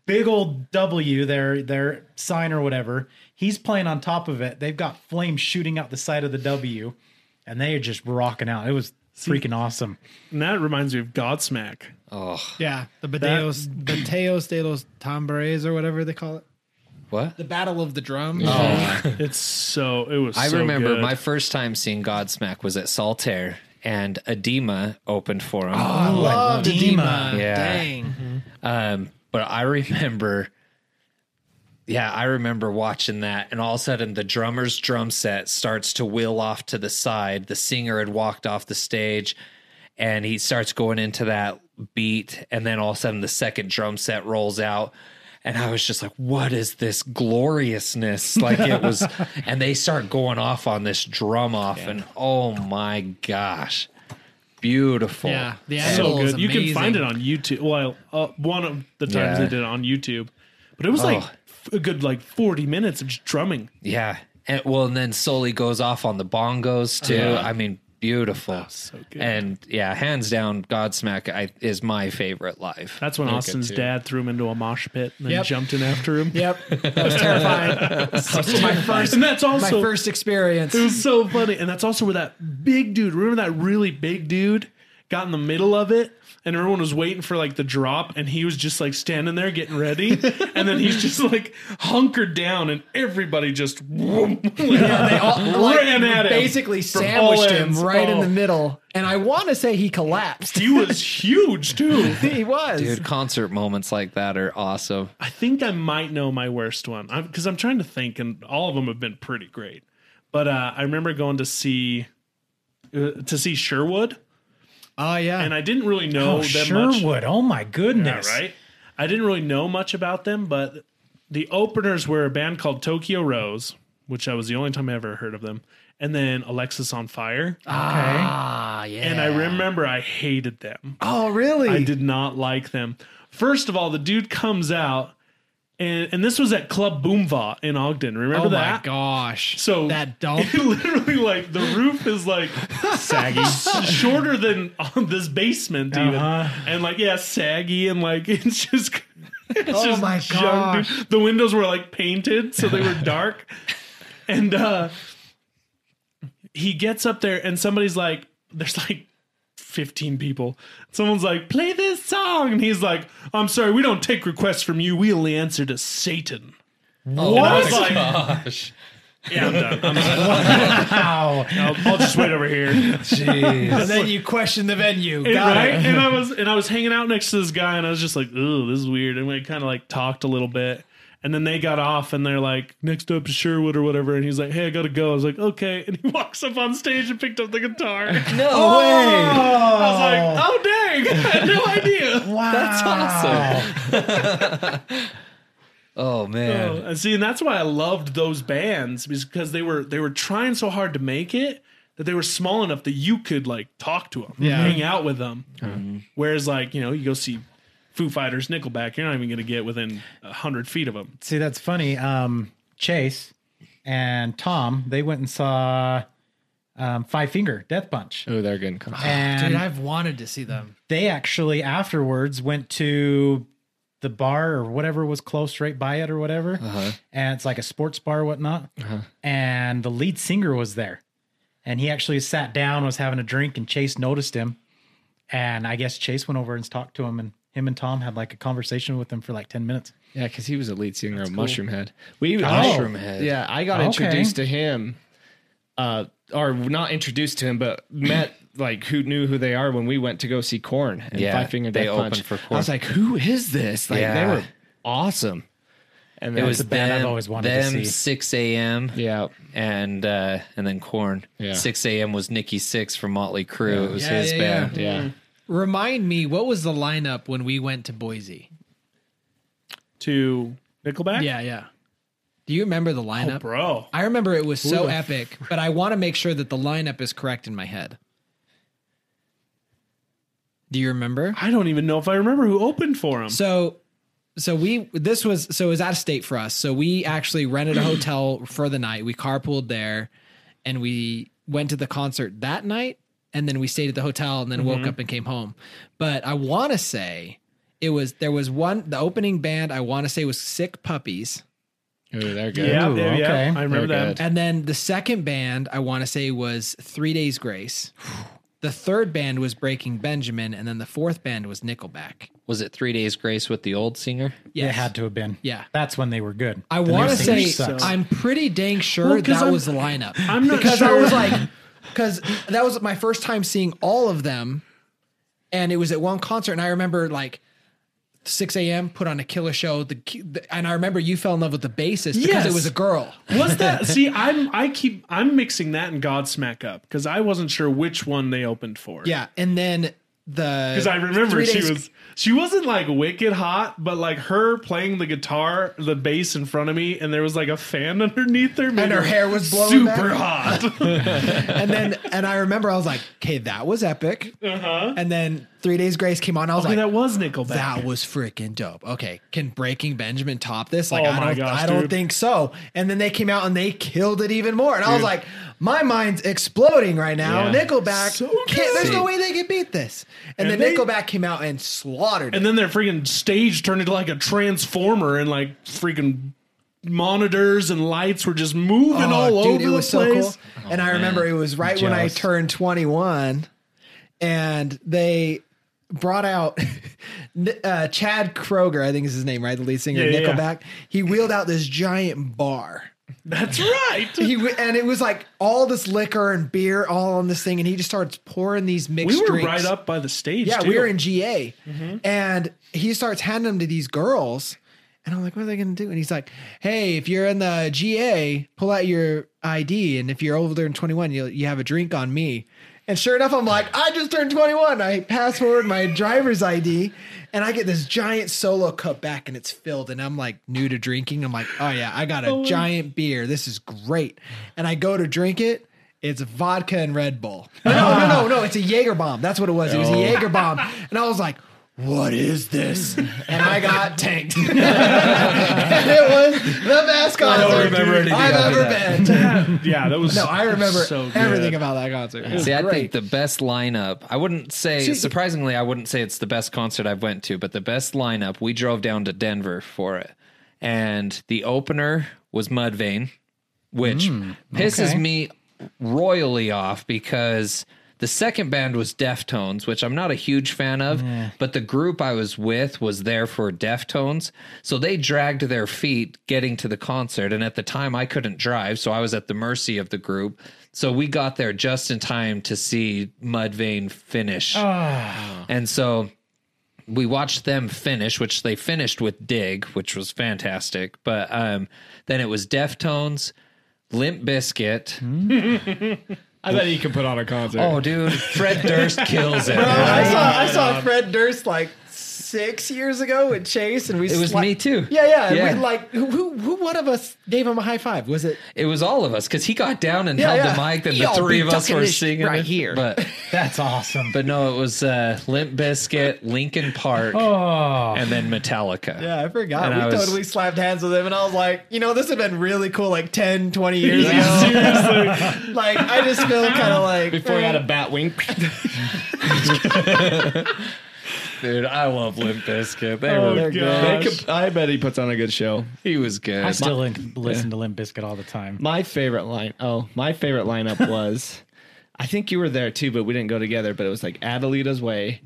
Speaker 3: Big old W, their their sign or whatever. He's playing on top of it. They've got flames shooting out the side of the W, and they are just rocking out. It was freaking awesome.
Speaker 5: and that reminds me of Godsmack.
Speaker 6: Yeah, the Bateos, Bateos de los Tambores or whatever they call it.
Speaker 1: what?
Speaker 6: The Battle of the Drums.
Speaker 5: It's so it was.
Speaker 1: I
Speaker 5: so
Speaker 1: remember
Speaker 5: good.
Speaker 1: my first time seeing Godsmack was at Saltaire, and Edema opened for him.
Speaker 6: Oh, I love
Speaker 3: Dima.
Speaker 5: Oh,
Speaker 6: Dima.
Speaker 1: Yeah.
Speaker 6: Dang.
Speaker 1: Um, but I remember, yeah, I remember watching that, and all of a sudden the drummer's drum set starts to wheel off to the side. The singer had walked off the stage, and he starts going into that beat, and then all of a sudden the second drum set rolls out. And I was just like, what is this gloriousness? Like it was, and they start going off on this drum off, and oh my gosh, beautiful.
Speaker 6: Yeah, the
Speaker 5: so
Speaker 6: animal is
Speaker 5: good. You can find it
Speaker 6: amazing.
Speaker 5: on YouTube. Well, uh, one of the times
Speaker 1: Yeah.
Speaker 5: they did it on YouTube, but it was like
Speaker 1: Oh.
Speaker 5: f- a good like forty minutes of just drumming.
Speaker 1: Yeah. And, well, and then Sully goes off on the bongos too. I mean, beautiful.
Speaker 5: good.
Speaker 1: And yeah, hands down, Godsmack I, is my favorite live.
Speaker 5: That's when Austin's dad threw him into a mosh pit and then
Speaker 6: Yep.
Speaker 5: jumped in after him.
Speaker 6: Yep, that was terrifying. my first,
Speaker 5: And that's
Speaker 6: my
Speaker 5: also
Speaker 6: first experience.
Speaker 5: it was so funny. And that's also where that big dude, remember that really big dude got in the middle of it and everyone was waiting for like the drop and he was just like standing there getting ready and then he's just like hunkered down and everybody just whoom, like, ran at him.
Speaker 6: basically
Speaker 5: from all
Speaker 6: sandwiched him
Speaker 5: ends.
Speaker 6: right in
Speaker 5: Oh.
Speaker 6: the middle, and I want to say he collapsed.
Speaker 5: He was huge too.
Speaker 6: he was.
Speaker 1: Dude, concert moments like that are awesome.
Speaker 5: I think I might know my worst one because I'm, trying to think, and all of them have been pretty great. But uh, I remember going to see uh, to see Sherwood,
Speaker 6: Oh yeah,
Speaker 5: and I didn't really know
Speaker 3: Oh,
Speaker 5: that
Speaker 3: Sherwood!
Speaker 5: much.
Speaker 3: Oh my goodness!
Speaker 5: Yeah, right? I didn't really know much about them, but the openers were a band called Tokyo Rose, which I was the only time I ever heard of them, and then Alexis on Fire.
Speaker 6: ah Oh, yeah.
Speaker 5: And I remember I hated them.
Speaker 6: oh really?
Speaker 5: I did not like them. First of all, the dude comes out, and, and this was at Club Boomva in Ogden. Remember
Speaker 6: Oh my
Speaker 5: that?
Speaker 6: gosh.
Speaker 5: So
Speaker 6: that dump.
Speaker 5: it literally like the roof is like saggy, shorter than on this basement
Speaker 6: Uh-huh.
Speaker 5: even, and like yeah, saggy and like it's just. It's
Speaker 6: Oh
Speaker 5: just
Speaker 6: my
Speaker 5: junk, dude. The windows were like painted, so they were dark. and uh he gets up there, and somebody's like, "There's like 15 people. Someone's like, play this song. And he's like, I'm sorry, we don't take requests from you. We only answer to Satan. And I was like,
Speaker 1: Gosh.
Speaker 5: yeah, I'm done. I'm done. I'll, I'll just wait over here.
Speaker 8: and then you question the venue.
Speaker 5: And,
Speaker 8: Got
Speaker 5: right?
Speaker 8: it.
Speaker 5: and I was and I was hanging out next to this guy, and I was just like, "Ooh, this is weird." And we kind of like talked a little bit, and then they got off, and they're like, "Next up is Sherwood or whatever," and he's like, "Hey, I gotta go." I was like, "Okay," and he walks up on stage and picked up the guitar. No I was like, "Oh dang, I had no idea."
Speaker 3: Wow. That's
Speaker 1: Awesome. oh man.
Speaker 5: And see, and that's why I loved those bands because they were they were trying so hard to make it that they were small enough that you could like talk to them, hang out with them. Whereas, like you know, you go see Foo Fighters, Nickelback, you're not even going to get within a hundred feet of them.
Speaker 3: See, that's funny. Um, Chase and Tom, they went and saw um, Five Finger Death Punch.
Speaker 7: Oh, they're getting caught.
Speaker 3: And
Speaker 8: Dude, I've wanted to see them.
Speaker 3: they actually afterwards went to the bar or whatever was close right by it or whatever.
Speaker 8: Uh-huh.
Speaker 3: And it's like a sports bar or whatnot. And the lead singer was there. And he actually sat down, was having a drink, and Chase noticed him. And I guess Chase went over and talked to him, and him and Tom had like a conversation with him for like 10 minutes.
Speaker 7: Yeah, because he was a lead singer of Mushroom Head. We
Speaker 1: Oh. Mushroom
Speaker 7: I-
Speaker 1: Head.
Speaker 7: Yeah, I got
Speaker 3: Okay.
Speaker 7: introduced to him, uh, or not introduced to him, but met like who knew who they are when we went to go see Corn and
Speaker 1: Yeah,
Speaker 7: Five Finger
Speaker 1: they
Speaker 7: Death Punch.
Speaker 1: opened for
Speaker 7: I was like, who is this? Like
Speaker 1: Yeah.
Speaker 7: they were awesome. And
Speaker 1: It
Speaker 7: then-
Speaker 1: was
Speaker 3: a band I've
Speaker 1: them-
Speaker 3: always wanted to
Speaker 1: them
Speaker 3: see.
Speaker 1: 6 a.m.
Speaker 7: yeah,
Speaker 1: and uh, and then Corn.
Speaker 7: Yeah.
Speaker 1: 6 a.m. was Nikki Six from Motley Crue. It was
Speaker 8: Yeah,
Speaker 1: his
Speaker 8: yeah, yeah.
Speaker 1: band.
Speaker 7: yeah.
Speaker 8: Remind me, what was the lineup when we went to Boise?
Speaker 5: To Nickelback,
Speaker 8: Yeah, yeah. Do you remember the
Speaker 5: Oh,
Speaker 8: lineup?
Speaker 5: bro,
Speaker 8: I remember it was so
Speaker 5: the
Speaker 8: epic, but I want to make sure that the lineup is correct in my head. Do you remember?
Speaker 5: I don't even know if I remember who opened for him.
Speaker 8: So, so we this was so it was out of state for us. So we actually rented a hotel for the night. We carpooled there, and we went to the concert that night. And then we stayed at the hotel, and then woke up and came home. But I want to say it was there was one the opening band. I want to say was Sick Puppies,
Speaker 7: Ooh, they're good.
Speaker 5: yeah,
Speaker 3: Ooh,
Speaker 5: yeah, yeah,
Speaker 3: okay.
Speaker 5: I remember
Speaker 7: They're
Speaker 5: that.
Speaker 7: good.
Speaker 8: and then the second band I want to say was Three Days Grace. The third band was Breaking Benjamin, and then the fourth band was Nickelback.
Speaker 1: Was it Three Days Grace with the old singer?
Speaker 8: Yes.
Speaker 3: It had to have been.
Speaker 8: Yeah.
Speaker 3: That's when they were good.
Speaker 8: I
Speaker 3: The new
Speaker 8: want to
Speaker 3: singer
Speaker 8: say
Speaker 3: sucks.
Speaker 8: I'm pretty dang sure
Speaker 5: Well, 'cause
Speaker 8: that
Speaker 5: I'm-
Speaker 8: was the lineup.
Speaker 5: I'm not
Speaker 8: because
Speaker 5: sure.
Speaker 8: I was like, because that was my first time seeing all of them, and it was at one concert, and I remember like. 6 a.m. put on a killer show. The, the and I remember you fell in love with the bassist because it
Speaker 5: Yes.
Speaker 8: was a girl.
Speaker 5: Was that? See, I'm I keep I'm mixing that and Godsmack up because I wasn't sure which one they opened for.
Speaker 8: Yeah, and then the
Speaker 5: Because I remember
Speaker 8: Three
Speaker 5: she
Speaker 8: Days-
Speaker 5: was she wasn't like wicked hot, but like her playing the guitar, the bass in front of me, and there was like a fan underneath her,
Speaker 8: and her hair was blown
Speaker 5: super
Speaker 8: back.
Speaker 5: hot.
Speaker 8: And then and I remember I was like, okay, that was epic. Uh-huh. And then Three Days Grace came on. I was like,
Speaker 5: that was Nickelback.
Speaker 8: That was freaking dope. Okay, can Breaking Benjamin top this? Like,
Speaker 5: Oh
Speaker 8: I
Speaker 5: my
Speaker 8: don't,
Speaker 5: gosh,
Speaker 8: I don't
Speaker 5: dude.
Speaker 8: think so. And then they came out and they killed it even more. And I was like, my mind's exploding right now.
Speaker 1: Yeah.
Speaker 8: Nickelback, can't, there's no
Speaker 1: good.
Speaker 8: way they could beat this. And,
Speaker 5: And
Speaker 8: then
Speaker 5: they-
Speaker 8: Nickelback came out and slaughtered.
Speaker 5: and
Speaker 8: it.
Speaker 5: then their freaking stage turned into like a transformer, and like freaking monitors and lights were just moving
Speaker 8: Oh,
Speaker 5: all
Speaker 8: dude,
Speaker 5: over
Speaker 8: it
Speaker 5: the
Speaker 8: was
Speaker 5: place. Oh,
Speaker 8: so cool. and I remember it was right when I
Speaker 1: Jealous.
Speaker 8: turned 21, and they brought out uh, Chad Kroger, I think is his name, right? The lead singer of
Speaker 5: Yeah, yeah, yeah.
Speaker 8: Nickelback. He wheeled out this giant bar.
Speaker 5: That's right.
Speaker 8: he w- and it was like all this liquor and beer all on this thing, and he just starts pouring these mixed.
Speaker 5: we were
Speaker 8: drinks.
Speaker 5: right up by the stage.
Speaker 8: Yeah,
Speaker 5: too.
Speaker 8: we were in GA, and he starts handing them to these girls, and I'm like, "What are they gonna do?" And he's like, "Hey, if you're in the GA, pull out your ID, and if you're older than 21, you you have a drink on me." And sure enough, I'm like, "I just turned 21." I pass forward my driver's ID, and I get this giant solo cup back, and it's filled, and I'm like new to drinking. I'm like, "Oh yeah, I got a giant beer. This is great," and I go to drink it. It's vodka and Red Bull. Oh. No, no, no, no. It's a Jaeger bomb. That's what it was. It was a Jaeger bomb. And I was like, what is this? And I got tanked. and it was the best concert
Speaker 1: remember anything
Speaker 8: I've
Speaker 1: after
Speaker 8: ever
Speaker 1: that.
Speaker 8: been.
Speaker 5: Yeah, that was
Speaker 8: No, I remember
Speaker 5: so good.
Speaker 8: everything about that concert. It was
Speaker 1: See, I think
Speaker 8: great.
Speaker 1: the best lineup. I wouldn't say surprisingly, I wouldn't say it's the best concert I've went to, but the best lineup. We drove down to Denver for it, and the opener was Mudvayne, which pisses me royally off because The second band was Deftones, which I'm not a huge fan of, but the group I was with was there for Deftones. So they dragged their feet getting to the concert. And at the time, I couldn't drive. So I was at the mercy of the group. So we got there just in time to see Mudvayne finish. And so we watched them finish, which they finished with Dig, which was fantastic. But um, then it was Deftones, Limp Biscuit.
Speaker 7: I bet he can put on a concert.
Speaker 1: Oh, dude, Fred Durst kills it.
Speaker 8: I saw I saw Fred Durst like six years ago with Chase, and we
Speaker 1: It was
Speaker 8: sla-
Speaker 1: me too.
Speaker 8: Yeah, yeah. and
Speaker 1: Yeah.
Speaker 8: We like who, who who one of us gave him a high five? Was it?
Speaker 1: It was all of us because he got down and
Speaker 8: Yeah,
Speaker 1: held the
Speaker 8: yeah.
Speaker 1: mic, and the
Speaker 4: Y'all
Speaker 1: three
Speaker 4: be
Speaker 1: of us
Speaker 4: ducking
Speaker 1: were
Speaker 4: this
Speaker 1: singing
Speaker 4: right
Speaker 1: it.
Speaker 4: here.
Speaker 1: But
Speaker 3: That's awesome.
Speaker 1: but no, it was uh, Limp Biscuit, Linkin Park,
Speaker 3: Oh,
Speaker 1: and then Metallica.
Speaker 8: Yeah, I forgot.
Speaker 1: And
Speaker 8: we
Speaker 1: I was-
Speaker 8: totally slapped hands with him, and I was like, you know, this would have been really cool like 10, 20 years ago. like, I just feel kind of like. eh.
Speaker 7: Before he had a bat wing.
Speaker 1: Dude, I love Limp Biscuit. They were
Speaker 5: Oh gosh.
Speaker 7: I bet he puts on a good show.
Speaker 1: he was good.
Speaker 3: I still lin- listen to Limp Bizkit all the time.
Speaker 7: My favorite line. Oh, my favorite lineup was, I think you were there too, but we didn't go together. But it was like Adelita's Way,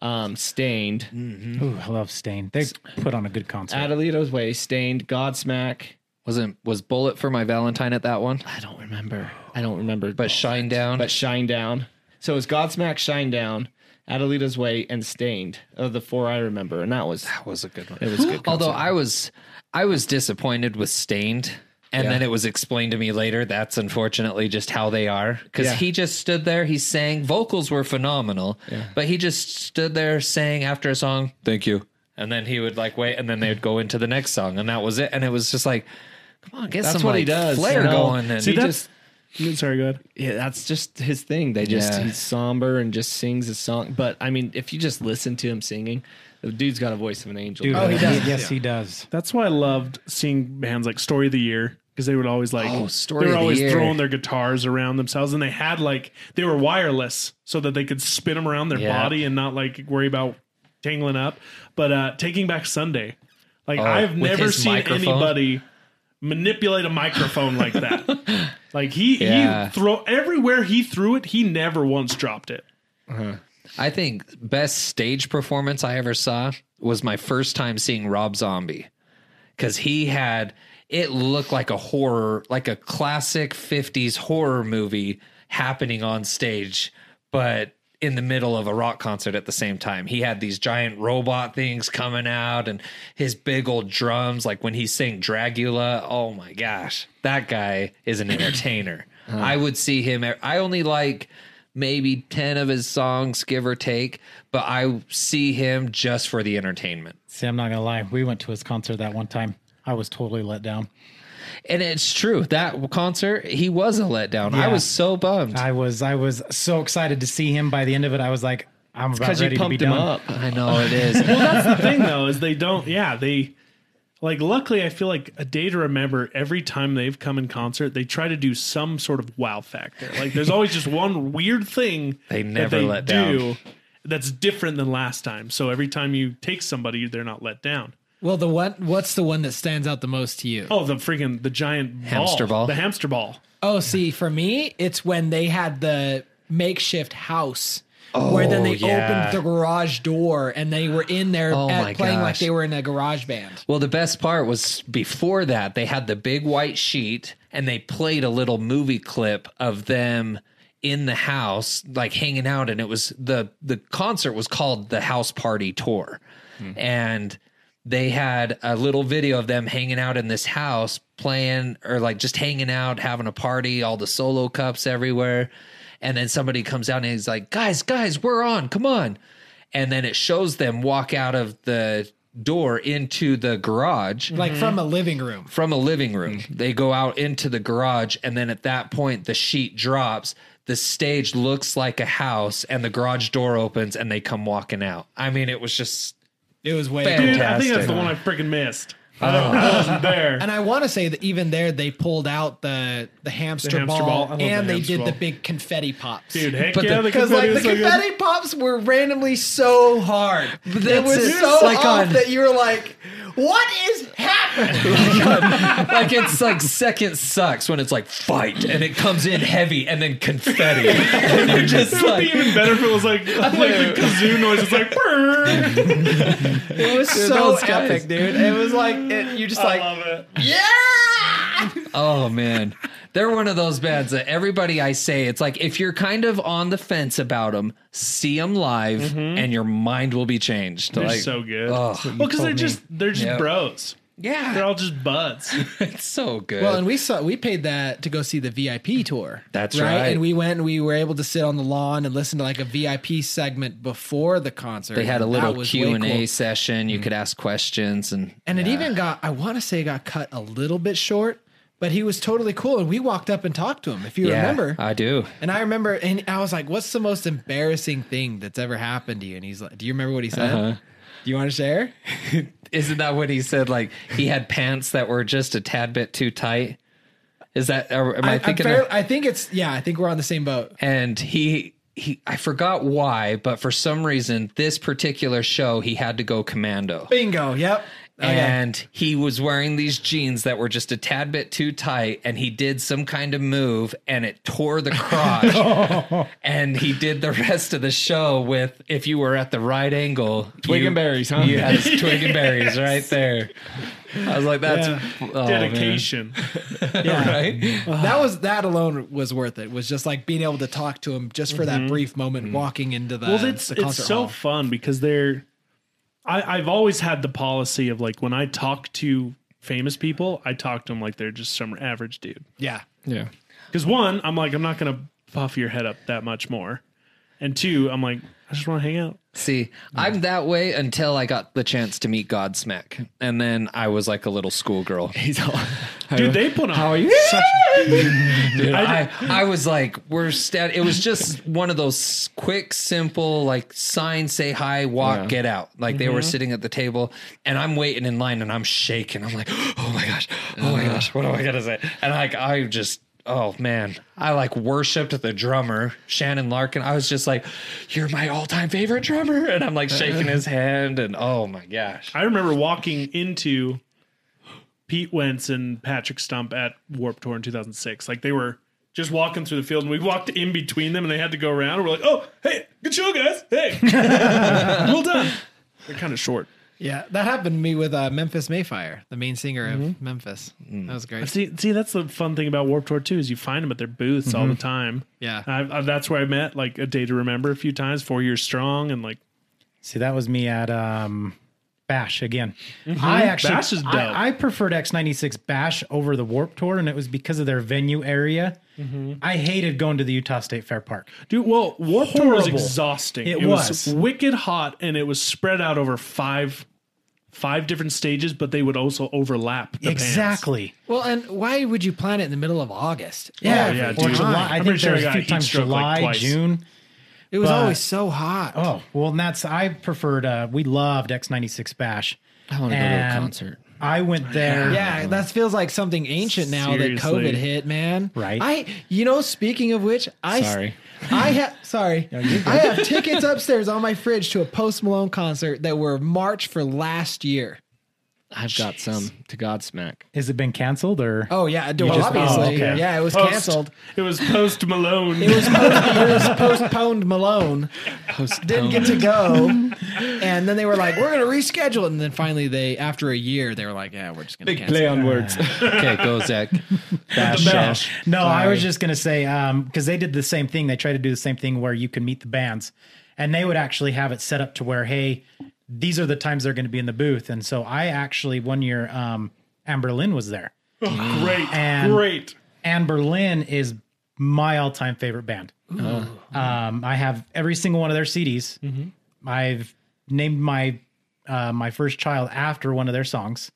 Speaker 7: um, Stained,
Speaker 8: Mm-hmm.
Speaker 3: Ooh, I love Stain. They put on a good concert.
Speaker 7: Adelita's Way, Stained, Godsmack.
Speaker 1: Wasn't was Bullet for My Valentine at that one?
Speaker 7: I don't remember. I don't remember.
Speaker 1: But Shine Down.
Speaker 7: but Shine Down. So it was Godsmack, Shine Down, Adelita's Way, and Stained of the four I remember, and that was
Speaker 1: That was a good one.
Speaker 7: it was good.
Speaker 1: Although I was I was disappointed with Stained. And then it was explained to me later that's unfortunately just how they are cuz
Speaker 7: Yeah.
Speaker 1: he just stood there he sang vocals were phenomenal but he just stood there sang after a song thank you and then he would like wait and then they would go into the next song and that was it and it was just like come on get
Speaker 7: That's
Speaker 1: some
Speaker 7: what
Speaker 1: like,
Speaker 7: he does.
Speaker 1: flair
Speaker 7: you know?
Speaker 1: going and
Speaker 7: See,
Speaker 1: he
Speaker 7: that's,
Speaker 1: just
Speaker 5: Sorry, go ahead.
Speaker 7: yeah, that's just his thing. They just
Speaker 1: Yeah.
Speaker 7: he's somber and just sings his song. But I mean, if you just listen to him singing, the dude's got a voice of an angel. Oh,
Speaker 3: Dude,
Speaker 8: Oh, he does.
Speaker 3: Yes, he does.
Speaker 5: That's why I loved seeing bands like Story of the Year because they would always like
Speaker 1: Oh, Story
Speaker 5: they
Speaker 1: of
Speaker 5: were
Speaker 1: the
Speaker 5: always
Speaker 1: Year.
Speaker 5: throwing their guitars around themselves and they had like they were wireless so that they could spin them around their
Speaker 1: Yeah.
Speaker 5: body and not like worry about tangling up. But uh Taking Back Sunday, like I've
Speaker 1: Oh, with
Speaker 5: never
Speaker 1: his
Speaker 5: seen
Speaker 1: microphone?
Speaker 5: anybody manipulate a microphone like that. Like he
Speaker 1: Yeah.
Speaker 5: he throw everywhere he threw it, he never once dropped it.
Speaker 1: I think best stage performance I ever saw was my first time seeing Rob Zombie because he had it looked like a horror, like a classic 50s horror movie happening on stage, but in the middle of a rock concert at the same time. He had these giant robot things coming out and his big old drums, like when he sang Dragula. Oh my gosh, that guy is an entertainer. I would see him, I only like maybe 10 of his songs, give or take, but I see him just for the entertainment.
Speaker 3: See, I'm not gonna lie. We went to his concert that one time. I was totally let down.
Speaker 1: And it's true. That concert, he was a letdown. I
Speaker 3: Yeah.
Speaker 1: was so bummed.
Speaker 3: I was I was so excited to see him. By the end of it, I was like, I'm about
Speaker 7: because
Speaker 3: ready
Speaker 7: you
Speaker 3: to be
Speaker 7: pumped him
Speaker 3: done.
Speaker 7: up.
Speaker 1: I know it is.
Speaker 5: Well, that's the thing though is they don't. Yeah, they like. Luckily, I feel like a day to remember. Every time they've come in concert, they try to do some sort of wow factor. Like there's always just one weird thing
Speaker 1: They never let down.
Speaker 5: that's different than last time. So every time you take somebody, they're not let down.
Speaker 6: Well, the one what's the one that stands out the most to you?
Speaker 5: Oh, the freaking the giant ball,
Speaker 1: Hamster ball.
Speaker 5: the hamster ball.
Speaker 6: Oh, see, for me, it's when they had the makeshift house. where then they
Speaker 1: Oh, yeah.
Speaker 6: opened the garage door and they were in there
Speaker 1: Oh
Speaker 6: at-
Speaker 1: my
Speaker 6: playing like
Speaker 1: gosh.
Speaker 6: they were in a garage band.
Speaker 1: well, the best part was before that, they had the big white sheet and they played a little movie clip of them in the house like hanging out and it was the the concert was called the house party tour and they had a little video of them hanging out in this house playing or like just hanging out having a party all the solo cups everywhere and then somebody comes out and he's like guys guys we're on come on and then it shows them walk out of the door into the garage
Speaker 6: Like from a living room.
Speaker 1: from a living room.
Speaker 4: Mm-hmm.
Speaker 1: They go out into the garage, and then at that point, the sheet drops. The stage looks like a house, and the garage door opens, and they come walking out. I mean, it was just
Speaker 6: It was way
Speaker 1: Bam.
Speaker 5: Dude, I think that's
Speaker 1: Fantastic.
Speaker 5: the one I freaking missed. I, don't- I wasn't there.
Speaker 6: And I want to say that even there they pulled out the the hamster,
Speaker 5: The hamster
Speaker 6: ball,
Speaker 5: ball. I love
Speaker 6: and
Speaker 5: the
Speaker 6: they
Speaker 5: hamster
Speaker 6: did the
Speaker 5: ball.
Speaker 6: big confetti pops.
Speaker 5: Dude, heck
Speaker 1: But
Speaker 5: yeah,
Speaker 1: the-
Speaker 5: the,
Speaker 8: Because
Speaker 5: confetti
Speaker 8: like the
Speaker 5: was so good.
Speaker 8: confetti pops were randomly so hard, they
Speaker 1: that's
Speaker 8: were
Speaker 1: it.
Speaker 8: so
Speaker 1: Like
Speaker 8: off
Speaker 1: on-
Speaker 8: that you were like, "What is
Speaker 1: like it's like second sucks when it's like fight and it comes in heavy and then confetti. and you're just
Speaker 5: It'd be
Speaker 1: like
Speaker 5: even better if it was like like the kazoo noise. It's like "Brrr."
Speaker 4: It was so epic, dude. It was like it, you're just
Speaker 5: I
Speaker 4: like
Speaker 5: love it.
Speaker 1: Oh man, they're one of those bands that everybody I say it's like if you're kind of on the fence about them, see them live and your mind will be changed.
Speaker 5: Mm-hmm. They're
Speaker 1: like,
Speaker 5: so good.
Speaker 1: oh.
Speaker 5: well, because they're just they're just
Speaker 1: Yeah.
Speaker 5: bros. They're
Speaker 1: yeah,
Speaker 5: all just buds.
Speaker 1: it's so good.
Speaker 8: Well, and we saw we paid that to go see the VIP tour.
Speaker 1: That's right.
Speaker 8: And we went and we were able to sit on the lawn and listen to like a VIP segment before the concert.
Speaker 1: they had a
Speaker 8: and that
Speaker 1: little
Speaker 8: was
Speaker 1: Q
Speaker 8: way
Speaker 1: and
Speaker 8: cool. Mm.
Speaker 1: A session. You could ask questions and
Speaker 8: And it even got I want to say it got cut a little bit short, but he was totally cool and we walked up and talked to him if you
Speaker 1: Yeah,
Speaker 8: remember.
Speaker 1: I do.
Speaker 8: and I remember and I was like, "What's the most embarrassing thing that's ever happened to you?" And he's like, "Do you remember what he said?"
Speaker 1: Uh-huh.
Speaker 8: Do you want to share?
Speaker 1: Isn't that what he said? Like he had pants that were just a tad bit too tight. Is that? Or am I,
Speaker 8: I'm
Speaker 1: thinking?
Speaker 8: fair-
Speaker 1: of,
Speaker 8: I think it's yeah. I think we're on the same boat.
Speaker 1: and he he I forgot why, but for some reason this particular show he had to go commando.
Speaker 8: Bingo. Yep.
Speaker 4: Oh,
Speaker 1: And he was wearing these jeans that were just a tad bit too tight, and he did some kind of move, and it tore the crotch. And he did the rest of the show with, if you were at the right angle,
Speaker 4: twig
Speaker 1: you-
Speaker 4: and berries, huh?
Speaker 1: You had his twig and berries right there. I was like, that's oh, man.
Speaker 5: Dedication.
Speaker 1: right?
Speaker 8: that was that alone was worth it. Was just like being able to talk to him just for
Speaker 1: Mm-hmm.
Speaker 8: that brief moment, walking into the
Speaker 5: well, it's
Speaker 8: Uh, the
Speaker 5: it's
Speaker 8: concert
Speaker 5: so
Speaker 8: hall.
Speaker 5: fun because they're. I, I've always had the policy of like when I talk to famous people, I talk to them like they're just some average dude.
Speaker 8: yeah.
Speaker 4: yeah.
Speaker 5: Because one, I'm like I'm not gonna puff your head up that much more, and two, I'm like I just want to hang out.
Speaker 1: See, I'm that way until I got the chance to meet Godsmack. And then I was like a little schoolgirl.
Speaker 4: He's all,
Speaker 5: Dude, they put on.
Speaker 4: how are you? Such,
Speaker 1: Dude, I, I was like, we're stat. It was just one of those quick, simple, like sign, say hi, walk,
Speaker 4: Yeah.
Speaker 1: get out. Like they were sitting at the table, and I'm waiting in line, and I'm shaking. I'm like, oh my gosh, oh my gosh, what am I gonna say? And like, I just. Oh man, I like worshipped the drummer Shannon Larkin. I was just like, "You're my all-time favorite drummer," and I'm like shaking his hand, and oh my gosh,
Speaker 5: I remember walking into Pete Wentz and Patrick Stump at Warp Tour in 2006. Like they were just walking through the field, and we walked in between them, and they had to go around. And we're like, "Oh, hey, good show, guys! Hey, well done." They're kind of short.
Speaker 8: Yeah, that happened to me with uh, Memphis Mayfire, the main singer
Speaker 1: Mm-hmm.
Speaker 8: of Memphis.
Speaker 1: Mm.
Speaker 8: That was great.
Speaker 5: See, see, that's the fun thing about Warp Tour too is you find them at their booths all the time.
Speaker 8: Yeah.
Speaker 5: I, I, that's where I met like a day to remember a few times, four years strong, and like
Speaker 3: See, that was me at um, Bash again. I actually,
Speaker 5: Mm-hmm. Bash is dope.
Speaker 3: I, I preferred X96 Bash over the Warp Tour, and it was because of their venue area.
Speaker 5: Mm-hmm.
Speaker 3: I hated going to the Utah State Fair Park.
Speaker 5: Dude, well, Warped Tour was
Speaker 3: Horrible.
Speaker 5: exhausting.
Speaker 3: It was.
Speaker 5: wicked hot, and it was spread out over five, five different stages, but they would also overlap. The bands.
Speaker 3: exactly.
Speaker 8: Well, and why would you plan it in the middle of August?
Speaker 5: Yeah, Oh, yeah,
Speaker 3: Or
Speaker 5: dude.
Speaker 3: July.
Speaker 5: I'm
Speaker 3: I
Speaker 5: pretty
Speaker 3: think
Speaker 5: sure
Speaker 3: there was
Speaker 5: I
Speaker 3: a few
Speaker 5: got
Speaker 3: times
Speaker 5: heat stroke, like,
Speaker 3: July,
Speaker 5: twice.
Speaker 3: June.
Speaker 8: It was
Speaker 3: But-
Speaker 8: always so hot.
Speaker 3: Oh, well, and that's I preferred. Uh, we loved X96 Bash.
Speaker 11: I want to go to a
Speaker 3: And
Speaker 11: concert.
Speaker 3: I went there.
Speaker 8: Yeah, that feels like something ancient now that
Speaker 5: Seriously.
Speaker 8: COVID hit, man.
Speaker 3: Right.
Speaker 8: I, you know, speaking of which, I
Speaker 4: Sorry.
Speaker 8: I have sorry, I have tickets upstairs on my fridge to a Post Malone concert that were March for last year.
Speaker 4: I've got some to Godsmack.
Speaker 3: Has it been canceled or?
Speaker 8: Oh yeah, well,
Speaker 3: just-
Speaker 8: obviously,
Speaker 3: oh, okay.
Speaker 8: yeah, it was
Speaker 5: Post-
Speaker 8: canceled.
Speaker 5: It was post Malone.
Speaker 8: It was, post, it was postponed Malone. Didn't get to go, and then they were like, "We're gonna reschedule," it." and then finally, they after a year, they were like, "Yeah, we're just gonna
Speaker 4: Big
Speaker 8: cancel."
Speaker 4: play on words.
Speaker 1: okay, go Zach.
Speaker 3: No, no I was just gonna say um because they did the same thing. They tried to do the same thing where you can meet the bands, and they would actually have it set up to where hey, these are the times they're going to be in the booth. And so I actually one year um Anne Berlin was there.
Speaker 5: great,
Speaker 3: And-
Speaker 5: great.
Speaker 3: Anne Berlin is my all-time favorite band. Um, I have every single one of their CDs. I've named my uh, my first child after one of their songs,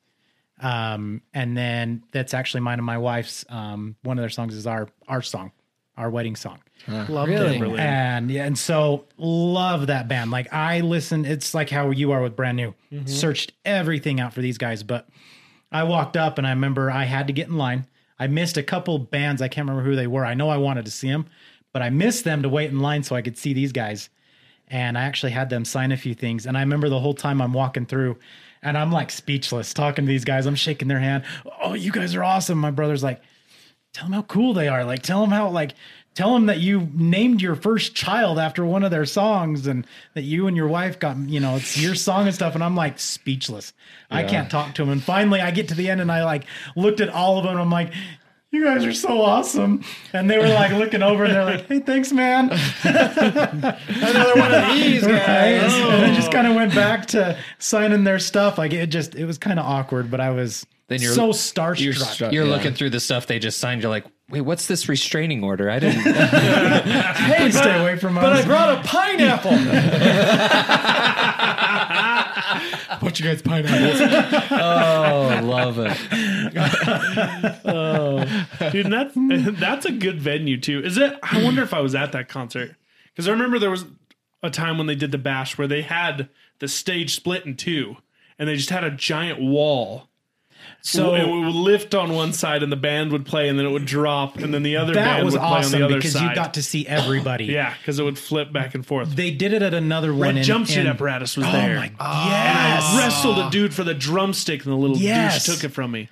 Speaker 3: um, and then that's actually mine and my wife's. Um, one of their songs is our our song, our wedding song.
Speaker 8: Loved really?
Speaker 3: And yeah, and so love that band. Like I listen, it's like how you are with brand new. Searched everything out for these guys, but I walked up and I remember I had to get in line. I missed a couple bands. I can't remember who they were. I know I wanted to see them, but I missed them to wait in line so I could see these guys. And I actually had them sign a few things. And I remember the whole time I'm walking through, And I'm like speechless talking to these guys. I'm shaking their hand. Oh, you guys are awesome. My brother's like, tell them how cool they are. Like, tell them how, like, tell them that you named your first child after one of their songs and that you and your wife got, you know, it's your song and stuff. And I'm like speechless. I can't talk to them. And finally, I get to the end and I like looked at all of them. And I'm like, you guys are so awesome. And they were like looking over and they're like, hey, thanks, man.
Speaker 4: Another one of these
Speaker 3: Right?
Speaker 4: guys. Oh.
Speaker 3: And I just kind of went back to signing their stuff. Like it just, it was kind of awkward, but I was
Speaker 1: Then you're-
Speaker 3: so starstruck.
Speaker 4: struck.
Speaker 1: You're looking through the stuff they just signed. You're like, wait, what's this restraining order? I didn't.
Speaker 3: hey, stay away from us.
Speaker 12: I brought a pineapple.
Speaker 4: What you guys pineapples?
Speaker 1: oh, I love it.
Speaker 5: dude. And that's that's a good venue too. Is it? I wonder if I was at that concert because I remember there was a time when they did the bash where they had the stage split in two, and they just had a giant wall. So it
Speaker 3: so
Speaker 5: would lift on one side, and the band would play, and then it would drop, and then the other
Speaker 3: that
Speaker 5: band
Speaker 3: was
Speaker 5: would play on
Speaker 3: awesome
Speaker 5: the other
Speaker 3: because
Speaker 5: side.
Speaker 3: you got to see everybody.
Speaker 5: yeah, because it would flip back and forth.
Speaker 3: They did it at another one.
Speaker 5: Red
Speaker 3: in-
Speaker 5: jumpsuit
Speaker 3: in-
Speaker 5: apparatus was
Speaker 3: Oh
Speaker 5: there. Ah.
Speaker 3: my
Speaker 5: And
Speaker 3: yes.
Speaker 5: I wrestled a dude for the drumstick, and the little
Speaker 3: Yes.
Speaker 5: douche took it from me.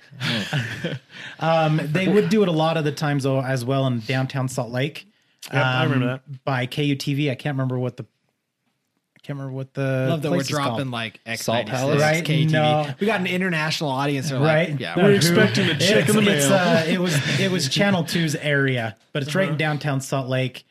Speaker 3: They would do it a lot of the times though, as well in downtown Salt Lake.
Speaker 5: Yep,
Speaker 3: Um,
Speaker 5: I remember that.
Speaker 3: by KUTV. I can't remember what the I can't remember what the
Speaker 8: Love that we're
Speaker 3: place is
Speaker 8: dropping
Speaker 3: called.
Speaker 8: like X
Speaker 1: Salt
Speaker 8: Palace,
Speaker 3: Palace?
Speaker 8: KTV.
Speaker 3: No.
Speaker 8: We got an international audience. They're like,
Speaker 3: right.
Speaker 8: yeah,
Speaker 3: They're
Speaker 8: we're-
Speaker 5: expecting a check in the
Speaker 3: it's,
Speaker 5: mail. Uh-huh.
Speaker 3: uh, it was it was Channel 2's area, but it's right in downtown Salt Lake.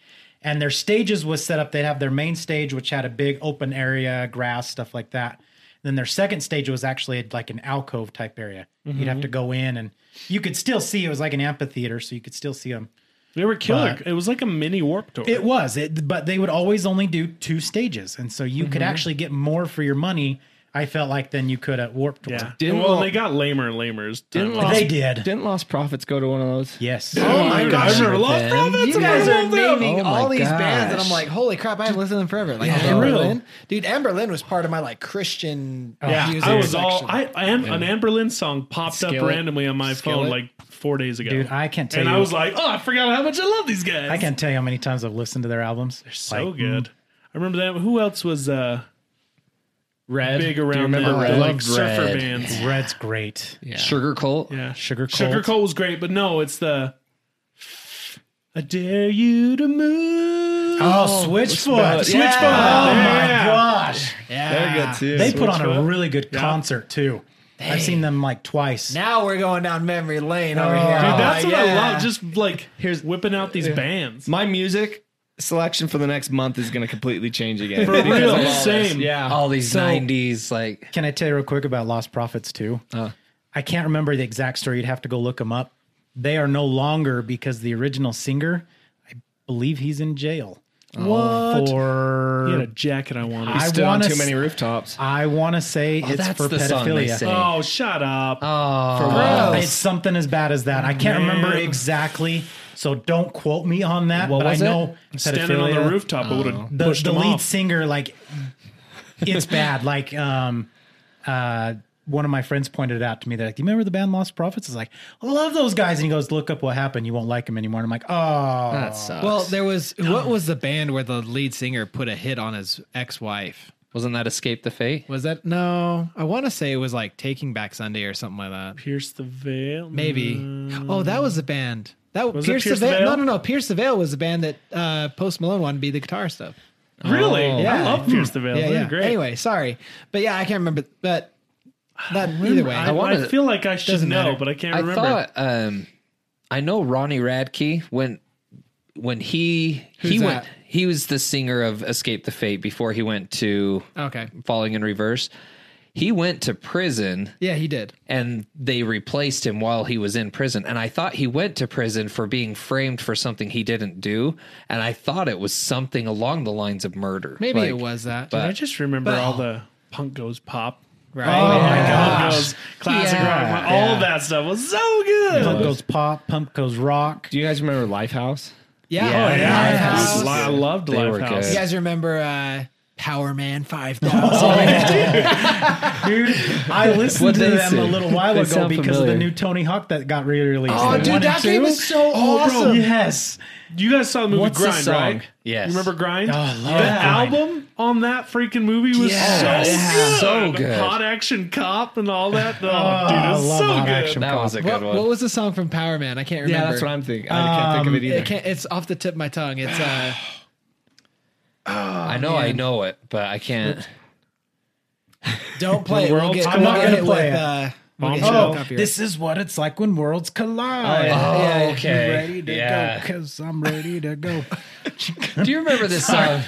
Speaker 3: And their stages was set up. They'd have their main stage, which had a big open area, grass, stuff like that. then their second stage was actually like an alcove type area. You'd have to
Speaker 5: Mm-hmm.
Speaker 3: go in, and you could still see. It was like an amphitheater, so you could still see them.
Speaker 5: They were killer.
Speaker 3: But-
Speaker 5: it was like a mini warp tour.
Speaker 3: It was, it, but they would always only do two stages, and so you
Speaker 5: Mm-hmm.
Speaker 3: could actually get more for your money. I felt like than you could at Warped Tour.
Speaker 5: yeah.
Speaker 4: Didn't
Speaker 5: well,
Speaker 4: Lo-
Speaker 5: they got lamer and lamer. as time
Speaker 4: Didn't
Speaker 5: went on.
Speaker 4: Lost-
Speaker 3: They did.
Speaker 4: Didn't Lost Profits go to one of those?
Speaker 3: Yes.
Speaker 4: Oh my
Speaker 5: I remember Lost Profits.
Speaker 8: You guys are naming
Speaker 1: Oh my
Speaker 8: all these bands, and
Speaker 1: gosh.
Speaker 8: I'm like, holy crap! I haven't listened to them forever. Like Amber Lynn, dude. Amber Lynn was part of my like Christian.
Speaker 5: Yeah,
Speaker 8: music
Speaker 5: I was
Speaker 8: section.
Speaker 5: all I, I am an Amber Lynn song popped up
Speaker 4: Skillet.
Speaker 5: randomly on my phone
Speaker 4: Skillet.
Speaker 5: like four days ago.
Speaker 3: Dude, I can't tell
Speaker 5: and I
Speaker 3: you-
Speaker 5: was like, oh, I forgot how much I love these guys.
Speaker 3: I can't tell you how many times I've listened to their albums. They're
Speaker 5: so good. I remember that. Who else was uh
Speaker 4: Red.
Speaker 5: big around?
Speaker 4: Do you remember
Speaker 5: then?
Speaker 4: Red?
Speaker 5: Like
Speaker 1: Loved
Speaker 5: surfer
Speaker 1: Red.
Speaker 5: bands.
Speaker 3: Red's great.
Speaker 1: Sugar Colt.
Speaker 5: Yeah,
Speaker 3: Sugar
Speaker 5: Sugar
Speaker 3: Colt.
Speaker 5: Colt was great, but no, it's the I dare you to move.
Speaker 3: Oh, Switchfoot. Switchfoot. Oh my
Speaker 5: Yeah.
Speaker 3: gosh.
Speaker 4: They're good too.
Speaker 3: They put on a
Speaker 5: Switchfoot.
Speaker 3: really good concert too. I've seen them like twice.
Speaker 8: Now we're going down memory lane over
Speaker 3: Oh.
Speaker 8: here.
Speaker 3: Dude,
Speaker 5: That's what I
Speaker 8: Ah, yeah.
Speaker 5: love. Just like here's whipping out these bands.
Speaker 4: My music selection for the next month is going to completely change again.
Speaker 5: For
Speaker 4: Because
Speaker 5: real,
Speaker 4: of all this.
Speaker 5: same.
Speaker 4: Yeah.
Speaker 1: All these 90s, like.
Speaker 3: Can I tell you real quick about Lost Prophets too? I can't remember the exact story. You'd have to go look them up. They are no longer because the original singer, I believe he's in jail. What? For
Speaker 5: He had a jacket I wanted.
Speaker 3: I
Speaker 4: Still on
Speaker 3: wanna
Speaker 4: too many
Speaker 3: s-
Speaker 4: rooftops.
Speaker 3: I want to say it's
Speaker 1: that's
Speaker 3: for
Speaker 1: the song they
Speaker 3: pedophilia.
Speaker 1: sing.
Speaker 5: oh, shut up.
Speaker 3: Uh, It's something as bad as that. I can't remember exactly, so don't quote me on that. but
Speaker 1: was
Speaker 3: I
Speaker 1: it?
Speaker 3: know
Speaker 5: Standing on the
Speaker 3: pedophilia-
Speaker 5: rooftop, I would have
Speaker 3: The,
Speaker 5: pushed
Speaker 3: the
Speaker 5: him
Speaker 3: lead
Speaker 5: off.
Speaker 3: singer, like, it's bad. Like, um, uh, one of my friends pointed it out to me. They're like, "Do you remember the band Lost Prophets?" It's like, "I love those guys." And he goes, "Look up what happened. You won't like them anymore." And I'm like, "Oh,
Speaker 8: Well, there was what was the band where the lead singer put a hit on his ex-wife?
Speaker 1: Wasn't that Escape the Fate?
Speaker 8: Was that no? I want to say it was like Taking Back Sunday or something like that.
Speaker 5: Pierce the veil.
Speaker 8: Maybe. Oh, that was a band. That
Speaker 5: Mm. Was it
Speaker 8: Pierce,
Speaker 5: Pierce
Speaker 8: the
Speaker 5: the
Speaker 8: Veil.
Speaker 5: Veil?
Speaker 8: No, no, no. Pierce the Veil was the band that uh, Post Malone wanted to be the guitar stuff.
Speaker 5: Really? I
Speaker 8: Yeah.
Speaker 5: love Pierce the Veil.
Speaker 8: yeah,
Speaker 5: They're
Speaker 8: yeah.
Speaker 5: great.
Speaker 8: Anyway, sorry, but yeah, I can't remember. But that either way,
Speaker 5: I,
Speaker 1: wanted-
Speaker 5: I feel like I should
Speaker 8: Doesn't
Speaker 5: know,
Speaker 8: matter.
Speaker 5: but I can't
Speaker 1: I
Speaker 5: remember.
Speaker 1: thought um, I know Ronnie Radke when when he he
Speaker 8: Who's
Speaker 1: went
Speaker 8: that?
Speaker 1: he was the singer of Escape the Fate before he went to
Speaker 8: okay.
Speaker 1: Falling in Reverse. He went to prison
Speaker 8: Yeah, he did.
Speaker 1: and they replaced him while he was in prison. And I thought he went to prison for being framed for something he didn't do. And I thought it was something along the lines of murder.
Speaker 8: Maybe
Speaker 1: Like,
Speaker 8: it was that.
Speaker 1: but-
Speaker 5: I just remember all the punk goes pop.
Speaker 8: right.
Speaker 5: Oh my goes classic
Speaker 1: Yeah.
Speaker 5: rock. All that stuff was so good. Oh,
Speaker 3: pump goes pop, pump goes rock."
Speaker 4: Do you guys remember Lifehouse?
Speaker 8: yeah.
Speaker 1: Yeah.
Speaker 5: Yeah,
Speaker 8: Lifehouse.
Speaker 5: I loved
Speaker 1: They were
Speaker 5: Lifehouse.
Speaker 1: good.
Speaker 8: You guys remember uh,
Speaker 6: Power Man
Speaker 5: Oh,
Speaker 6: 5000.
Speaker 3: Dude, I listened
Speaker 1: What'd
Speaker 3: to
Speaker 1: they
Speaker 3: them a
Speaker 1: say?
Speaker 3: little while
Speaker 1: They
Speaker 3: ago
Speaker 1: sound
Speaker 3: because of
Speaker 1: familiar.
Speaker 3: the new Tony Hawk that got re-released.
Speaker 6: Oh,
Speaker 3: The
Speaker 6: dude,
Speaker 3: one and
Speaker 6: that game
Speaker 3: two? Oh,
Speaker 6: is so awesome.
Speaker 3: Yes,
Speaker 5: You guys saw the movie
Speaker 3: What's the
Speaker 5: Grind,
Speaker 3: song?
Speaker 5: right?
Speaker 4: Yes.
Speaker 5: You remember Grind?
Speaker 3: Oh, I love
Speaker 5: the
Speaker 3: Grind.
Speaker 5: album on that freaking movie was
Speaker 1: Yes.
Speaker 5: so
Speaker 1: So
Speaker 5: good.
Speaker 1: good.
Speaker 5: Hot Action Cop and all that. Oh, dude,
Speaker 3: I
Speaker 5: it was
Speaker 3: love
Speaker 5: so
Speaker 3: Hot
Speaker 5: good.
Speaker 3: Action
Speaker 1: That
Speaker 3: Cop.
Speaker 1: was a good
Speaker 6: what,
Speaker 1: one.
Speaker 6: what was the song from Power Man? I can't remember.
Speaker 7: Yeah, that's what I'm thinking. I can't think of it either.
Speaker 6: It can't, it's off the tip of my tongue. It's uh,
Speaker 1: I know, I know it, but I can't.
Speaker 6: don't play it. We'll
Speaker 5: Worlds
Speaker 6: get,
Speaker 5: Collide.
Speaker 6: we'll
Speaker 3: I'm not
Speaker 6: get
Speaker 3: gonna
Speaker 6: it
Speaker 3: play
Speaker 6: with,
Speaker 3: it.
Speaker 6: uh, we'll get it with
Speaker 3: Oh,
Speaker 6: copyright.
Speaker 3: this is what it's like when worlds collide.
Speaker 1: Oh,
Speaker 6: yeah.
Speaker 1: okay.
Speaker 3: Ready to
Speaker 1: yeah.
Speaker 3: go, cause I'm ready to go. Oh,
Speaker 1: Do you remember this song?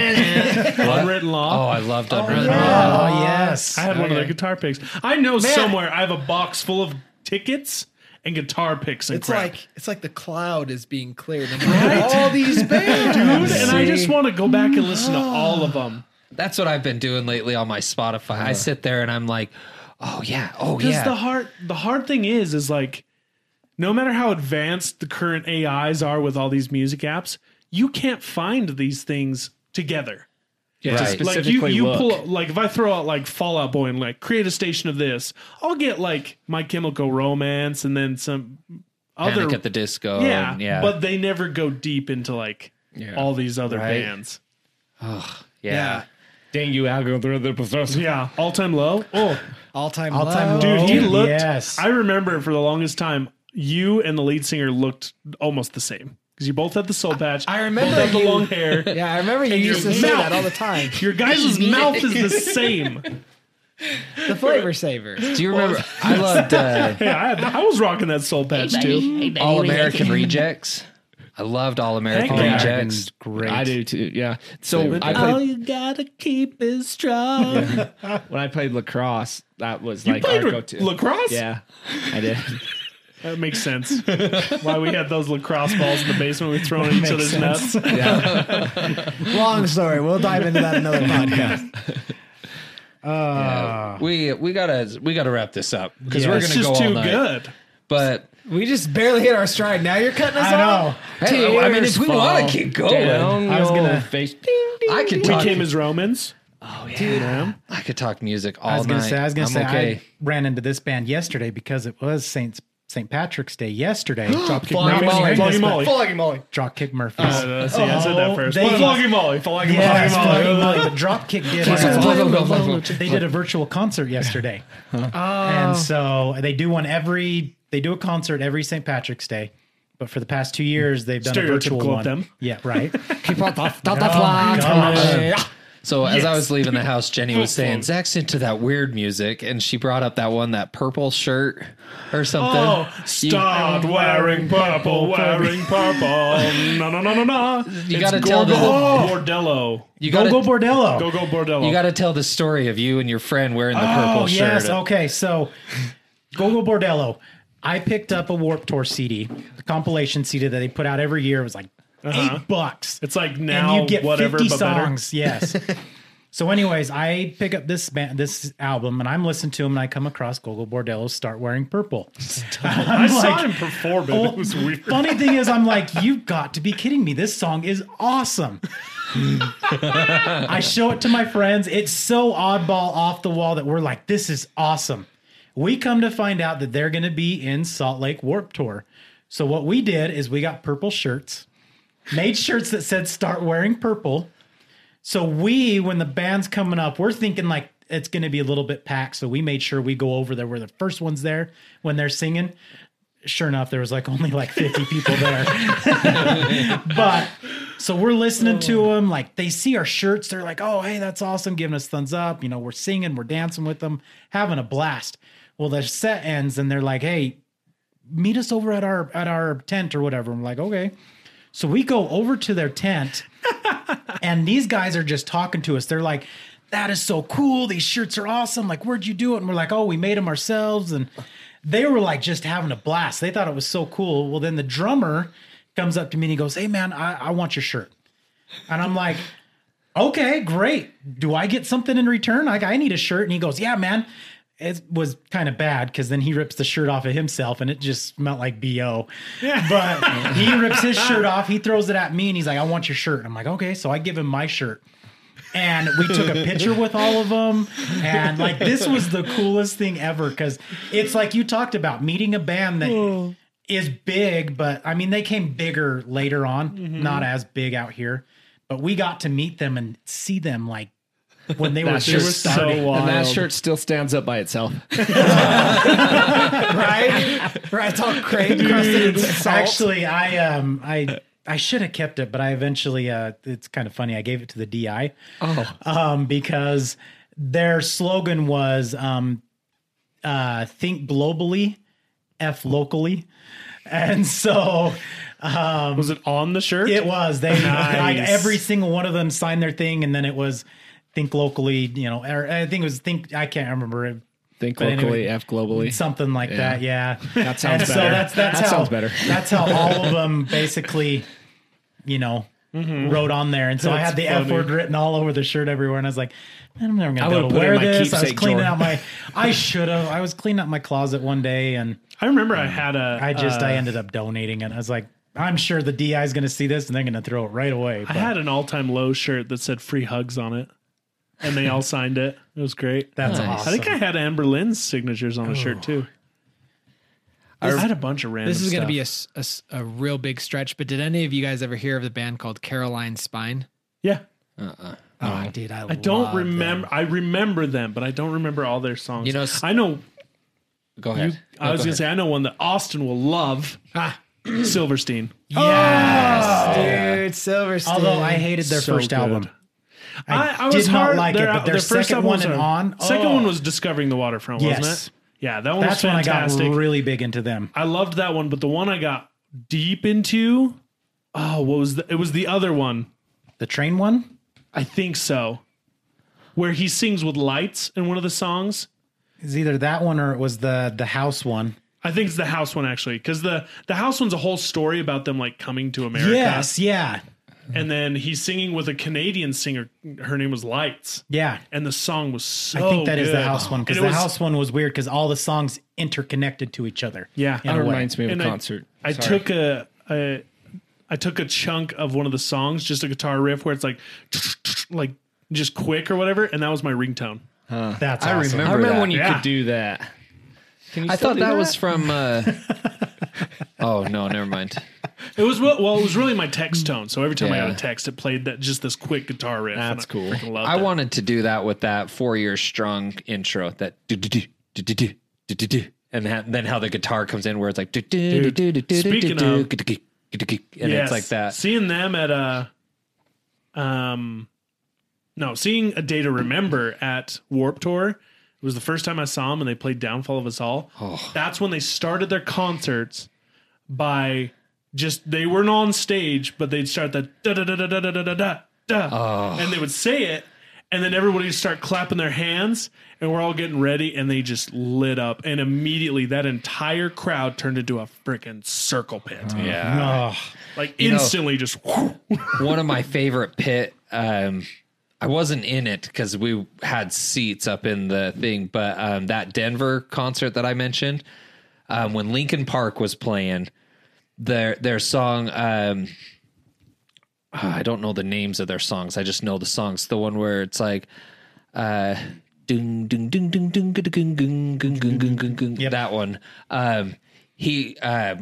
Speaker 5: Unwritten
Speaker 1: Oh,
Speaker 5: Law.
Speaker 1: I loved Unwritten Law.
Speaker 3: Oh yes,
Speaker 5: I had one of their guitar picks. I know somewhere I have a box full of tickets and guitar picks and
Speaker 6: It's
Speaker 5: crap.
Speaker 6: like it's like the cloud is being cleared. And All these bands,
Speaker 5: Dude, and I just want to go back and listen to all of them.
Speaker 1: That's what I've been doing lately on my Spotify. I sit there and I'm like, oh yeah, oh
Speaker 5: Because
Speaker 1: yeah.
Speaker 5: the hard the hard thing is is like no matter how advanced the current AIs are with all these music apps, you can't find these things together.
Speaker 1: right.
Speaker 5: Like you
Speaker 7: Specifically
Speaker 5: you
Speaker 7: look.
Speaker 5: pull like if I throw out like Fallout Boy and like create a station of this, I'll get like My Chemical Romance and then some
Speaker 1: Panic
Speaker 5: other
Speaker 1: at the Disco.
Speaker 5: yeah,
Speaker 1: and- yeah.
Speaker 5: but they never go deep into like all these other
Speaker 1: Right.
Speaker 5: bands.
Speaker 1: yeah.
Speaker 7: Dang you, algorithm.
Speaker 5: Yeah, all time low. Oh,
Speaker 6: all time
Speaker 3: all time
Speaker 6: low.
Speaker 5: Dude, he
Speaker 3: low.
Speaker 5: looked.
Speaker 3: Oh, Yes,
Speaker 5: I remember for the longest time, you and the lead singer looked almost the same because you both had the soul patch.
Speaker 6: I remember
Speaker 5: both had the
Speaker 6: you-
Speaker 5: long hair.
Speaker 6: Yeah, I remember you
Speaker 5: your
Speaker 6: used to say
Speaker 5: mouth.
Speaker 6: that all the time.
Speaker 5: Your guys' mouth is the same.
Speaker 6: The flavor saver.
Speaker 1: Do you remember? I loved uh,
Speaker 5: Yeah, I, had- I was rocking that soul patch too.
Speaker 1: All American Rejects. I loved All American
Speaker 5: yeah.
Speaker 1: Rejects.
Speaker 3: great.
Speaker 7: I do too. Yeah. So I played,
Speaker 5: you gotta keep is strong.
Speaker 7: when I played lacrosse, that was
Speaker 5: You
Speaker 7: like
Speaker 5: played
Speaker 7: our
Speaker 5: ra-
Speaker 7: go-to.
Speaker 5: lacrosse?
Speaker 7: Yeah, I did.
Speaker 5: That makes sense. Why we had those lacrosse balls in the basement we throw in each other's nuts.
Speaker 6: Long story. We'll dive into that another podcast.
Speaker 1: Uh, We we gotta we gotta wrap this up because we're
Speaker 5: It's
Speaker 1: gonna go
Speaker 5: just
Speaker 1: all
Speaker 5: too
Speaker 1: night.
Speaker 5: good.
Speaker 1: But
Speaker 6: We just barely hit our stride. Now you're cutting us
Speaker 3: I know.
Speaker 1: hey, I mean, if we want to keep going,
Speaker 3: I was gonna.
Speaker 7: Face.
Speaker 1: I could
Speaker 5: We
Speaker 1: talk.
Speaker 5: came as Romans.
Speaker 1: I could talk music all
Speaker 3: I was gonna
Speaker 1: night.
Speaker 3: say. I was gonna
Speaker 1: I'm
Speaker 3: say.
Speaker 1: okay.
Speaker 3: I ran into this band yesterday because it was Saint St. Patrick's Day yesterday. Dropkick
Speaker 1: Floggy
Speaker 3: Murphys.
Speaker 1: Molly.
Speaker 5: Floggy Molly.
Speaker 4: Foggy Molly.
Speaker 3: Dropkick Murphys.
Speaker 5: Uh, see, I said that first.
Speaker 3: Oh, they-
Speaker 5: Floggy Molly. Floggy
Speaker 3: Yes,
Speaker 5: Molly.
Speaker 3: Floggy Molly. Dropkick did. a-
Speaker 6: off.
Speaker 3: they did a virtual concert yesterday.
Speaker 5: Oh.
Speaker 3: And so they do one every they do a concert every St. Patrick's Day. But for the past two years, they've done a virtual
Speaker 5: Stereotypical of
Speaker 3: one.
Speaker 5: them.
Speaker 3: Yeah, right. Oh
Speaker 1: So as I was leaving the house, Jenny was saying Zach's into that weird music, and she brought up that one that purple shirt or something.
Speaker 5: Oh, start wearing purple, wearing purple. No, no, no, no, no.
Speaker 1: You
Speaker 5: It's
Speaker 1: gotta tell
Speaker 5: Gorgo
Speaker 1: the-
Speaker 5: Bordello.
Speaker 1: You
Speaker 3: Go
Speaker 1: gotta,
Speaker 3: go Bordello.
Speaker 5: Go, go, Bordello.
Speaker 1: you got to tell the story of you and your friend wearing the purple
Speaker 3: oh,
Speaker 1: shirt.
Speaker 3: yes. Okay. So, Gogo Bordello. I picked up a Warp Tour CD, the compilation CD that they put out every year. It was like eight bucks.
Speaker 5: Uh-huh. it's like now whatever, but
Speaker 3: songs. Yes. so, anyways, I pick up this band, this album, and I'm listening to them, and I come across Gogo Bordello "Start Wearing Purple."
Speaker 5: better. I saw him perform it.
Speaker 3: Oh,
Speaker 5: it was weird.
Speaker 3: Funny thing is, I'm like, you've got to be kidding me. This song is awesome. I show it to my friends. It's so oddball off the wall that we're like, this is awesome. We come to find out that they're going to be in Salt Lake Warp Tour. So, what we did is we got purple shirts, made shirts that said start wearing purple. So, we, when the band's coming up, we're thinking like, it's going to be a little bit packed. So, we made sure we go over there. We're the first ones there when they're singing sure enough, there was like only like 50 people there. but so we're listening to them. Like they see our shirts. They're like, oh, hey, that's awesome. Giving us thumbs up. You know, we're singing, we're dancing with them, having a blast. Well, the set ends and they're like, hey, meet us over at our at our tent or whatever. I'm like, okay. So we go over to their tent and these guys are just talking to us. They're like, that is so cool. These shirts are awesome. Like, where'd you do it? And we're like, oh, we made them ourselves. And they were like just having a blast. They thought it was so cool. Well, then the drummer comes up to me and he goes, hey, man, I, I want your shirt. And I'm like, okay, great. Do I get something in return? Like, I need a shirt. And he goes, yeah, man. It was kind of bad because then he rips the shirt off of himself and it just smelled like BO. But he rips his shirt off, he throws it at me and he's like, I want your shirt. And I'm like, okay. So I give him my shirt. and we took a picture with all of them. And like this was the coolest thing ever because it's like you talked about meeting a band that is big, but I mean they came bigger later on, not as big out here. But we got to meet them and see them like when they were
Speaker 7: You're
Speaker 3: just starting,
Speaker 7: And that shirt still stands up by itself.
Speaker 6: right? Right? It's all crane crusted and salt.
Speaker 3: Actually, I um I I should have kept it, but I eventually uh it's kind of funny. I gave it to the DI. Oh. Um because their slogan was um uh think globally, F locally. And so
Speaker 5: Was it on the shirt?
Speaker 3: it was they like, every single one of them signed their thing and then it was think locally, you know, or I think it was think I can't remember it.
Speaker 7: Think
Speaker 3: But anyway-
Speaker 7: locally, F globally.
Speaker 3: Something like that, yeah.
Speaker 7: That sounds
Speaker 3: and so
Speaker 7: better.
Speaker 3: that's that's
Speaker 7: That
Speaker 3: how
Speaker 7: sounds better.
Speaker 3: That's how all of them basically, you know, wrote on there. And so I had the F
Speaker 5: funny.
Speaker 3: word written all over the shirt everywhere, and I was like, Man, I'm never gonna be able to
Speaker 7: would've put it
Speaker 3: wear
Speaker 7: in my
Speaker 3: this. I was
Speaker 7: keepsake
Speaker 3: cleaning
Speaker 7: drawer.
Speaker 3: out my. I should have. I was cleaning out my closet one day, and
Speaker 5: I remember I had a.
Speaker 3: I just
Speaker 5: uh,
Speaker 3: I ended up donating it. I was like, I'm sure the DI is gonna see this, and they're gonna throw it right away.
Speaker 5: I had an all time low shirt that said free hugs on it, and they all signed it. It was great.
Speaker 3: that's awesome.
Speaker 5: I think I had Amber Lynn's signatures on a shirt too. I had a bunch of random.
Speaker 6: This is going to
Speaker 5: stuff.
Speaker 6: be a, s- a s- a real big stretch, but did any of you guys ever hear of the band called Caroline Spine?
Speaker 5: yeah.
Speaker 6: Oh, dude, I,
Speaker 5: I don't remember. I remember them, but I don't remember all their songs.
Speaker 1: You know, s-
Speaker 5: I know.
Speaker 1: Go ahead.
Speaker 5: I was gonna say I know one that Austin will love.
Speaker 3: Ah.
Speaker 5: Silverstein.
Speaker 6: Dude, Silverstein.
Speaker 3: Oh! Although I hated their
Speaker 5: So
Speaker 3: first
Speaker 5: good.
Speaker 3: album. I,
Speaker 5: I, I was
Speaker 3: did not
Speaker 5: hard.
Speaker 3: like it,
Speaker 5: their,
Speaker 3: but their,
Speaker 5: first
Speaker 3: second
Speaker 5: album
Speaker 3: one
Speaker 5: was
Speaker 3: and
Speaker 5: a-
Speaker 3: on.
Speaker 5: Second
Speaker 3: oh.
Speaker 5: one was Discovering the Waterfront, wasn't
Speaker 3: Yes.
Speaker 5: it? Yeah, that one
Speaker 3: That's
Speaker 5: was
Speaker 3: when I got
Speaker 5: fantastic.
Speaker 3: really big into them.
Speaker 5: I loved that one, but the one I got deep into, oh, what was the, it? Was the other one?
Speaker 3: The train one?
Speaker 5: I think so. Where he sings with lights in one of the songs.
Speaker 3: It's either that one or it was the the house one.
Speaker 5: I think it's the house one actually, because the the house one's a whole story about them like coming to America.
Speaker 3: Yes, yeah.
Speaker 5: and then he's singing with a Canadian singer. Her name was Lights,
Speaker 3: Yeah.
Speaker 5: and the song was so.
Speaker 3: I think that is
Speaker 5: Oh, good.
Speaker 3: the house one because
Speaker 5: And it
Speaker 3: the
Speaker 5: was-
Speaker 3: house one was weird because all the songs interconnected to each other.
Speaker 5: Yeah,
Speaker 3: in a way.
Speaker 7: Reminds me of
Speaker 5: And
Speaker 7: a
Speaker 5: I-
Speaker 7: concert.
Speaker 5: I took a, a I took a chunk of one of the songs, just a guitar riff where it's like like just quick or whatever, and that was my ringtone.
Speaker 3: That's
Speaker 1: I
Speaker 3: awesome.
Speaker 1: remember,
Speaker 7: I remember
Speaker 1: that.
Speaker 7: when you
Speaker 5: Yeah.
Speaker 7: could do that. Can you
Speaker 1: I
Speaker 7: still
Speaker 1: thought
Speaker 7: do
Speaker 1: that, was from. Uh, oh no, never mind.
Speaker 5: It was well, well, it was really my text tone. So every time I got
Speaker 1: Yeah.
Speaker 5: a text, it played that just this quick guitar riff.
Speaker 7: That's
Speaker 5: and I
Speaker 7: cool.
Speaker 5: freaking loved
Speaker 1: I
Speaker 5: it.
Speaker 1: wanted to do that with that four-year strong intro that do do do do do do do do do, and ha- then how the guitar comes in where it's like do do do do do do do
Speaker 5: speaking
Speaker 1: do
Speaker 5: of-
Speaker 1: do do do do, and
Speaker 5: Yes.
Speaker 1: it's like that.
Speaker 5: Seeing them at a, um, no, seeing a day to remember at Warp Tour it was the first time I saw them, and they played Downfall of Us All.
Speaker 1: Oh.
Speaker 5: That's when they started their concerts by just they weren't on stage, but they'd start the da da da da da da da da da, da,
Speaker 1: Oh.
Speaker 5: and they would say it. And then everybody would start clapping their hands, and we're all getting ready, and they just lit up. And immediately, that entire crowd turned into a freaking circle pit.
Speaker 1: Yeah.
Speaker 5: Like
Speaker 1: know-
Speaker 5: instantly, just
Speaker 1: one of my favorite pit um I wasn't in it because we had seats up in the thing, but um, that Denver concert that I mentioned, um, when Lincoln Park was playing, their their song, um, ah, I don't know the names of their songs. I just know the songs. The one where it's like, uh, ding ding ding ding ding ding ding ding ding ding ding ding. That one. Um, he, uh,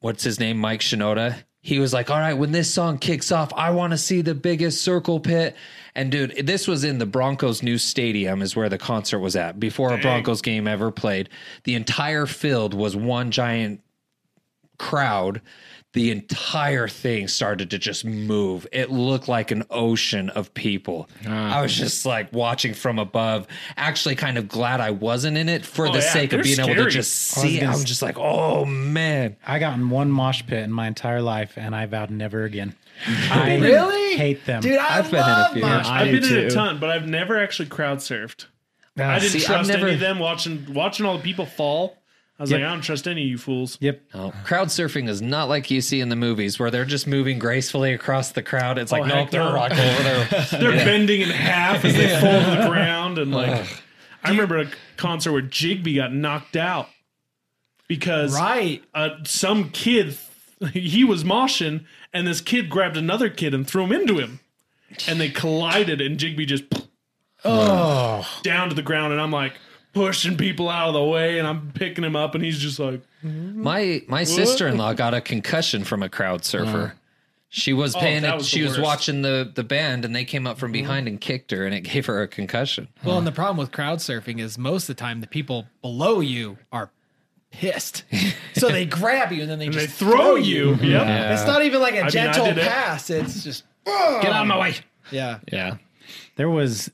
Speaker 1: what's his name? Mike Shinoda. He was like, all right, when this song kicks off, I want to see the biggest circle pit. And dude, this was in the Broncos new stadium, is where the concert was at before a Broncos game ever played. The entire field was one giant crowd, the entire thing started to just move. It looked like an ocean of people.
Speaker 5: Ah.
Speaker 1: I was just like watching from above, actually kind of glad I wasn't in it for the
Speaker 5: Oh, yeah,
Speaker 1: sake of
Speaker 5: they're
Speaker 1: being able to
Speaker 5: scary.
Speaker 1: just see it.
Speaker 3: gonna
Speaker 1: I'm just like, oh man.
Speaker 3: I got in one mosh pit in my entire life, and I vowed never again. I really hate them.
Speaker 6: Dude, I
Speaker 1: I've been in a
Speaker 6: love
Speaker 1: few.
Speaker 6: my-
Speaker 7: I
Speaker 5: I've
Speaker 7: do
Speaker 5: been in a
Speaker 7: too.
Speaker 5: ton, but I've never actually crowd surfed. I didn't
Speaker 1: see, I've
Speaker 5: trust
Speaker 1: never-
Speaker 5: any of them watching watching all the people fall. I was like, I don't trust any of you fools.
Speaker 3: Yep.
Speaker 1: No, crowd surfing is not like you see in the movies where they're just moving gracefully across the crowd. It's like,
Speaker 5: Oh,
Speaker 1: nope,
Speaker 5: heck
Speaker 1: they're
Speaker 5: no.
Speaker 1: rock over there.
Speaker 5: They're bending in half as they fall to the ground, and like, I remember a concert where Jigby got knocked out because
Speaker 6: Right.
Speaker 5: uh, some kid he was moshing, and this kid grabbed another kid and threw him into him. and they collided, and Jigby just
Speaker 3: Oh,
Speaker 5: down to the ground, and I'm like pushing people out of the way, and I'm picking him up, and he's just like,
Speaker 1: My my sister in law got a concussion from a crowd surfer. She was paying.
Speaker 5: Oh, that
Speaker 1: it-
Speaker 5: was
Speaker 1: she
Speaker 5: the
Speaker 1: was
Speaker 5: worst. Mm-hmm.
Speaker 1: watching the the band, and they came up from behind and kicked her, and it gave her a concussion.
Speaker 8: Well, and the problem with crowd surfing is most of the time the people below you are pissed. so they grab you and then they
Speaker 5: they
Speaker 8: just
Speaker 5: throw you. Yep.
Speaker 8: It's not even like a
Speaker 5: I
Speaker 8: gentle
Speaker 5: did it.
Speaker 8: pass. It's just
Speaker 5: Get out of my way.
Speaker 8: yeah.
Speaker 1: Yeah,
Speaker 3: there was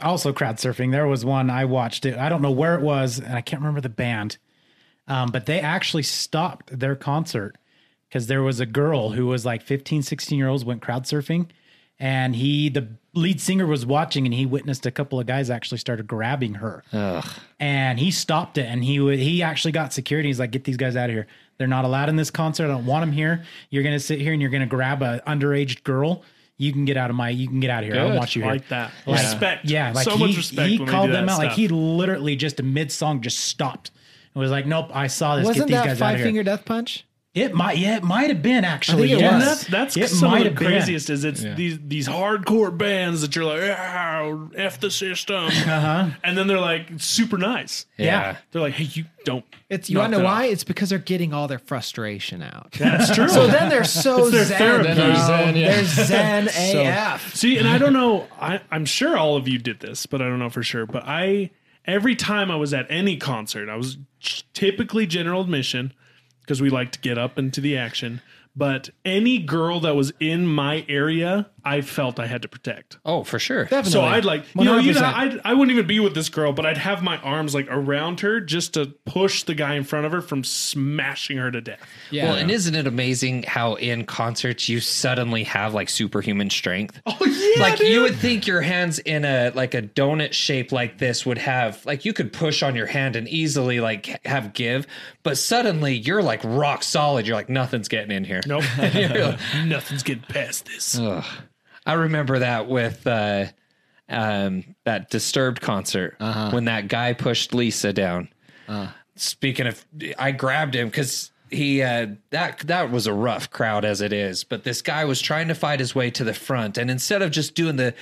Speaker 3: also crowd surfing. There was one I watched it. I don't know where it was, and I can't remember the band. Um, but they actually stopped their concert because there was a girl who was like 15, 16 year olds went crowd surfing, and he the lead singer was watching, and he witnessed a couple of guys actually started grabbing her, and he stopped it, and he would he actually got security. He's like, "Get these guys out of here." They're not allowed in this concert. I don't want them here. You're gonna sit here and you're gonna grab a underage girl. You can get out of my. You can get out of here. I don't want you here.
Speaker 5: Like that. Respect.
Speaker 3: Yeah, like
Speaker 5: so
Speaker 3: he,
Speaker 5: much respect.
Speaker 3: He
Speaker 5: when
Speaker 3: called
Speaker 5: they do
Speaker 3: them
Speaker 5: that
Speaker 3: out. Like
Speaker 5: stuff.
Speaker 3: he literally just mid song just stopped and was like, "Nope, I saw this.
Speaker 8: Wasn't
Speaker 3: Get these
Speaker 8: that
Speaker 3: guys out
Speaker 8: five
Speaker 3: of here."
Speaker 8: finger death punch?
Speaker 3: it might, yeah, it might have been actually.
Speaker 8: think it
Speaker 3: yes.
Speaker 5: And that's that's
Speaker 3: it
Speaker 5: some
Speaker 3: might
Speaker 5: of
Speaker 3: have
Speaker 5: the
Speaker 3: been.
Speaker 5: craziest is it's these these hardcore bands that you're like "Ah, f the system,
Speaker 3: Uh-huh.
Speaker 5: and then they're like super nice.
Speaker 3: Yeah.
Speaker 5: They're like, hey, you don't.
Speaker 8: It's you wanna
Speaker 5: knock
Speaker 8: know
Speaker 5: that
Speaker 8: why? It's because they're getting all their frustration out.
Speaker 5: That's true.
Speaker 8: so then they're so
Speaker 5: their
Speaker 8: zen.
Speaker 5: therapy.
Speaker 8: bro.
Speaker 5: Then
Speaker 8: They're
Speaker 5: they're
Speaker 8: zen,
Speaker 5: zen, yeah.
Speaker 8: AF.
Speaker 5: See, and I don't know. I, I'm sure all of you did this, but I don't know for sure. But I, every time I was at any concert, I was typically general admission because we like to get up into the action. But any girl that was in my area, I felt I had to protect.
Speaker 1: Oh, for sure.
Speaker 8: Definitely.
Speaker 5: So I'd like, you know, you know
Speaker 8: 100%.
Speaker 5: I'd, I wouldn't even be with this girl, but I'd have my arms like around her just to push the guy in front of her from smashing her to death.
Speaker 8: yeah.
Speaker 1: Well, and isn't it amazing how in concerts you suddenly have like superhuman strength?
Speaker 5: Oh yeah,
Speaker 1: like you would think your hands in a like a donut shape like this would have like you could push on your hand and easily like have give, but suddenly you're like rock solid. You're like nothing's getting in here.
Speaker 5: nope, nothing's getting past this.
Speaker 1: I remember that with uh, um, that Disturbed concert
Speaker 4: Uh-huh.
Speaker 1: when that guy pushed Lisa down.
Speaker 4: Uh.
Speaker 1: Speaking of, I grabbed him because he uh, that that was a rough crowd as it is. But this guy was trying to fight his way to the front, and instead of just doing the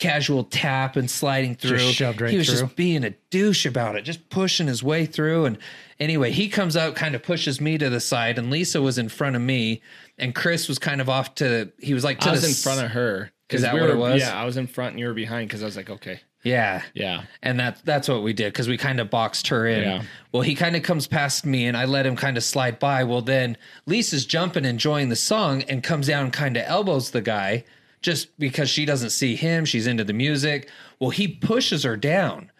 Speaker 1: casual tap and sliding through,
Speaker 3: shoved right
Speaker 1: he was
Speaker 3: through.
Speaker 1: just being a douche about it, just pushing his way through. And anyway, he comes out, kind of pushes me to the side, and Lisa was in front of me, and Chris was kind of off to. He was like to
Speaker 4: I was
Speaker 1: the
Speaker 4: in
Speaker 1: s-
Speaker 4: front of her.
Speaker 1: Is that
Speaker 4: we
Speaker 1: what it
Speaker 4: were-
Speaker 1: was?
Speaker 4: Yeah, I was in front and you were behind because I was like, okay,
Speaker 1: Yeah.
Speaker 4: yeah.
Speaker 1: And that that's what we did because we kind of boxed her in.
Speaker 4: Yeah.
Speaker 1: Well, he kind of comes past me and I let him kind of slide by. Well, then Lisa's jumping, enjoying the song, and comes down, and kind of elbows the guy just because she doesn't see him. She's into the music. Well, he pushes her down.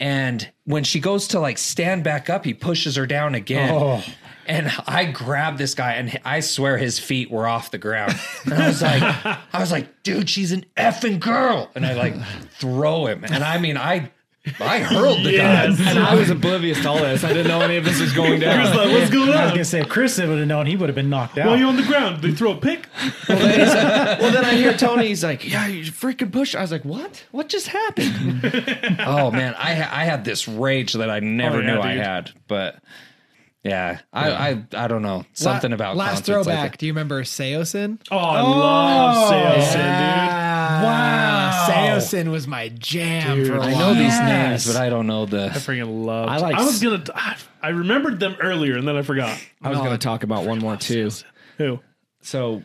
Speaker 1: And when she goes to like stand back up, he pushes her down again. And I grabbed this guy, and I swear his feet were off the ground. And I was like, I was like, dude, she's an effing girl. And I like throw him, and I mean, I, I hurled the
Speaker 5: Yes.
Speaker 1: guy.
Speaker 4: And I was oblivious to all this. I didn't know any of this was going
Speaker 5: I was
Speaker 4: down.
Speaker 5: like, what's going
Speaker 3: I was
Speaker 5: on?
Speaker 3: gonna say if Chris would have known, he would have been knocked out.
Speaker 5: While you're on the ground, they throw a pick.
Speaker 4: well, then I hear Tony's like, yeah, you freaking push. I was like, what? What just happened?
Speaker 1: Oh man, I ha- I had this rage that I never
Speaker 5: Oh, yeah,
Speaker 1: knew I
Speaker 5: dude.
Speaker 1: had, but yeah, I I, I don't know something
Speaker 8: La-
Speaker 1: about
Speaker 8: last
Speaker 1: concerts like
Speaker 8: throwback.
Speaker 1: that.
Speaker 8: do you remember Seosin?
Speaker 5: Oh, I love sales, dude.
Speaker 8: wow, Seosin was my jam for a while.
Speaker 1: I know these
Speaker 3: Yes.
Speaker 1: names, but I don't know the.
Speaker 5: Freaking love. I,
Speaker 4: like
Speaker 5: was
Speaker 4: s-
Speaker 5: gonna. I, I remembered them earlier and then I forgot
Speaker 4: I was going to talk about one more too.
Speaker 5: who.
Speaker 4: So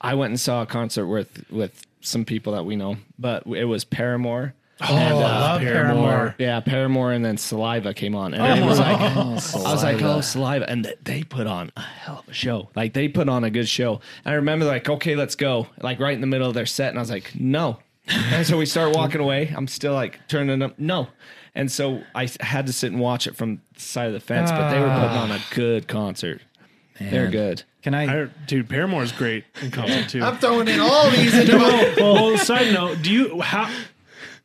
Speaker 4: I went and saw a concert with with some people that we know, but it was Paramore.
Speaker 3: oh, I love Paramore.
Speaker 4: Yeah, Paramore and then Saliva came on. And it was like, I was like, oh, Saliva. And th- they put on a hell of a show. Like, they put on a good show. And I remember, like, okay, let's go. Like, right in the middle of their set. And I was like, no. And so we start walking away. I'm still like turning up, no. And so I s- had to sit and watch it from the side of the fence, but they were putting on a good concert. They're good.
Speaker 3: Can I?
Speaker 5: I, dude, Paramore's great in concert too.
Speaker 8: I'm throwing in all these into my
Speaker 5: well, well, side note, do you how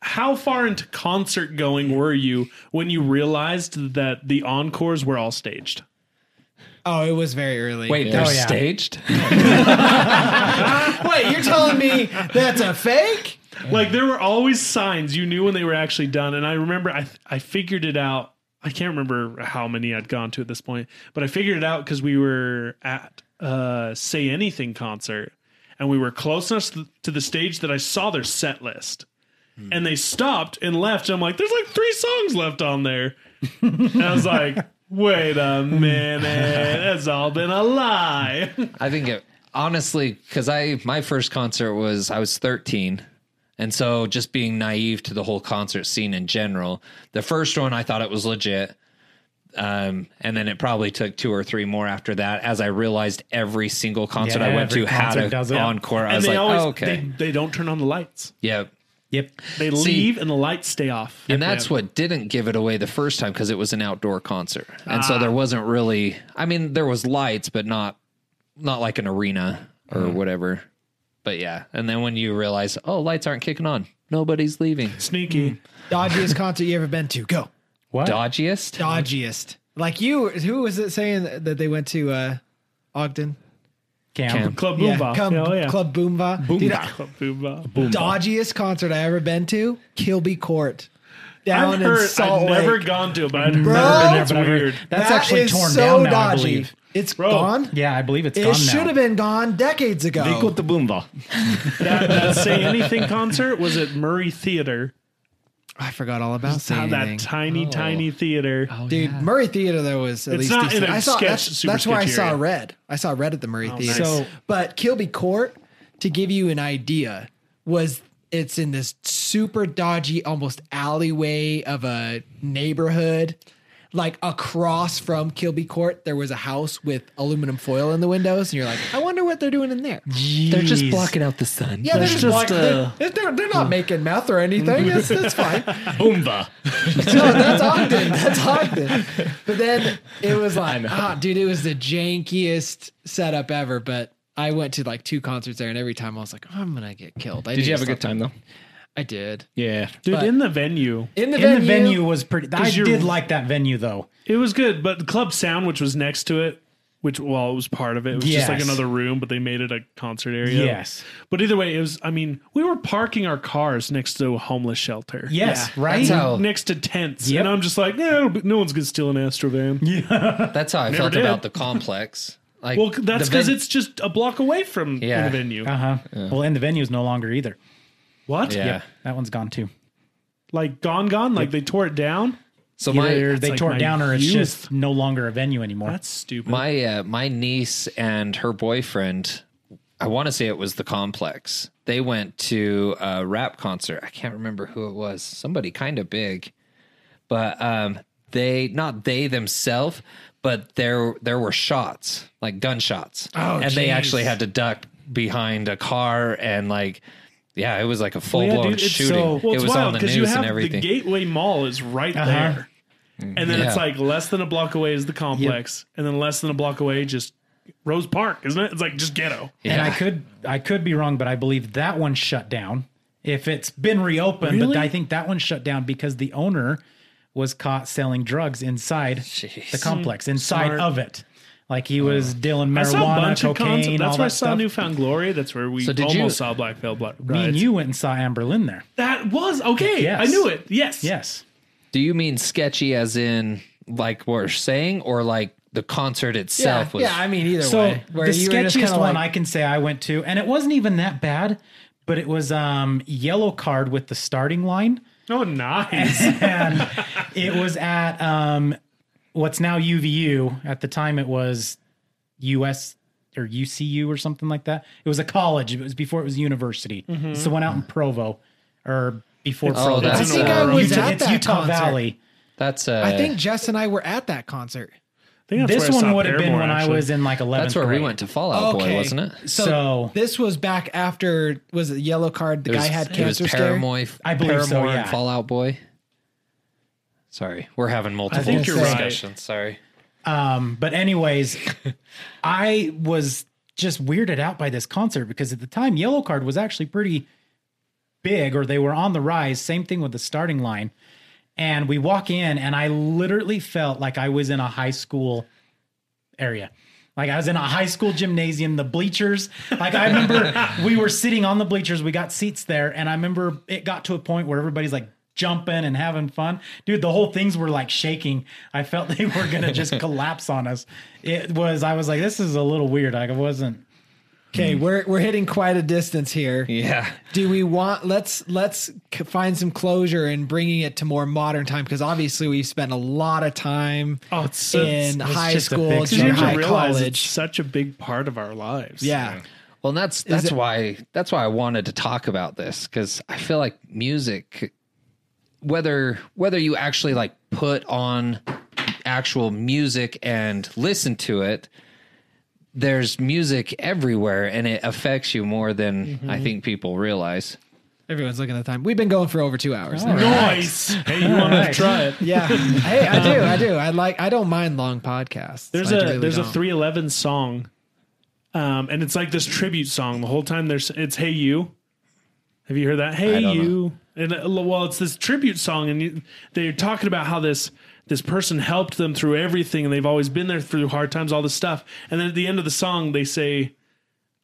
Speaker 5: how far into concert going were you when you realized that the encores were all staged?
Speaker 8: Oh, it was very early.
Speaker 1: Wait,
Speaker 8: Yeah.
Speaker 1: they're
Speaker 4: Oh,
Speaker 3: yeah.
Speaker 1: staged.
Speaker 8: wait, you're telling me that's a fake?
Speaker 5: Like there were always signs you knew when they were actually done, and I remember I I figured it out. I can't remember how many I'd gone to at this point, but I figured it out because we were at uh Say Anything concert. and we were close enough to the stage that I saw their set list.
Speaker 1: Hmm.
Speaker 5: And they stopped and left. I'm like, there's like three songs left on there. and I was like, wait a minute. That's all been a lie.
Speaker 1: I think it honestly because I my first concert was I was 13, and so just being naive to the whole concert scene in general. The first one I thought it was legit, um, and then it probably took two or three more after that as I realized every single concert I
Speaker 3: Yeah,
Speaker 1: went
Speaker 3: every
Speaker 1: to had
Speaker 3: concert does
Speaker 1: an
Speaker 3: it.
Speaker 1: encore. I
Speaker 5: and
Speaker 1: was like,
Speaker 5: they always
Speaker 1: oh, okay,
Speaker 5: they, they don't turn on the lights.
Speaker 1: yeah.
Speaker 3: Yep.
Speaker 5: They leave and the lights stay off.
Speaker 1: And that's what didn't give it away the first time because it was an outdoor concert, and
Speaker 5: Ah.
Speaker 1: so there wasn't really. I mean, there was lights, but not not like an arena or
Speaker 5: Hmm.
Speaker 1: whatever. But yeah, and then when you realize, oh, lights aren't kicking on, nobody's leaving.
Speaker 8: Hmm.
Speaker 5: sneaky.
Speaker 8: Dodgiest concert you ever been to? Go.
Speaker 1: Dodgiest?
Speaker 8: Dodgiest. Like you, who was it saying that they went to uh, Ogden?
Speaker 3: Cam.
Speaker 1: Cam.
Speaker 5: Club
Speaker 8: Yeah,
Speaker 5: Boomba.
Speaker 8: come-
Speaker 5: Hell yeah.
Speaker 8: Club Boomba.
Speaker 5: Boomba.
Speaker 8: Dude,
Speaker 5: Club Boomba.
Speaker 8: dodgiest concert I ever been to, Kilby Court. Down
Speaker 5: I've heard.
Speaker 8: in Salt
Speaker 5: I've
Speaker 8: Lake.
Speaker 5: never gone to it, but I've never
Speaker 8: Bro.
Speaker 5: been there.
Speaker 3: That's
Speaker 5: But I've
Speaker 3: weird.
Speaker 5: heard.
Speaker 3: That's
Speaker 8: That
Speaker 3: actually
Speaker 8: is
Speaker 3: torn
Speaker 8: so
Speaker 3: down now, I
Speaker 8: dodgy.
Speaker 3: believe.
Speaker 8: It's
Speaker 5: Bro.
Speaker 8: gone.
Speaker 3: Yeah, I believe it's
Speaker 8: It
Speaker 3: gone
Speaker 8: should
Speaker 3: now.
Speaker 8: have been gone decades ago.
Speaker 4: Fickled the boomba.
Speaker 5: That, that Say Anything concert was at Murray Theater.
Speaker 8: I forgot all about
Speaker 5: Ah,
Speaker 8: saying
Speaker 5: That tiny,
Speaker 3: Oh.
Speaker 5: tiny theater.
Speaker 8: Dude, Murray Theater though was at
Speaker 5: It's
Speaker 8: least
Speaker 5: not
Speaker 8: decent.
Speaker 5: in a
Speaker 8: I saw
Speaker 5: sketch- Oh,
Speaker 8: that's,
Speaker 5: super
Speaker 8: that's where I
Speaker 5: sketchy
Speaker 8: saw
Speaker 5: area.
Speaker 8: Red. I saw Red at the Murray Theater.
Speaker 3: nice. So-
Speaker 8: but Kilby Court, to give you an idea, was it's in this super dodgy, almost alleyway of a neighborhood. Like across from Kilby Court, there was a house with aluminum foil in the windows, and you're like, I wonder what they're doing in there.
Speaker 1: They're just blocking out the sun.
Speaker 8: Yeah, they're just, like,
Speaker 3: uh,
Speaker 8: they're, they're, they're not making meth or anything. That's, that's fine.
Speaker 4: Boomba.
Speaker 8: No, that's Ogden. That's Ogden. But then it was like, ah, dude, it was the jankiest setup ever. But I went to like two concerts there, and every time I was like, I'm gonna get killed. I
Speaker 4: Did you
Speaker 8: need
Speaker 4: have a good time though?
Speaker 8: I did.
Speaker 4: Yeah.
Speaker 5: Dude,
Speaker 8: But-
Speaker 5: in the venue,
Speaker 8: In the,
Speaker 3: In
Speaker 8: venue,
Speaker 3: the venue was pretty. I
Speaker 5: you're-
Speaker 3: did like that venue though.
Speaker 5: it was good, but Club Sound, which was next to it, which well, it was part of it. It was just like
Speaker 3: Yes.
Speaker 5: another room, but they made it a concert area.
Speaker 3: Yes.
Speaker 5: But either way, it was. I mean, we were parking our cars next to a homeless shelter.
Speaker 3: Yes, right.
Speaker 1: That's how
Speaker 5: Next to tents,
Speaker 3: Yep.
Speaker 5: and I'm just like, eh, it'll be- no one's gonna steal an Astrovan.
Speaker 1: that's how I felt
Speaker 5: did.
Speaker 1: about the complex. Like
Speaker 5: Well, c- that's
Speaker 1: the ven-
Speaker 5: because it's just a block away from
Speaker 1: Yeah.
Speaker 5: the venue.
Speaker 3: Uh huh. Well, and the venue's no longer either.
Speaker 5: What?
Speaker 1: yeah.
Speaker 3: Yep, that one's gone too.
Speaker 5: Like gone, gone. Like they tore it down.
Speaker 1: So
Speaker 3: Either
Speaker 1: my
Speaker 3: they
Speaker 5: like
Speaker 3: tore
Speaker 5: my
Speaker 3: it down, or it's
Speaker 5: youth.
Speaker 3: just no longer a venue anymore.
Speaker 5: That's stupid.
Speaker 1: my uh, my niece and her boyfriend i want to say it was the complex they went to a rap concert i can't remember who it was somebody kind of big but um they not they themselves but there there were shots like gunshots oh, and they actually had to duck behind a car and like yeah it was like a
Speaker 5: Well,
Speaker 1: full-blown shooting
Speaker 5: well,
Speaker 1: it
Speaker 5: it's
Speaker 1: was
Speaker 5: wild
Speaker 1: on the
Speaker 5: because you
Speaker 1: news
Speaker 5: have
Speaker 1: and everything Uh-huh.
Speaker 5: The Gateway Mall is right there, and then it's
Speaker 1: Yeah.
Speaker 5: like less than a block away is the complex, and then less than a block away just Rose Park, isn't it? It's like just ghetto.
Speaker 3: And I
Speaker 1: Yeah.
Speaker 3: could I could be wrong, but I believe that one shut down. If it's been reopened,
Speaker 5: Really?
Speaker 3: but I think that one shut down because the owner was caught selling drugs inside the complex, inside
Speaker 5: Hmm. Smart.
Speaker 3: of it. Like he was dealing
Speaker 5: I
Speaker 3: marijuana,
Speaker 5: saw a bunch of
Speaker 3: cocaine,
Speaker 5: concerts. That's
Speaker 3: all
Speaker 5: where I
Speaker 3: that
Speaker 5: saw
Speaker 3: stuff.
Speaker 5: Newfound Glory. That's where we
Speaker 1: So did
Speaker 5: almost
Speaker 1: you-
Speaker 5: saw Black Veil Blood.
Speaker 3: Me and you went and saw Amber Lynn there.
Speaker 5: That was okay.
Speaker 3: Yes.
Speaker 5: I knew it. Yes.
Speaker 3: Yes.
Speaker 1: do you mean sketchy as in like we're saying or like the concert
Speaker 8: Yeah,
Speaker 1: itself was
Speaker 8: yeah. I mean, either
Speaker 3: So
Speaker 8: way,
Speaker 3: the
Speaker 8: where you were just
Speaker 3: sketchiest
Speaker 8: kinda
Speaker 3: one I
Speaker 8: like-
Speaker 3: can say I went to, and it wasn't even that bad, but it was um yellow card with the starting line.
Speaker 5: Oh, nice.
Speaker 3: and it was at um, what's now UVU. At the time, it was US or UCU or something like that. It was a college. It was before it was university. It's the one out in Provo or before Provo.
Speaker 1: Oh, that's I
Speaker 3: It's
Speaker 1: think
Speaker 3: Provo.
Speaker 1: I
Speaker 8: was
Speaker 3: Utah,
Speaker 8: at
Speaker 3: it's
Speaker 8: that
Speaker 3: Utah
Speaker 8: concert.
Speaker 3: Valley.
Speaker 1: That's uh,
Speaker 8: I think Jess and I were at that concert.
Speaker 3: This one would have been when I was in like 11th
Speaker 1: that's where
Speaker 3: grade.
Speaker 1: we went to Fallout Boy,
Speaker 8: Okay.
Speaker 1: wasn't it?
Speaker 8: So,
Speaker 3: So-
Speaker 8: this was back after was it yellow card? The guy had
Speaker 1: it was
Speaker 8: cancer. scare?
Speaker 1: Paramore,
Speaker 3: I believe so,
Speaker 1: Paramore
Speaker 3: yeah.
Speaker 1: and Fallout Boy. Sorry, we're having multiple
Speaker 5: think
Speaker 8: you're right.
Speaker 1: discussions. Sorry,
Speaker 3: Um, but anyways, I was just weirded out by this concert because at the time Yellow Card was actually pretty big or they were on the rise. Same thing with the starting line. And we walk in and I literally felt like I was in a high school area. Like I was in a high school gymnasium, the bleachers. Like I remember we were sitting on the bleachers, we got seats there, and I remember it got to a point where everybody's like jumping and having fun. Dude, the whole things were like shaking. I felt they were gonna just collapse on us. It was I was like, this is a little weird. Like I wasn't
Speaker 8: Okay, we're we're hitting quite a distance here.
Speaker 1: Yeah.
Speaker 8: Do we want let's let's c- find some closure in bringing it to more modern time because obviously we've spent a lot of time
Speaker 5: Oh, it's so,
Speaker 3: it's
Speaker 8: in high
Speaker 3: just a
Speaker 8: school,
Speaker 3: big
Speaker 5: you
Speaker 8: junior
Speaker 5: have to
Speaker 8: high,
Speaker 5: realize it's
Speaker 8: college.
Speaker 5: such a big part of our lives.
Speaker 8: Yeah.
Speaker 1: Well, and that's that's why that's why I wanted to talk about this because I feel like music, whether whether you actually like put on actual music and listen to it, there's music everywhere and it affects you more than
Speaker 5: Mm-hmm.
Speaker 1: I think people realize.
Speaker 8: Everyone's looking at the time. We've been going for over two hours.
Speaker 5: Oh.
Speaker 8: now.
Speaker 5: Nice. Hey, you want to try it?
Speaker 8: Yeah. hey, I do. I do. I like. I don't mind long podcasts.
Speaker 5: There's
Speaker 8: I
Speaker 5: a
Speaker 8: really
Speaker 5: there's a
Speaker 8: don't.
Speaker 5: 311 song, um, and it's like this tribute song. The whole time there's it's Hey You. Have you heard that? Hey
Speaker 4: don't know.
Speaker 5: You. And uh, well, it's this tribute song, and you, they're talking about how this this person helped them through everything, and they've always been there through hard times, all this stuff. And then at the end of the song, they say,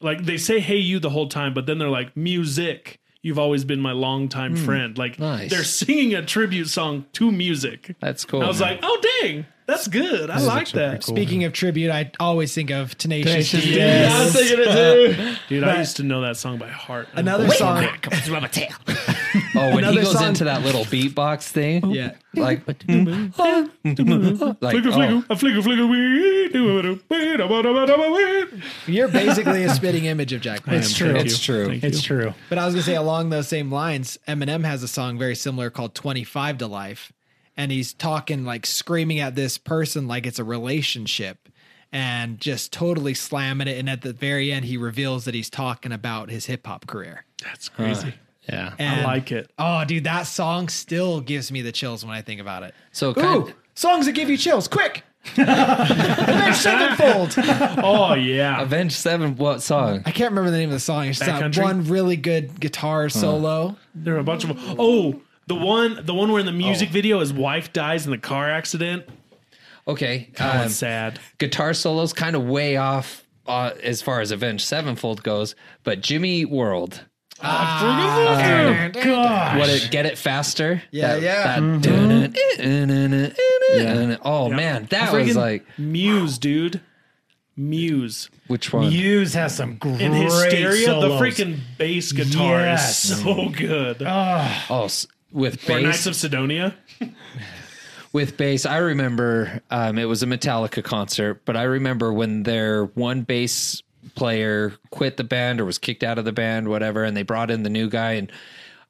Speaker 5: like they say Hey You the whole time, but then they're like music. You've always been my longtime friend. Like
Speaker 1: Hmm. Nice.
Speaker 5: they're singing a tribute song to music.
Speaker 1: That's cool.
Speaker 5: I was like, oh dang, that's good. I like that.
Speaker 8: Speaking of tribute, I always think of Tenacious, D.
Speaker 5: I was thinking it too. Dude, I used to know that song by heart.
Speaker 8: Another song.
Speaker 1: oh, when he
Speaker 8: another
Speaker 1: goes
Speaker 8: song-
Speaker 1: into that little beatbox thing,
Speaker 8: Yeah.
Speaker 1: like, like
Speaker 5: Flicker,
Speaker 1: oh,
Speaker 5: flicker, a flicker, flicker, wee, do, do, wee, da, ba, da, ba, da, ba, wee.
Speaker 8: You're basically a spitting image of Jack Black.
Speaker 3: It's true.
Speaker 1: it's true.
Speaker 3: It's true.
Speaker 8: But I was gonna say along those same lines, Eminem has a song very similar called Twenty Five to Life. And he's talking like screaming at this person like it's a relationship and just totally slamming it. And at the very end, he reveals that he's talking about his hip hop career.
Speaker 5: That's crazy.
Speaker 1: Yeah.
Speaker 5: I
Speaker 8: And-
Speaker 5: like it.
Speaker 8: Oh, dude, that song still gives me the chills when I think about it.
Speaker 1: So
Speaker 8: Ooh,
Speaker 1: kind
Speaker 8: songs that give you chills, quick! Avenged Sevenfold.
Speaker 5: Oh yeah.
Speaker 1: Avenged Seven. What song?
Speaker 8: I can't remember the name of the song. It's just that
Speaker 5: Backcountry?
Speaker 8: one really good guitar
Speaker 1: Uh-huh.
Speaker 8: solo.
Speaker 5: There are a bunch of Oh, the one the one where in the music video his wife dies in the car accident.
Speaker 1: Okay.
Speaker 5: Oh,
Speaker 1: um,
Speaker 5: it's sad.
Speaker 1: guitar solos kind of way off uh, as far as Avenged Sevenfold goes, but Jimmy World.
Speaker 5: God.
Speaker 1: What it get it faster?
Speaker 8: Yeah,
Speaker 1: That-
Speaker 8: yeah.
Speaker 1: that dun- dun- dun- dun- dun- dun- Oh man, that was
Speaker 5: Friggin'
Speaker 1: like
Speaker 5: Muse, dude. Muse.
Speaker 1: which one?
Speaker 3: Muse has some great
Speaker 5: In Hysteria,
Speaker 3: solos.
Speaker 5: the freaking bass guitar
Speaker 3: Yes.
Speaker 5: is so good.
Speaker 1: Oh, s- with
Speaker 5: or Knights
Speaker 1: bass.
Speaker 5: of Sidonia.
Speaker 1: with bass, I remember um, it was a Metallica concert, but I remember when their one bass player quit the band or was kicked out of the band, whatever, and they brought in the new guy and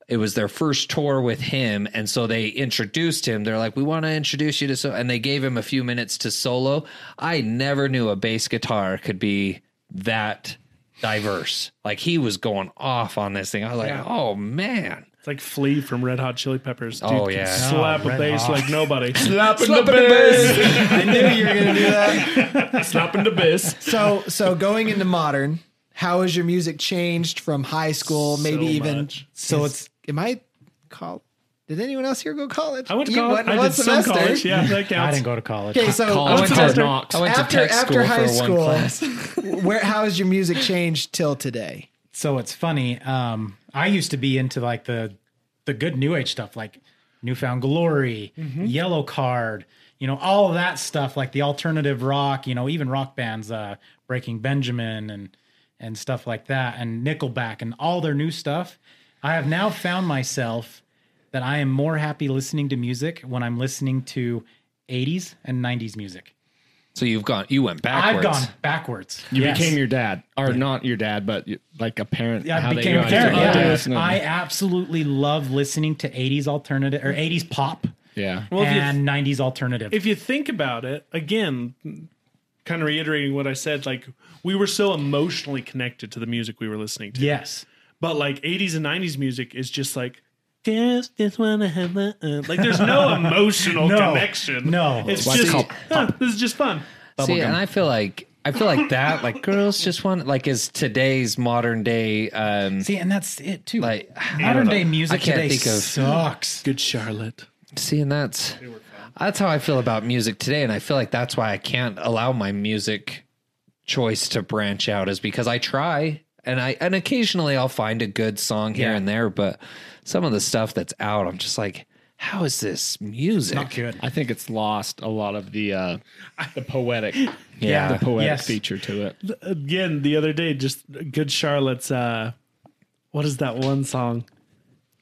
Speaker 1: it was their first tour with him and so they introduced him they're like we want to introduce you to so and they gave him a few minutes to solo i never knew a bass guitar could be that diverse like he was going off on this thing i was like oh man
Speaker 5: It's like Flea from Red Hot Chili Peppers. Dude
Speaker 1: Oh,
Speaker 5: can
Speaker 1: yeah.
Speaker 5: slap a bass like nobody.
Speaker 1: Slapping the bass.
Speaker 8: I knew you were gonna do that.
Speaker 5: Slapping the bass.
Speaker 8: So, so going into modern, how has your music changed from high school? Maybe
Speaker 5: So
Speaker 8: even
Speaker 5: much.
Speaker 8: so. It's am I call? Did anyone else here go college?
Speaker 5: I went to
Speaker 8: You
Speaker 5: college.
Speaker 8: went
Speaker 5: I
Speaker 8: one
Speaker 5: did some
Speaker 8: semester.
Speaker 5: college. Yeah, that
Speaker 3: I
Speaker 5: counts.
Speaker 3: didn't go to college.
Speaker 8: Okay, so
Speaker 1: I went
Speaker 5: College
Speaker 1: to,
Speaker 5: Knox.
Speaker 1: I went to
Speaker 8: after
Speaker 1: tech
Speaker 8: after
Speaker 1: school
Speaker 8: high
Speaker 1: for one class.
Speaker 8: school, where how has your music changed till today?
Speaker 3: so it's funny. Um, I used to be into like the the good new age stuff, like Newfound Glory, Yellow Card, you know, all of that stuff, like the alternative rock, you know, even rock bands, uh, Breaking Benjamin and and stuff like that, and Nickelback and all their new stuff. I have now found myself that I am more happy listening to music when I'm listening to 80s and 90s music.
Speaker 1: So you've gone, you went
Speaker 3: I've
Speaker 1: backwards.
Speaker 3: gone backwards.
Speaker 4: You became your dad, or not your dad, but you- like a parent.
Speaker 3: Yeah, I
Speaker 4: how they
Speaker 3: became a
Speaker 4: got
Speaker 3: parent.
Speaker 4: you.
Speaker 3: Yeah.
Speaker 4: Yeah, it's not-
Speaker 3: I absolutely love listening to 80s alternative or 80s pop
Speaker 4: yeah.
Speaker 5: Well, if you-
Speaker 3: and 90s alternative.
Speaker 5: if you think about it again kind of reiterating what i said like we were so emotionally connected to the music we were listening to
Speaker 3: yes.
Speaker 5: but like 80s and 90s music is just like just just wanna have my own." like there's no emotional
Speaker 3: No.
Speaker 5: connection
Speaker 3: No.
Speaker 5: it's
Speaker 4: Why it's
Speaker 5: just
Speaker 4: called
Speaker 5: "Huh, this is just fun
Speaker 1: See, and I feel like I feel like that, like girls just want like is today's modern day um
Speaker 3: See, and that's it too.
Speaker 1: like
Speaker 3: Modern day music
Speaker 1: I can't
Speaker 3: today
Speaker 1: think of-
Speaker 3: sucks.
Speaker 5: good charlotte
Speaker 1: seeing that's that's how I feel about music today, and I feel like that's why I can't allow my music choice to branch out is because I try and I and occasionally I'll find a good song here and there, but some of the stuff that's out, I'm just like, how is this music?
Speaker 3: Not good.
Speaker 4: I think it's lost a lot of the uh, the poetic,
Speaker 1: Yeah.
Speaker 4: the poetic
Speaker 3: Yes.
Speaker 4: feature to it.
Speaker 5: Again, the other day, just Good Charlotte's. uh What is that one song?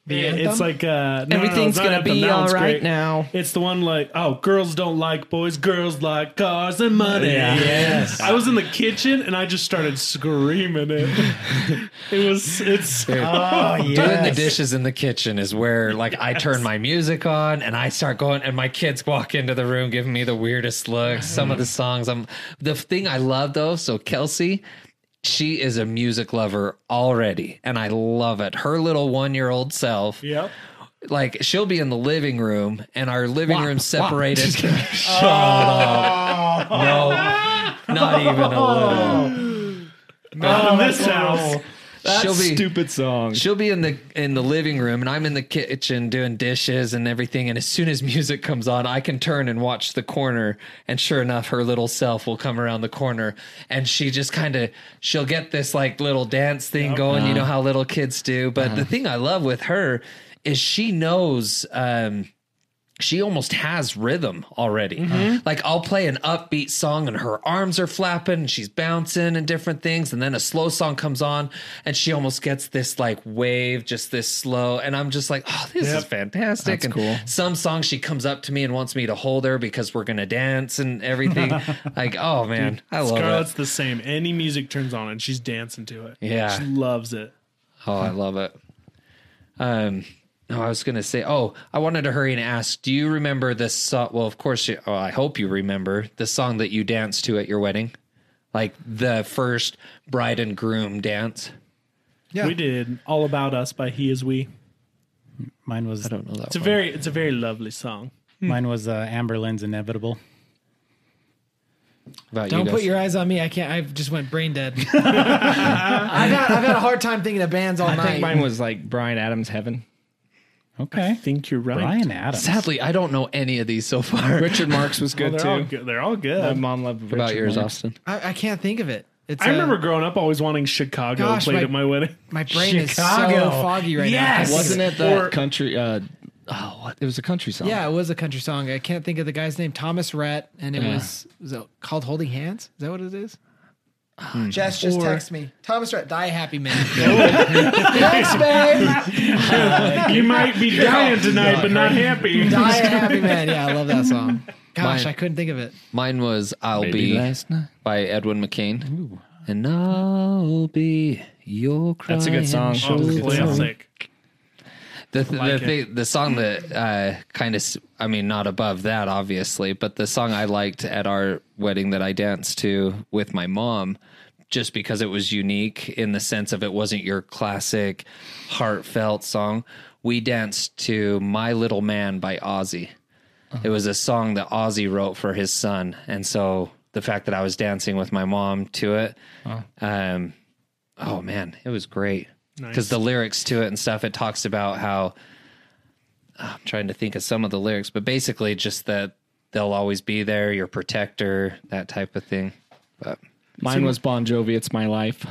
Speaker 5: Yeah, it's like uh, no, no, no,
Speaker 1: Everything's
Speaker 5: it's not
Speaker 1: gonna
Speaker 5: Anthem.
Speaker 1: be
Speaker 5: That one's
Speaker 1: all right
Speaker 5: great.
Speaker 1: now.
Speaker 5: It's the one like, oh, girls don't like boys, girls like cars and money. Yes. I was in the kitchen and I just started screaming it. it was, it's,
Speaker 3: Oh
Speaker 1: Doing the
Speaker 3: yeah.
Speaker 1: dishes in the kitchen is where like I turn my music on and I start going and my kids walk into the room giving me the weirdest looks. Some of the songs I'm the thing I love though, so Kelsey, she is a music lover already and I love it. Her little 1-year-old self.
Speaker 5: yep.
Speaker 1: Like she'll be in the living room and our living room separated. Shut up. No. Not even a little.
Speaker 5: Oh, this house.
Speaker 1: she'll be
Speaker 4: Stupid song.
Speaker 1: She'll be in the in the living room and I'm in the kitchen doing dishes and everything and as soon as music comes on I can turn and watch the corner and sure enough her little self will come around the corner and she just kind of she'll get this like little dance thing going you know how little kids do but the thing I love with her is she knows um she almost has rhythm already. Like I'll play an upbeat song and her arms are flapping and she's bouncing and different things. And then a slow song comes on and she almost gets this like wave, just this slow. And I'm just like, oh, this is fantastic. and
Speaker 4: cool.
Speaker 1: some song she comes up to me and wants me to hold her because we're gonna dance and everything. like, oh man, I love
Speaker 5: Scarlett's
Speaker 1: it.
Speaker 5: the same. Any music turns on and she's dancing to it.
Speaker 1: Yeah.
Speaker 5: She loves it.
Speaker 1: Oh, I love it. Um, no, I was gonna say. Oh, I wanted to hurry and ask. Do you remember this song? Well, of course. You, oh, I hope you remember the song that you danced to at your wedding, like the first bride and groom dance.
Speaker 5: We did All About Us by He Is We.
Speaker 3: Mine was
Speaker 1: I don't know that.
Speaker 5: It's a very, it's a very lovely song.
Speaker 3: mine was uh, Amber Lynn's inevitable.
Speaker 1: about
Speaker 8: Don't
Speaker 1: you
Speaker 8: put
Speaker 1: guys.
Speaker 8: your eyes on me. I can't. I just went brain dead. I've, had, I've had a hard time thinking of bands all
Speaker 4: I
Speaker 8: night.
Speaker 4: think mine was like Brian Adams' Heaven.
Speaker 3: Okay.
Speaker 5: think you're right.
Speaker 3: Brian Adams.
Speaker 1: Sadly, I don't know any of these so far.
Speaker 4: Richard Marx was
Speaker 5: Oh,
Speaker 4: good
Speaker 5: they're,
Speaker 4: too. Um,
Speaker 5: all good. they're all good.
Speaker 4: My mom loved Richard
Speaker 1: about yours,
Speaker 4: Marx.
Speaker 1: Austin.
Speaker 8: I, I can't think of it. It's
Speaker 5: I
Speaker 8: uh,
Speaker 5: remember growing up always wanting Chicago
Speaker 8: Gosh,
Speaker 5: played
Speaker 8: my-
Speaker 5: at my wedding.
Speaker 8: my brain is
Speaker 3: Chicago.
Speaker 8: so foggy right
Speaker 3: Yes!
Speaker 8: now. I can't think of
Speaker 4: Wasn't it that country? Uh, oh, what? It was a country song.
Speaker 8: Yeah, it was a country song. I can't think of the guy's name. Thomas Rhett, and it was was it called "Holding Hands." Is that what it is? Jess just text me. Thomas Rhett, die a happy man. Thanks, babe.
Speaker 5: you might be dying tonight, but not happy.
Speaker 8: Die a happy man. Yeah, I love that song. Gosh, I couldn't think of it.
Speaker 1: Mine was "I'll
Speaker 4: Maybe
Speaker 1: Be"
Speaker 4: last night.
Speaker 1: by Edwin McCain, and I'll be your. Crying
Speaker 4: That's a good song.
Speaker 5: Oh, classic.
Speaker 1: The th-
Speaker 5: Like
Speaker 1: the, thing, the song that uh, kind of, I mean, not above that, obviously, but the song I liked at our wedding that I danced to with my mom, just because it was unique in the sense of it wasn't your classic heartfelt song. We danced to "My Little Man" by Ozzy. It was a song that Ozzy wrote for his son, and so the fact that I was dancing with my mom to it, um, oh man, it was great because the lyrics to it and stuff it talks about how ah, I'm trying to think of some of the lyrics, but basically just that they'll always be there, your protector, that type of thing. But
Speaker 4: Mine was Bon Jovi. It's my life.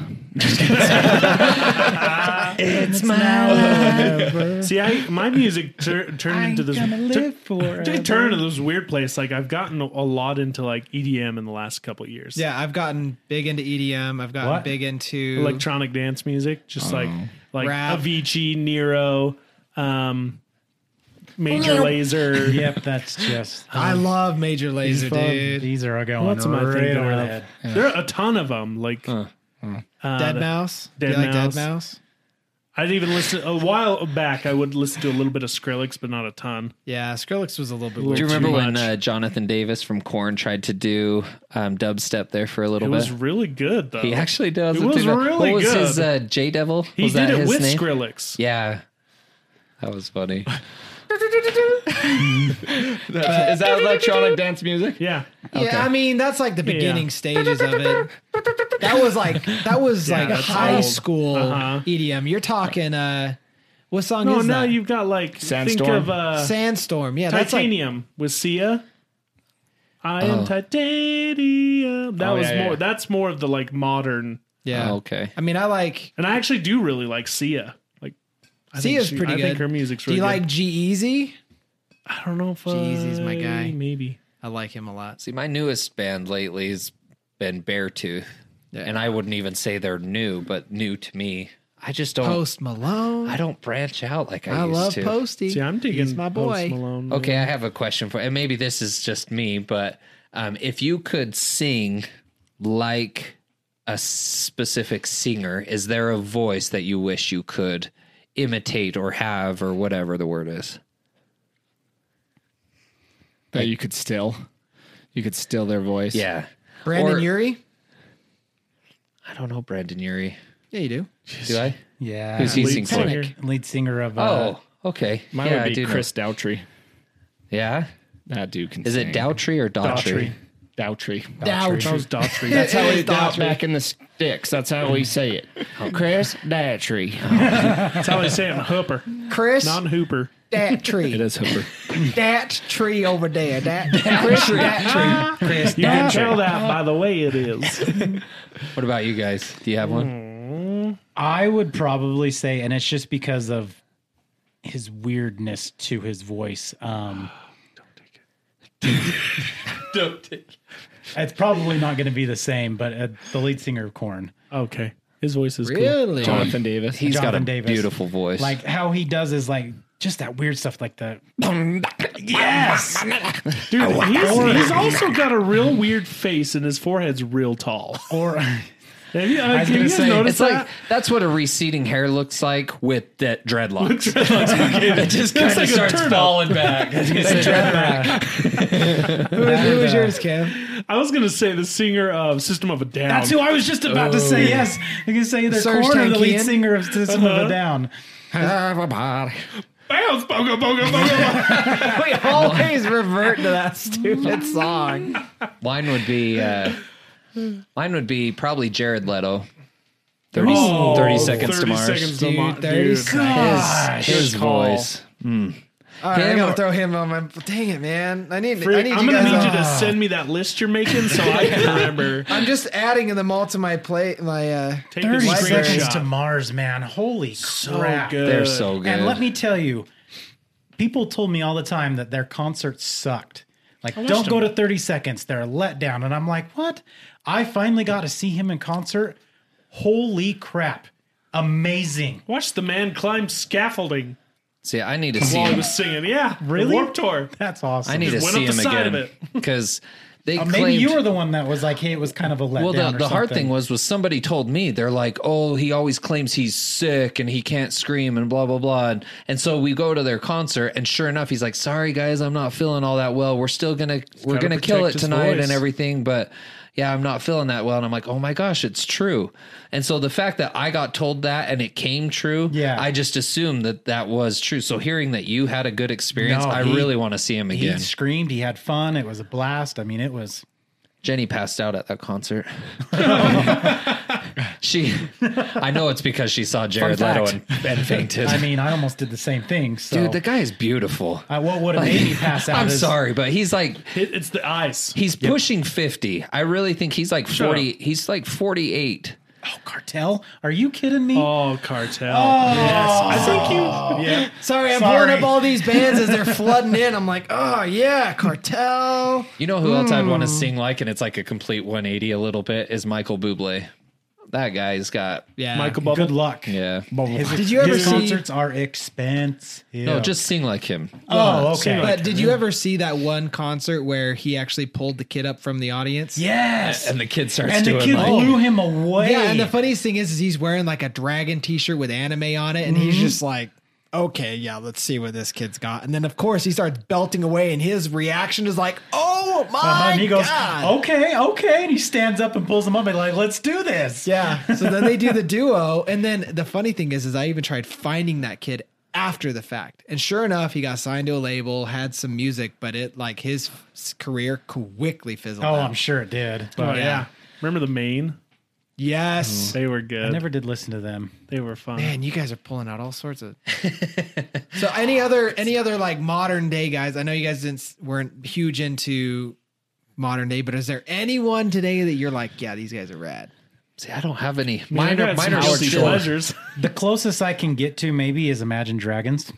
Speaker 5: See, I my music tur- turned into this. tur- They turn into this weird place. Like I've gotten a lot into like EDM in the last couple years.
Speaker 8: Yeah, I've gotten big into EDM. I've gotten
Speaker 3: What?
Speaker 8: big into
Speaker 5: electronic dance music, just like
Speaker 4: Oh.
Speaker 5: like
Speaker 8: Rap.
Speaker 5: Avicii, Nero, um, Major Laser.
Speaker 3: Yep, that's just
Speaker 8: I love Major Laser, dude.
Speaker 3: these are going
Speaker 5: What's my
Speaker 3: right
Speaker 5: thing?
Speaker 3: over the head.
Speaker 5: There are a ton of them. Like uh,
Speaker 8: Dead Mouse. Do you
Speaker 5: Dead
Speaker 8: like Dead
Speaker 5: Mouse.
Speaker 8: Mouse?
Speaker 5: I'd even listen a while back. I would listen to a little bit of Skrillex, but not a ton.
Speaker 8: Yeah, Skrillex was a little bit
Speaker 1: do
Speaker 8: weird.
Speaker 1: you remember
Speaker 5: too
Speaker 1: when
Speaker 5: much.
Speaker 1: uh, Jonathan Davis from Korn tried to do um, dubstep there for a
Speaker 5: It
Speaker 1: little
Speaker 5: was
Speaker 1: bit?
Speaker 5: really good though.
Speaker 1: He actually does.
Speaker 5: It
Speaker 1: do
Speaker 5: was
Speaker 1: that.
Speaker 5: really
Speaker 1: what was
Speaker 5: good.
Speaker 1: his uh, J Devil? Was
Speaker 5: He
Speaker 1: that
Speaker 5: did it
Speaker 1: his
Speaker 5: with
Speaker 1: name?
Speaker 5: Skrillex.
Speaker 1: Yeah, that was funny.
Speaker 4: Uh, Is that electronic dance music?
Speaker 5: Yeah.
Speaker 8: Yeah, I mean that's like the beginning stages of it. That was like that was like
Speaker 5: that's
Speaker 8: high
Speaker 5: old.
Speaker 8: school
Speaker 5: Uh-huh.
Speaker 8: EDM. You're talking uh what song
Speaker 5: No,
Speaker 8: is
Speaker 5: now
Speaker 8: that?
Speaker 5: you've got like think
Speaker 4: Sandstorm.
Speaker 5: of uh,
Speaker 8: Sandstorm. Yeah, that's like
Speaker 5: Titanium with Sia. I
Speaker 1: Oh.
Speaker 5: am titanium. That
Speaker 4: Oh,
Speaker 5: was
Speaker 4: yeah, yeah,
Speaker 5: more.
Speaker 4: yeah.
Speaker 5: That's more of the like modern.
Speaker 8: yeah.
Speaker 1: Oh, okay.
Speaker 8: I mean, I like
Speaker 5: And I actually do really like Sia. Like I think
Speaker 8: Sia's
Speaker 5: she-
Speaker 8: pretty
Speaker 5: I
Speaker 8: good.
Speaker 5: think her music's
Speaker 8: Do
Speaker 5: really
Speaker 8: you
Speaker 5: good.
Speaker 8: like G Easy?
Speaker 5: I don't know if
Speaker 8: Jeezy's my
Speaker 5: I-
Speaker 8: guy.
Speaker 5: Maybe
Speaker 8: I like him a lot.
Speaker 1: See, my newest band lately has been Beartooth, and I wouldn't even say they're new, but new to me. I just don't.
Speaker 8: Post Malone.
Speaker 1: Oh, I
Speaker 8: I,
Speaker 1: don't branch out like I, used
Speaker 8: love
Speaker 1: to.
Speaker 8: Posty.
Speaker 5: See, I'm digging
Speaker 8: He's my
Speaker 5: Post
Speaker 8: boy.
Speaker 5: Malone.
Speaker 1: Okay, I have a question for, and maybe this is just me, but um, if you could sing like a specific singer, is there a voice that you wish you could imitate or have or whatever the word is?
Speaker 4: That you could still, you could still their voice.
Speaker 1: Yeah,
Speaker 8: Brandon
Speaker 1: Or-
Speaker 8: Urie.
Speaker 1: I don't know Brandon Urie.
Speaker 8: Yeah, you do.
Speaker 1: Do I?
Speaker 3: Yeah.
Speaker 1: Who's he
Speaker 5: Lead
Speaker 1: sing for?
Speaker 5: singer.
Speaker 3: Lead singer of. Uh,
Speaker 1: Oh, okay.
Speaker 4: Mine
Speaker 1: yeah, I
Speaker 4: would be
Speaker 1: do know.
Speaker 4: Chris Dowtry.
Speaker 1: Yeah,
Speaker 4: That dude can.
Speaker 1: is it
Speaker 4: sing.
Speaker 1: Dowtry or Daughtry?
Speaker 5: Daughtry.
Speaker 4: Dowtry?
Speaker 5: That was Daughtry.
Speaker 4: That's how Oh. we got back in the sticks. That's how we say it. Chris Dowtry.
Speaker 5: That's how they say it. in Hooper,
Speaker 8: Chris
Speaker 5: non Hooper.
Speaker 8: that tree.
Speaker 4: is Hooper.
Speaker 8: That tree over there. That Chris that tree.
Speaker 5: You can tell that by the way it is.
Speaker 1: What about you guys? Do you have one?
Speaker 3: I would probably say, and it's just because of his weirdness to his voice. Um,
Speaker 1: Don't take.
Speaker 3: it's probably not going to be the same, but uh, the lead singer of Corn,
Speaker 5: Okay, his voice is cool.
Speaker 8: Really?
Speaker 4: Jonathan Davis.
Speaker 1: He's got a
Speaker 3: Jonathan Davis.
Speaker 1: beautiful voice.
Speaker 3: like how he does is like just that weird stuff, like the yes,
Speaker 5: Dude, he's, he's also got a real weird face, and his forehead's real tall.
Speaker 3: or
Speaker 5: Have you, uh,
Speaker 3: was
Speaker 5: have you
Speaker 3: gonna
Speaker 5: guys
Speaker 3: say,
Speaker 5: noticed
Speaker 1: It's like
Speaker 5: that?
Speaker 1: that's what a receding hair looks like with that dreadlocks. it just kind
Speaker 5: Looks
Speaker 1: of
Speaker 5: like a
Speaker 1: starts
Speaker 5: turtle.
Speaker 1: falling back.
Speaker 8: Who, who was
Speaker 3: uh,
Speaker 8: yours, Kev?
Speaker 5: I was gonna say the singer of System of a Down.
Speaker 3: that's who I was just about to say. Yes, I can say either
Speaker 8: Serj
Speaker 3: Corn or the lead
Speaker 8: Tankian?
Speaker 3: singer of System
Speaker 5: Uh-huh.
Speaker 3: of a Down.
Speaker 5: bounce, boga, boga, boga.
Speaker 8: We always revert to that stupid song.
Speaker 1: Mine would be uh, mine would be probably Jared Leto. 30,
Speaker 5: Oh,
Speaker 1: 30 seconds
Speaker 5: 30
Speaker 1: to Mars.
Speaker 5: Seconds to
Speaker 8: Dude,
Speaker 5: Mars.
Speaker 8: 30
Speaker 5: Dude.
Speaker 8: seconds.
Speaker 1: His
Speaker 5: call.
Speaker 1: voice.
Speaker 8: All right, I
Speaker 1: Him
Speaker 8: gotta
Speaker 1: or-
Speaker 8: throw him on my. Dang it, man! I need. I
Speaker 5: Frick,
Speaker 8: need
Speaker 5: I'm
Speaker 8: you
Speaker 5: gonna
Speaker 8: guys.
Speaker 5: need
Speaker 8: on-
Speaker 5: you to send me that list you're making so I can remember.
Speaker 8: I'm just adding them all to my play. My uh,
Speaker 5: Take the
Speaker 3: Thirty seconds
Speaker 5: screenshot.
Speaker 3: to Mars, man. Holy
Speaker 5: So
Speaker 3: crap!
Speaker 5: good.
Speaker 1: They're so good.
Speaker 3: And let me tell you, people told me all the time that their concerts sucked. Like, don't go to 30 seconds. They're a letdown. And I'm like, what? I finally got to see him in concert. Holy crap. Amazing.
Speaker 5: Watch the man climb scaffolding
Speaker 1: See, I need to see
Speaker 5: while he
Speaker 1: him.
Speaker 5: was singing. Yeah, the
Speaker 3: Really?
Speaker 5: Warped Tour.
Speaker 3: That's awesome.
Speaker 1: I need to
Speaker 5: Just went
Speaker 1: see
Speaker 5: up
Speaker 1: him
Speaker 5: the side of
Speaker 1: again because they
Speaker 3: Uh,
Speaker 1: claimed.
Speaker 3: maybe you were the one that was like, hey, it was kind of a letdown.
Speaker 1: well, the,
Speaker 3: or
Speaker 1: the hard
Speaker 3: something.
Speaker 1: thing was was somebody told me they're like, oh, he always claims he's sick and he can't scream and blah blah blah, and, and so we go to their concert and sure enough, he's like, sorry guys, I'm not feeling all that well. We're still gonna we're
Speaker 5: gotta
Speaker 1: gonna kill it
Speaker 5: protect his
Speaker 1: tonight
Speaker 5: voice.
Speaker 1: and everything, but yeah, I'm not feeling that well. And I'm like, oh my gosh, it's true. And so the fact that I got told that and it came true,
Speaker 3: Yeah.
Speaker 1: I just assumed that that was true. So hearing that you had a good experience,
Speaker 3: No,
Speaker 1: I
Speaker 3: he-
Speaker 1: really want to see him
Speaker 3: He
Speaker 1: again.
Speaker 3: screamed. He had fun. It was a blast. I mean, it was.
Speaker 1: Jenny passed out at that concert. she, I know it's because she saw Jared
Speaker 3: Fun
Speaker 1: Leto
Speaker 3: fact.
Speaker 1: and, and fainted.
Speaker 3: I mean, I almost did the same thing. So,
Speaker 1: Dude, the guy is beautiful.
Speaker 3: Uh, what would have made me pass out?
Speaker 1: I'm
Speaker 3: is-
Speaker 1: sorry, but he's like
Speaker 5: It, it's the ice.
Speaker 1: he's pushing fifty. I really think he's like forty. He's like forty eight.
Speaker 3: Oh, cartel? Are you kidding me?
Speaker 5: Oh, cartel. Yes, I think you. Yeah,
Speaker 8: Oh, sorry, I'm
Speaker 3: Sorry.
Speaker 8: pulling up all these bands as they're flooding in. I'm like, oh yeah, Cartel.
Speaker 1: You know who else I'd want to sing like, and it's like a complete one eighty a little bit is Michael Bublé. That guy's got
Speaker 8: Yeah,
Speaker 5: Michael Bubble.
Speaker 3: Good luck.
Speaker 1: yeah.
Speaker 3: His,
Speaker 8: Did you ever
Speaker 3: his
Speaker 8: see-
Speaker 3: concerts are expensive?
Speaker 1: No, just sing like him.
Speaker 3: oh, okay.
Speaker 8: But did you ever see that one concert where he actually pulled the kid up from the audience?
Speaker 3: yes,
Speaker 1: And the kid starts
Speaker 3: and the
Speaker 1: doing
Speaker 3: kid
Speaker 1: like,
Speaker 3: blew him away.
Speaker 8: Yeah, and the funniest thing is, is he's wearing like a dragon T-shirt with anime on it,
Speaker 3: Mm-hmm.
Speaker 8: and he's just like, "Okay, yeah, let's see what this kid's got." And then of course he starts belting away, and his reaction is like, "Oh my
Speaker 3: Uh-huh, and he goes,
Speaker 8: god!"
Speaker 3: okay, okay, and he stands up and pulls him up and like, let's do this.
Speaker 8: Yeah. So then they do the duo, and then the funny thing is, is I even tried finding that kid after the fact, and sure enough, he got signed to a label, had some music, but it like his s- career quickly fizzled.
Speaker 3: Oh,
Speaker 8: out.
Speaker 3: I'm sure it did.
Speaker 5: Oh,
Speaker 3: But
Speaker 5: yeah. Remember the Maine?
Speaker 8: yes.
Speaker 5: They were good.
Speaker 3: I never did listen to them.
Speaker 5: they were fun.
Speaker 8: Man, you guys are pulling out all sorts of. so any other any other like modern day guys? I know you guys didn't weren't huge into modern day, but is there anyone today that you're like, yeah, these guys are rad?
Speaker 1: See, I don't have any.
Speaker 5: I
Speaker 1: Mine are
Speaker 5: got
Speaker 1: mine
Speaker 5: some
Speaker 1: are
Speaker 5: guilty
Speaker 1: still.
Speaker 5: pleasures.
Speaker 3: The closest I can get to maybe is Imagine Dragons.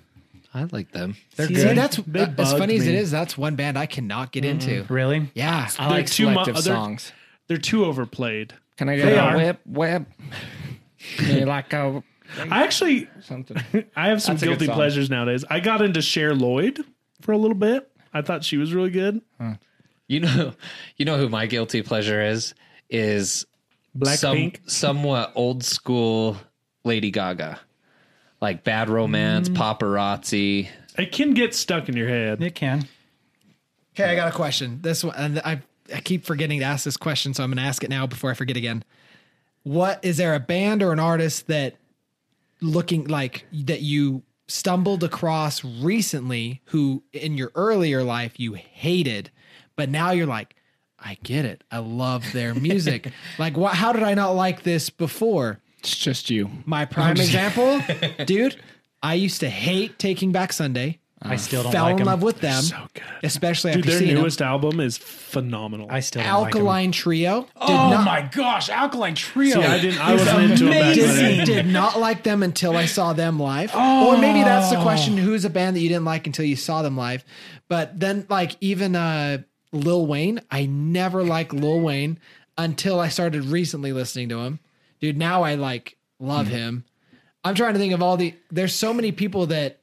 Speaker 1: I like them. They're
Speaker 8: See, that's
Speaker 5: They
Speaker 8: as
Speaker 5: bugged
Speaker 8: funny as it
Speaker 5: me.
Speaker 8: is. That's one band I cannot get into.
Speaker 3: Really?
Speaker 8: Yeah,
Speaker 4: I like
Speaker 5: too mu-
Speaker 4: selective
Speaker 5: they're-
Speaker 4: songs.
Speaker 5: They're too overplayed.
Speaker 4: Can I get
Speaker 5: They
Speaker 4: a
Speaker 5: are.
Speaker 4: whip, whip? Me like a
Speaker 5: I actually,
Speaker 4: something.
Speaker 5: I have some
Speaker 4: That's a good
Speaker 5: guilty
Speaker 4: song.
Speaker 5: pleasures nowadays. I got into Cher Lloyd for a little bit. I thought she was really good.
Speaker 1: You know, you know who my guilty pleasure is is some
Speaker 5: Blackpink.
Speaker 1: somewhat old school Lady Gaga, like Bad Romance,
Speaker 4: Mm.
Speaker 1: Paparazzi.
Speaker 5: It can get stuck in your head.
Speaker 3: It can.
Speaker 8: Okay, I got a question. This one, and I I keep forgetting to ask this question, so I'm going to ask it now before I forget again. What is there a band or an artist that looking like that you stumbled across recently who in your earlier life you hated, but now you're like, I get it. I love their music. like, what? How did I not like this before?
Speaker 4: It's just you.
Speaker 8: My prime example, dude. I used to hate Taking Back Sunday.
Speaker 3: I still don't
Speaker 8: Uh, Fell
Speaker 3: like
Speaker 8: in
Speaker 3: 'em.
Speaker 8: love with them, especially
Speaker 5: Dude,
Speaker 8: after
Speaker 5: their
Speaker 8: seeing 'em.
Speaker 5: newest album is phenomenal.
Speaker 3: I still don't Like
Speaker 8: Alkaline Trio. Did
Speaker 3: them. Oh
Speaker 8: not,
Speaker 3: my gosh, Alkaline Trio.
Speaker 5: yeah, I didn't. I wasn't into it back
Speaker 8: did,
Speaker 5: then.
Speaker 8: did not like them until I saw them live. Or maybe that's the
Speaker 3: Oh.
Speaker 8: question: Who's a band that you didn't like until you saw them live? But then, like even uh, Lil Wayne, I never liked Lil Wayne until I started recently listening to him. Dude, now I like
Speaker 3: Hmm.
Speaker 8: love him. I'm trying to think of all the. There's so many people that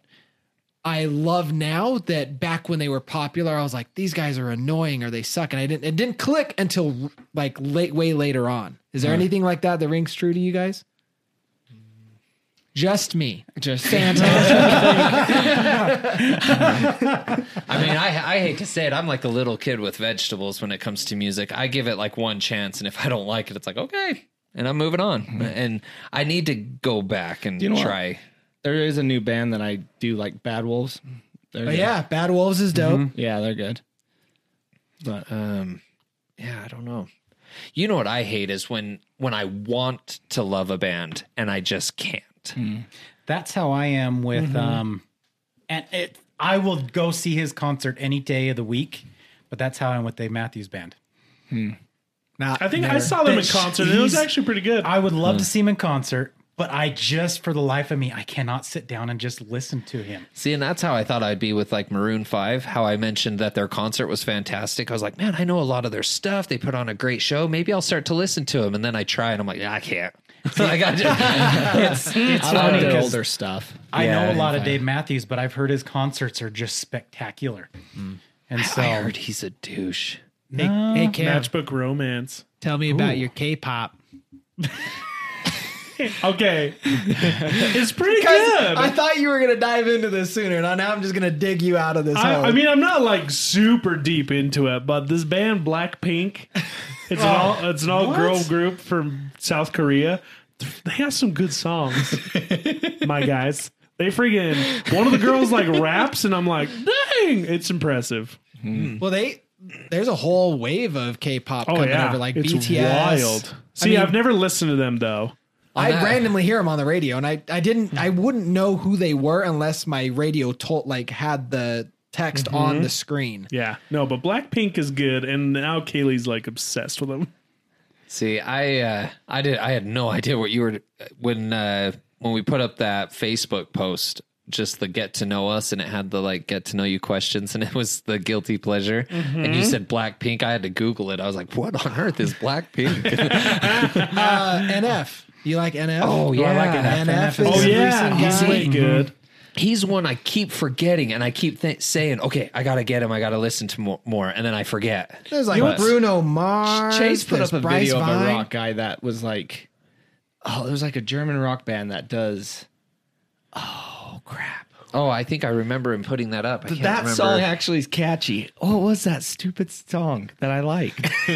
Speaker 8: I love now that back when they were popular, I was like, these guys are annoying or they suck, and I didn't. It didn't click until like late, way later on. Is there anything like that that rings true to you guys? Just me.
Speaker 4: Just
Speaker 8: Fantastic.
Speaker 1: I mean, I I hate to say it, I'm like a little kid with vegetables when it comes to music. I give it like one chance, and if I don't like it, it's like okay, and I'm moving on. And I need to go back and
Speaker 4: Mm-hmm. You know what?
Speaker 1: try.
Speaker 4: There is a new band that I do like, Bad Wolves. They're
Speaker 8: but
Speaker 4: good.
Speaker 8: Oh, yeah, Bad Wolves is dope.
Speaker 4: yeah, they're good.
Speaker 1: But um, yeah, I don't know. You know what I hate is when when I want to love a band and I just can't.
Speaker 3: That's how I am with um and it I will go see his concert any day of the week, but that's how I'm with Dave Matthews band.
Speaker 8: Not
Speaker 5: I think I
Speaker 8: never.
Speaker 5: saw them in
Speaker 3: Bitch,
Speaker 5: concert. and It was
Speaker 3: he's-
Speaker 5: actually pretty good.
Speaker 3: I would love to see him in concert, but I just for the life of me I cannot sit down and just listen to him.
Speaker 1: See, and that's how I thought I'd be with like Maroon 5, how I mentioned that their concert was fantastic. I was like, man, I know a lot of their stuff. They put on a great show. Maybe I'll start to listen to them. And then I try and I'm like, yeah, I can't. I got
Speaker 4: I like their
Speaker 3: 'cause-
Speaker 4: older stuff.
Speaker 3: I know a lot of Dave Matthews, but I've heard his concerts are just spectacular. And
Speaker 1: Mm-hmm.
Speaker 3: so
Speaker 1: I heard he's a douche.
Speaker 5: Mm-hmm.
Speaker 8: Hey, hey Cam,
Speaker 5: Matchbook Romance.
Speaker 8: tell me about your K-pop.
Speaker 5: Okay, it's pretty good.
Speaker 8: I thought you were gonna dive into this sooner, and now I'm just gonna dig you out of this
Speaker 5: I,
Speaker 8: hole.
Speaker 5: I mean, I'm not like super deep into it, but this band Blackpink, it's
Speaker 8: Oh.
Speaker 5: an all it's an all girl group from South Korea. They have some good songs, my guys. They freaking one of the girls like raps, and I'm like, dang, it's impressive.
Speaker 8: well, they there's a whole wave of K-pop
Speaker 5: Oh
Speaker 8: coming
Speaker 5: yeah,
Speaker 8: over, like
Speaker 5: it's
Speaker 8: BTS.
Speaker 5: wild. See, I've never listened to them though.
Speaker 8: I randomly hear them on the radio, and I, I didn't I wouldn't know who they were unless my radio told like had the text on
Speaker 4: Mm-hmm.
Speaker 8: the screen.
Speaker 5: Yeah, no, but Blackpink is good, and now Kaylee's like obsessed with them.
Speaker 1: See, I uh, I did I had no idea what you were when uh, when we put up that Facebook post, just the get to know us, and it had the like get to know you questions, and it was the guilty pleasure, and you said Blackpink. I had to Google it. I was like, what on earth is Blackpink?
Speaker 8: Uh, NF, you like NF? Oh
Speaker 1: yeah.
Speaker 8: NF, is
Speaker 5: Oh
Speaker 8: a
Speaker 5: yeah,
Speaker 8: recent
Speaker 5: he's
Speaker 8: guy. Mm-hmm.
Speaker 5: really good.
Speaker 1: He's one I keep forgetting, and I keep th- saying, okay, I gotta get him. I gotta listen to more, more and then I forget.
Speaker 8: There's like Bruno Mars.
Speaker 4: Chase put
Speaker 8: there's
Speaker 4: up a
Speaker 8: Bryce
Speaker 4: video of a
Speaker 8: Vine.
Speaker 4: rock guy that was like, oh, there was like a German rock band that does. Oh crap!
Speaker 1: Oh, I think I remember him putting that up. I can't
Speaker 4: that
Speaker 1: remember.
Speaker 4: song actually is catchy. Oh, what was that stupid song that I like?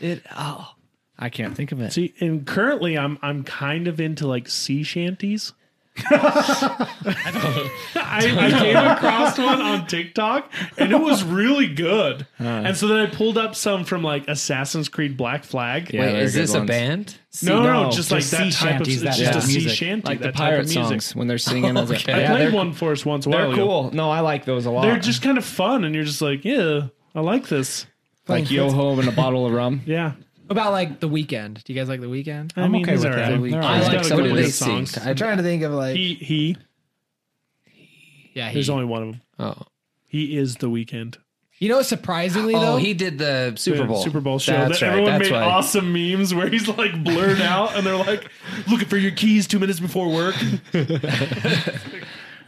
Speaker 4: it oh, I can't think of it.
Speaker 5: See, and currently I'm I'm kind of into like sea shanties. I, I came across one on TikTok and it was really good. and so then I pulled up some from like Assassin's Creed Black Flag.
Speaker 4: Yeah,
Speaker 1: Wait,
Speaker 4: they're
Speaker 1: is
Speaker 4: good
Speaker 1: this a
Speaker 4: ones.
Speaker 1: band?
Speaker 5: no, no, no,
Speaker 4: no,
Speaker 5: just,
Speaker 3: just
Speaker 5: like that
Speaker 3: sea
Speaker 5: type
Speaker 3: shanties,
Speaker 5: of
Speaker 3: that
Speaker 5: it's just
Speaker 3: type
Speaker 5: a
Speaker 3: of
Speaker 5: sea
Speaker 3: music.
Speaker 5: shanty,
Speaker 4: like the
Speaker 5: that type
Speaker 4: pirate
Speaker 5: of music. Oh,
Speaker 4: songs when they're singing. as a
Speaker 5: I
Speaker 4: yeah,
Speaker 5: played
Speaker 4: they're,
Speaker 5: one for us once a while
Speaker 4: they're
Speaker 5: ago.
Speaker 4: cool. No, I like those a lot.
Speaker 5: They're just kind of fun, and you're just like, yeah, I like this.
Speaker 4: like yo ho and a bottle of rum.
Speaker 5: Yeah,
Speaker 8: About like the weekend. Do you guys like the weekend?
Speaker 5: I
Speaker 3: I'm
Speaker 5: mean,
Speaker 3: okay
Speaker 5: he's
Speaker 3: with
Speaker 5: all
Speaker 3: that.
Speaker 5: right.
Speaker 3: They're all
Speaker 5: He's
Speaker 3: right.
Speaker 5: got a
Speaker 1: What
Speaker 5: couple
Speaker 1: do they
Speaker 5: good songs.
Speaker 1: sing?
Speaker 8: I'm trying to think of like
Speaker 5: He he.
Speaker 6: Yeah,
Speaker 5: There's
Speaker 6: he-
Speaker 5: only one of them.
Speaker 1: Oh.
Speaker 5: He is the weekend.
Speaker 6: You know, surprisingly
Speaker 1: Oh,
Speaker 6: though,
Speaker 1: he did the Super Bowl.
Speaker 5: Super Bowl show.
Speaker 1: That's
Speaker 5: that
Speaker 1: right.
Speaker 5: Everyone
Speaker 1: That's
Speaker 5: made
Speaker 1: why.
Speaker 5: awesome memes where he's like blurred out and they're like looking for your keys two minutes before work.
Speaker 1: Oh,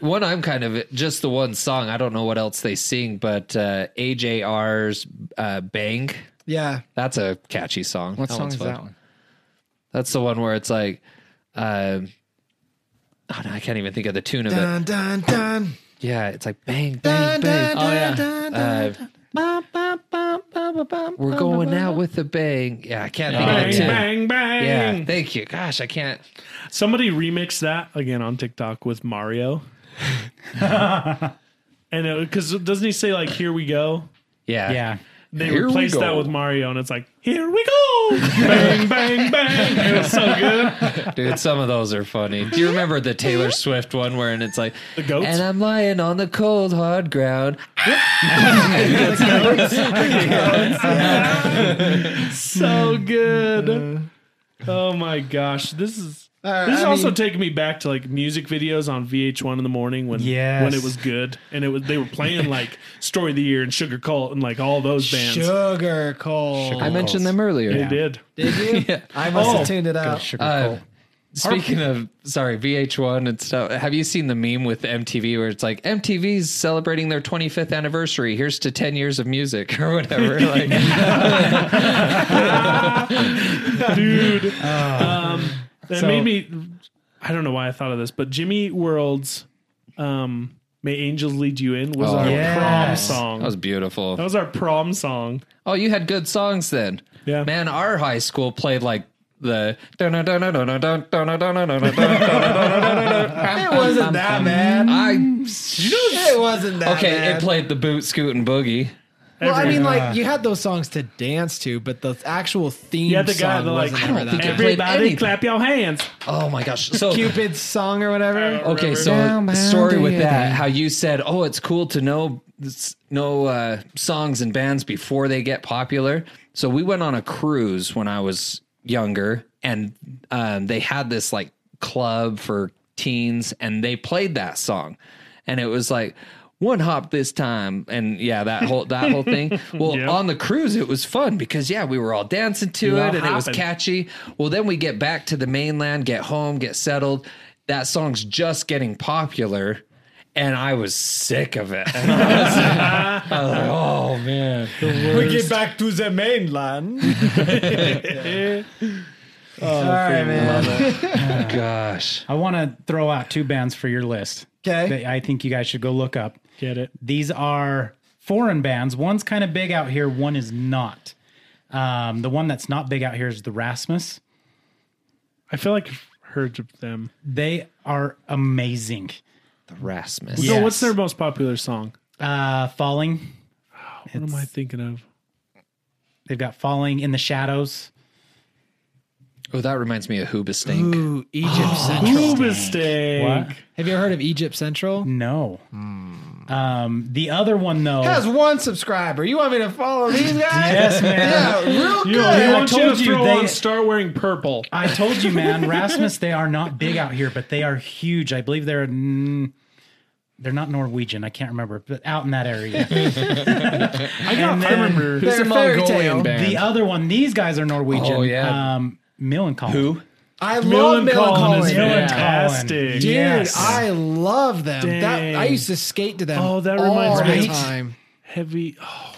Speaker 1: One I'm kind of just the one song. I don't know what else they sing, but uh, AJR's uh, "Bang."
Speaker 8: Yeah.
Speaker 1: That's a catchy song.
Speaker 2: What
Speaker 1: That
Speaker 2: song
Speaker 1: one's
Speaker 2: is
Speaker 1: fun.
Speaker 2: that one?
Speaker 1: That's the one where it's like, um, oh no, I can't even think of the tune of it.
Speaker 8: Dun, dun, dun.
Speaker 1: Yeah, it's like bang bang bang.
Speaker 2: Oh, yeah.
Speaker 1: Uh, we're going out with a bang. Yeah, I can't think of
Speaker 5: bang,
Speaker 1: the tune.
Speaker 5: bang, bang.
Speaker 1: Yeah, thank you. Gosh, I can't.
Speaker 5: Somebody remixed that again on TikTok with Mario. and because doesn't he say like "Here we go"?
Speaker 1: Yeah,
Speaker 3: Yeah.
Speaker 5: They
Speaker 1: Here we
Speaker 5: replaced that
Speaker 1: go.
Speaker 5: with Mario, and it's like "Here we go, bang, bang, bang." It was so good.
Speaker 1: dude. Some of those are funny. Do you remember the Taylor Swift one where and it's like
Speaker 5: The goats?
Speaker 1: And I'm lying on the cold hard ground.
Speaker 5: So good. Oh my gosh, this is.
Speaker 1: Uh,
Speaker 5: this is also taking me back to like music videos on VH1 in the morning when
Speaker 3: Yes.
Speaker 5: when it was good and it was they were playing like Story of the Year and Sugar Cult and like all those bands.
Speaker 8: Sugar coal.
Speaker 1: I mentioned them earlier.
Speaker 5: They did.
Speaker 8: Did you? I must
Speaker 5: Oh.
Speaker 8: have tuned it out.
Speaker 1: Uh, Speaking of sorry, VH1 and stuff. Have you seen the meme with MTV where it's like MTV's celebrating their 25th anniversary? Here's to 10 years of music or whatever. Like,
Speaker 5: dude.
Speaker 1: Oh.
Speaker 5: um, that
Speaker 3: So-
Speaker 5: made me. I don't know why I thought of this, but Jimmy World's um, "May Angels Lead You In" was
Speaker 1: Oh,
Speaker 5: our
Speaker 3: yes.
Speaker 5: prom song.
Speaker 1: that was beautiful.
Speaker 5: our prom song.
Speaker 1: Oh, you had good songs then.
Speaker 5: Yeah.
Speaker 1: Man, our high school played like the
Speaker 8: It wasn't that bad.
Speaker 1: I
Speaker 8: It wasn't that
Speaker 1: okay,
Speaker 8: bad.
Speaker 1: it played the boot scoot and boogie.
Speaker 8: well, I mean, like you had those songs to dance to, but the actual theme
Speaker 5: Yeah, the guy
Speaker 8: song
Speaker 5: that like
Speaker 8: wasn't ever that.
Speaker 1: think
Speaker 8: bad.
Speaker 1: it played
Speaker 5: everybody
Speaker 1: anything.
Speaker 5: clap your hands.
Speaker 1: Oh my gosh. So
Speaker 8: Cupid's song or whatever.
Speaker 1: Okay, so
Speaker 8: Down by
Speaker 1: story with
Speaker 8: the-
Speaker 1: that, how you said, "Oh, it's cool to know s- know uh, songs and bands before they get popular." So we went on a cruise when I was younger, and um, they had this like club for teens, and they played that song, and it was like one hop this time, and yeah, that whole that whole thing. Well, on the cruise, it was fun because yeah, we were all dancing to
Speaker 5: all
Speaker 1: it, and it was
Speaker 5: hopping.
Speaker 1: catchy catchy. Well, then we get back to the mainland, get home, get settled. That song's just getting popular. And I was sick of it. And I was, I was like, oh man.
Speaker 10: We get back to the mainland.
Speaker 8: Sorry, man.
Speaker 1: Gosh.
Speaker 3: I want to throw out two bands for your list.
Speaker 8: Okay.
Speaker 3: That I think you guys should go look up.
Speaker 5: Get it?
Speaker 3: These are foreign bands. One's kind of big out here, one is not. Um, the one that's not big out here is the Rasmus.
Speaker 5: I feel like I've heard of them.
Speaker 3: They are amazing.
Speaker 1: The Rasmus.
Speaker 5: So,
Speaker 3: Yes.
Speaker 5: what's their most popular song?
Speaker 3: Uh, falling.
Speaker 5: What am I thinking of?
Speaker 3: They've got Falling in the Shadows.
Speaker 1: Oh, that reminds me of Hoobastank.
Speaker 8: Ooh, Oh, Egypt Central.
Speaker 5: Hoobastank.
Speaker 8: Have you ever heard of Egypt Central?
Speaker 3: No. Um, the other one though.
Speaker 8: Has one subscriber. You want me to follow these
Speaker 3: yes,
Speaker 8: guys?
Speaker 3: man.
Speaker 8: Yeah, real good.
Speaker 5: You, we
Speaker 3: I
Speaker 5: want you
Speaker 3: told
Speaker 5: to
Speaker 3: you
Speaker 5: throw
Speaker 3: they-
Speaker 5: on "Start Wearing Purple."
Speaker 3: I told you, man, Rasmus, they are not big out here, but they are huge. I believe they're mm, they're not Norwegian. I can't remember, but out in that area. I, got, I remember
Speaker 8: They're fairy tale.
Speaker 3: the other one. These guys are Norwegian.
Speaker 1: Oh, yeah.
Speaker 3: um, Millencolin. Who?
Speaker 8: I love
Speaker 5: Millencolin is
Speaker 8: Melancholy.
Speaker 5: Millencolin.
Speaker 8: Yeah.
Speaker 5: Fantastic.
Speaker 8: Dude, I love them. That I
Speaker 5: Dang.
Speaker 8: used to skate to them.
Speaker 5: Oh, that
Speaker 8: all
Speaker 5: reminds
Speaker 8: the
Speaker 5: me.
Speaker 8: time.
Speaker 5: heavy. Oh,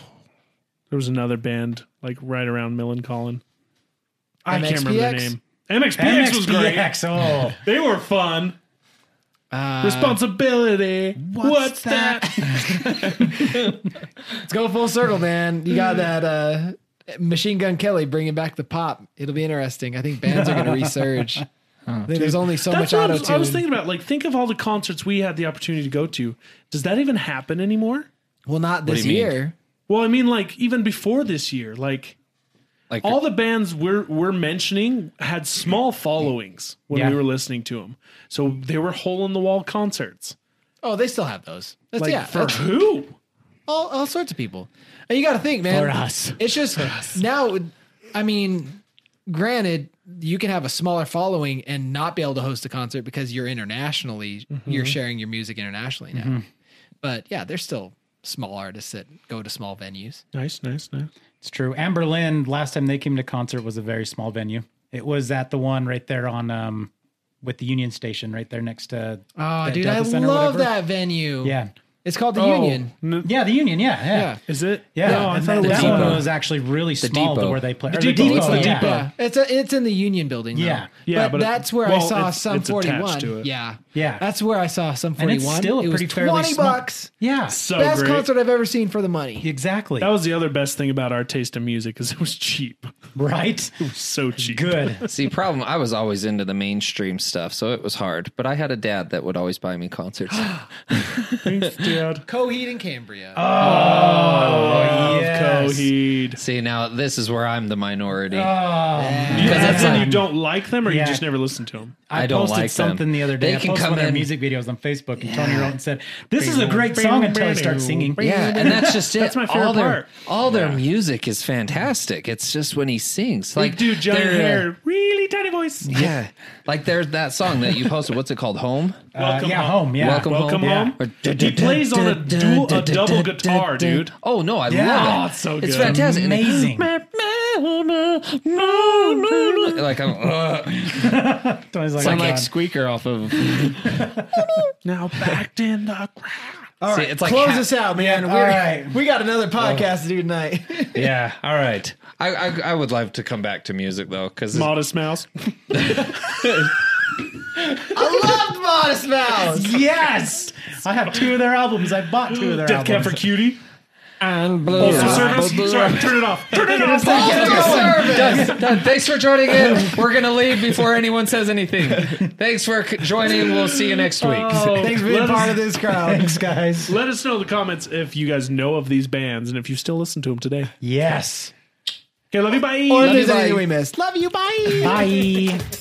Speaker 5: there was another band like right around Millencolin. I can't remember their
Speaker 8: MXPX?
Speaker 5: name. MXPX, was great.
Speaker 3: MXPX. Oh,
Speaker 5: They were fun. Responsibility. What's, that?
Speaker 8: Let's go full circle, man. You got that uh, Machine Gun Kelly bringing back the pop. It'll be interesting. I think bands are going to resurge. I think There's only so much
Speaker 5: That's what I
Speaker 8: auto
Speaker 5: was, I was
Speaker 8: tune.
Speaker 5: thinking about. Like, think of all the concerts we had the opportunity to go to. Does that even happen anymore?
Speaker 8: Well, not this
Speaker 1: you mean?
Speaker 8: year.
Speaker 5: Well, I mean, like even before this year, like
Speaker 1: Like
Speaker 5: all the bands we're we're mentioning had small followings when
Speaker 3: Yeah.
Speaker 5: we were listening to them. So they were hole in the wall concerts.
Speaker 8: Oh, they still have those. That's
Speaker 5: Like
Speaker 8: yeah.
Speaker 5: for
Speaker 8: that's
Speaker 5: who?
Speaker 8: all, all sorts of people. And you got to think, man. It's just now. I mean, granted, you can have a smaller
Speaker 6: Mm-hmm.
Speaker 8: following and not be able to host a concert because you're internationally. You're sharing your music internationally now.
Speaker 6: But yeah, there's still small artists that go to small venues.
Speaker 5: Nice, nice, nice.
Speaker 3: It's true. Amber Lynn, last time they came to concert was a very small venue. It was at the one right there on um with the Union Station right there next to
Speaker 6: Oh,
Speaker 3: that
Speaker 6: dude,
Speaker 3: Delta
Speaker 6: I
Speaker 3: Center,
Speaker 6: love
Speaker 3: whatever.
Speaker 6: that venue.
Speaker 3: Yeah.
Speaker 6: It's called the
Speaker 3: Oh,
Speaker 6: Union.
Speaker 5: No-
Speaker 3: Yeah, the Union, yeah, yeah.
Speaker 6: Yeah.
Speaker 5: Is it?
Speaker 3: Yeah,
Speaker 5: No, I
Speaker 3: and
Speaker 5: thought it
Speaker 3: that
Speaker 5: was
Speaker 3: one
Speaker 1: Depot.
Speaker 3: was actually really small to
Speaker 1: Depot.
Speaker 3: where they play. or
Speaker 5: The Depot, it's the
Speaker 3: yeah.
Speaker 5: Depot.
Speaker 6: Yeah. It's a, it's in the Union building. though.
Speaker 3: Yeah.
Speaker 5: Yeah,
Speaker 6: but,
Speaker 5: but it-
Speaker 6: that's where
Speaker 5: well,
Speaker 6: I saw
Speaker 5: it's-
Speaker 6: some
Speaker 5: it's attached
Speaker 6: 41.
Speaker 5: to it.
Speaker 6: Yeah.
Speaker 3: Yeah.
Speaker 6: That's where I saw some
Speaker 3: And
Speaker 6: 41.
Speaker 3: it's still a
Speaker 6: it was
Speaker 3: pretty fairly
Speaker 6: 20
Speaker 3: small-
Speaker 6: bucks.
Speaker 3: Yeah,
Speaker 5: So
Speaker 6: Best
Speaker 5: great.
Speaker 6: concert I've ever seen for the money.
Speaker 3: exactly.
Speaker 5: That was the other best thing about our taste in music is it was cheap.
Speaker 3: right.
Speaker 5: It was so cheap.
Speaker 3: Good.
Speaker 1: See, problem. I was always into the mainstream stuff, so it was hard. But I had a dad that would always buy me concerts.
Speaker 5: Thanks, Dad.
Speaker 6: Coheed and Cambria.
Speaker 3: Oh, Yes.
Speaker 5: Oh, Coheed.
Speaker 1: See, now this is where I'm the minority.
Speaker 5: Oh, Because
Speaker 1: that's
Speaker 5: then
Speaker 1: like-
Speaker 5: you don't like them or
Speaker 3: Yeah.
Speaker 5: you just never listen to them.
Speaker 3: I,
Speaker 1: I don't
Speaker 3: posted
Speaker 1: like them.
Speaker 3: something the other day.
Speaker 1: They
Speaker 3: I
Speaker 1: can
Speaker 3: posted
Speaker 1: come
Speaker 3: one of their
Speaker 1: in-
Speaker 3: music videos on Facebook, and Tony wrote and said, "This is a great song." Until I start singing,
Speaker 1: yeah, and that's just it.
Speaker 5: That's my favorite
Speaker 1: all their,
Speaker 5: part.
Speaker 1: All their music is fantastic. It's just when he sings, like
Speaker 5: Like, dude, giant
Speaker 1: their, uh,
Speaker 5: hair, really tiny voice.
Speaker 1: Yeah, like there's that song that you posted. What's it called? Home.
Speaker 3: uh, yeah, home, yeah,
Speaker 1: Welcome,
Speaker 5: Welcome
Speaker 1: home.
Speaker 5: home.
Speaker 1: Or-
Speaker 5: He plays on a, dual, a double guitar, dude.
Speaker 1: Oh no, I
Speaker 3: Yeah.
Speaker 1: love it.
Speaker 5: Oh, it's so
Speaker 1: It's
Speaker 5: good.
Speaker 1: fantastic. And it-
Speaker 3: Amazing.
Speaker 1: like I'm, uh,
Speaker 3: Tony's like,
Speaker 1: I'm
Speaker 3: "Oh,
Speaker 1: like
Speaker 3: God."
Speaker 1: squeaker off of.
Speaker 5: Now backed in the crowd.
Speaker 1: All right, it's like
Speaker 8: Close
Speaker 1: ha-
Speaker 8: us out, man.
Speaker 3: all
Speaker 8: We're,
Speaker 3: right.
Speaker 8: We got another podcast to do tonight.
Speaker 1: Yeah. All right. I, I I would love to come back to music though, because
Speaker 5: Modest Mouse.
Speaker 8: I loved Modest Mouse.
Speaker 3: Yes, I have two of their albums. I bought two of their
Speaker 5: Death Cab
Speaker 3: albums.
Speaker 5: for Cutie. And Postal Service. Sorry, turn it off. Turn it off.
Speaker 1: thanks for joining in. We're gonna leave before anyone says anything. Thanks for c- joining. We'll see you next week.
Speaker 8: Thanks for being
Speaker 5: Let us-
Speaker 8: part of this crowd.
Speaker 3: Thanks, guys.
Speaker 5: Let us know in the comments if you guys know of these bands and if you still listen to them today.
Speaker 3: Yes.
Speaker 5: Okay, love you. Bye.
Speaker 8: Or if there's anything we missed. Love you. Bye.
Speaker 3: Bye.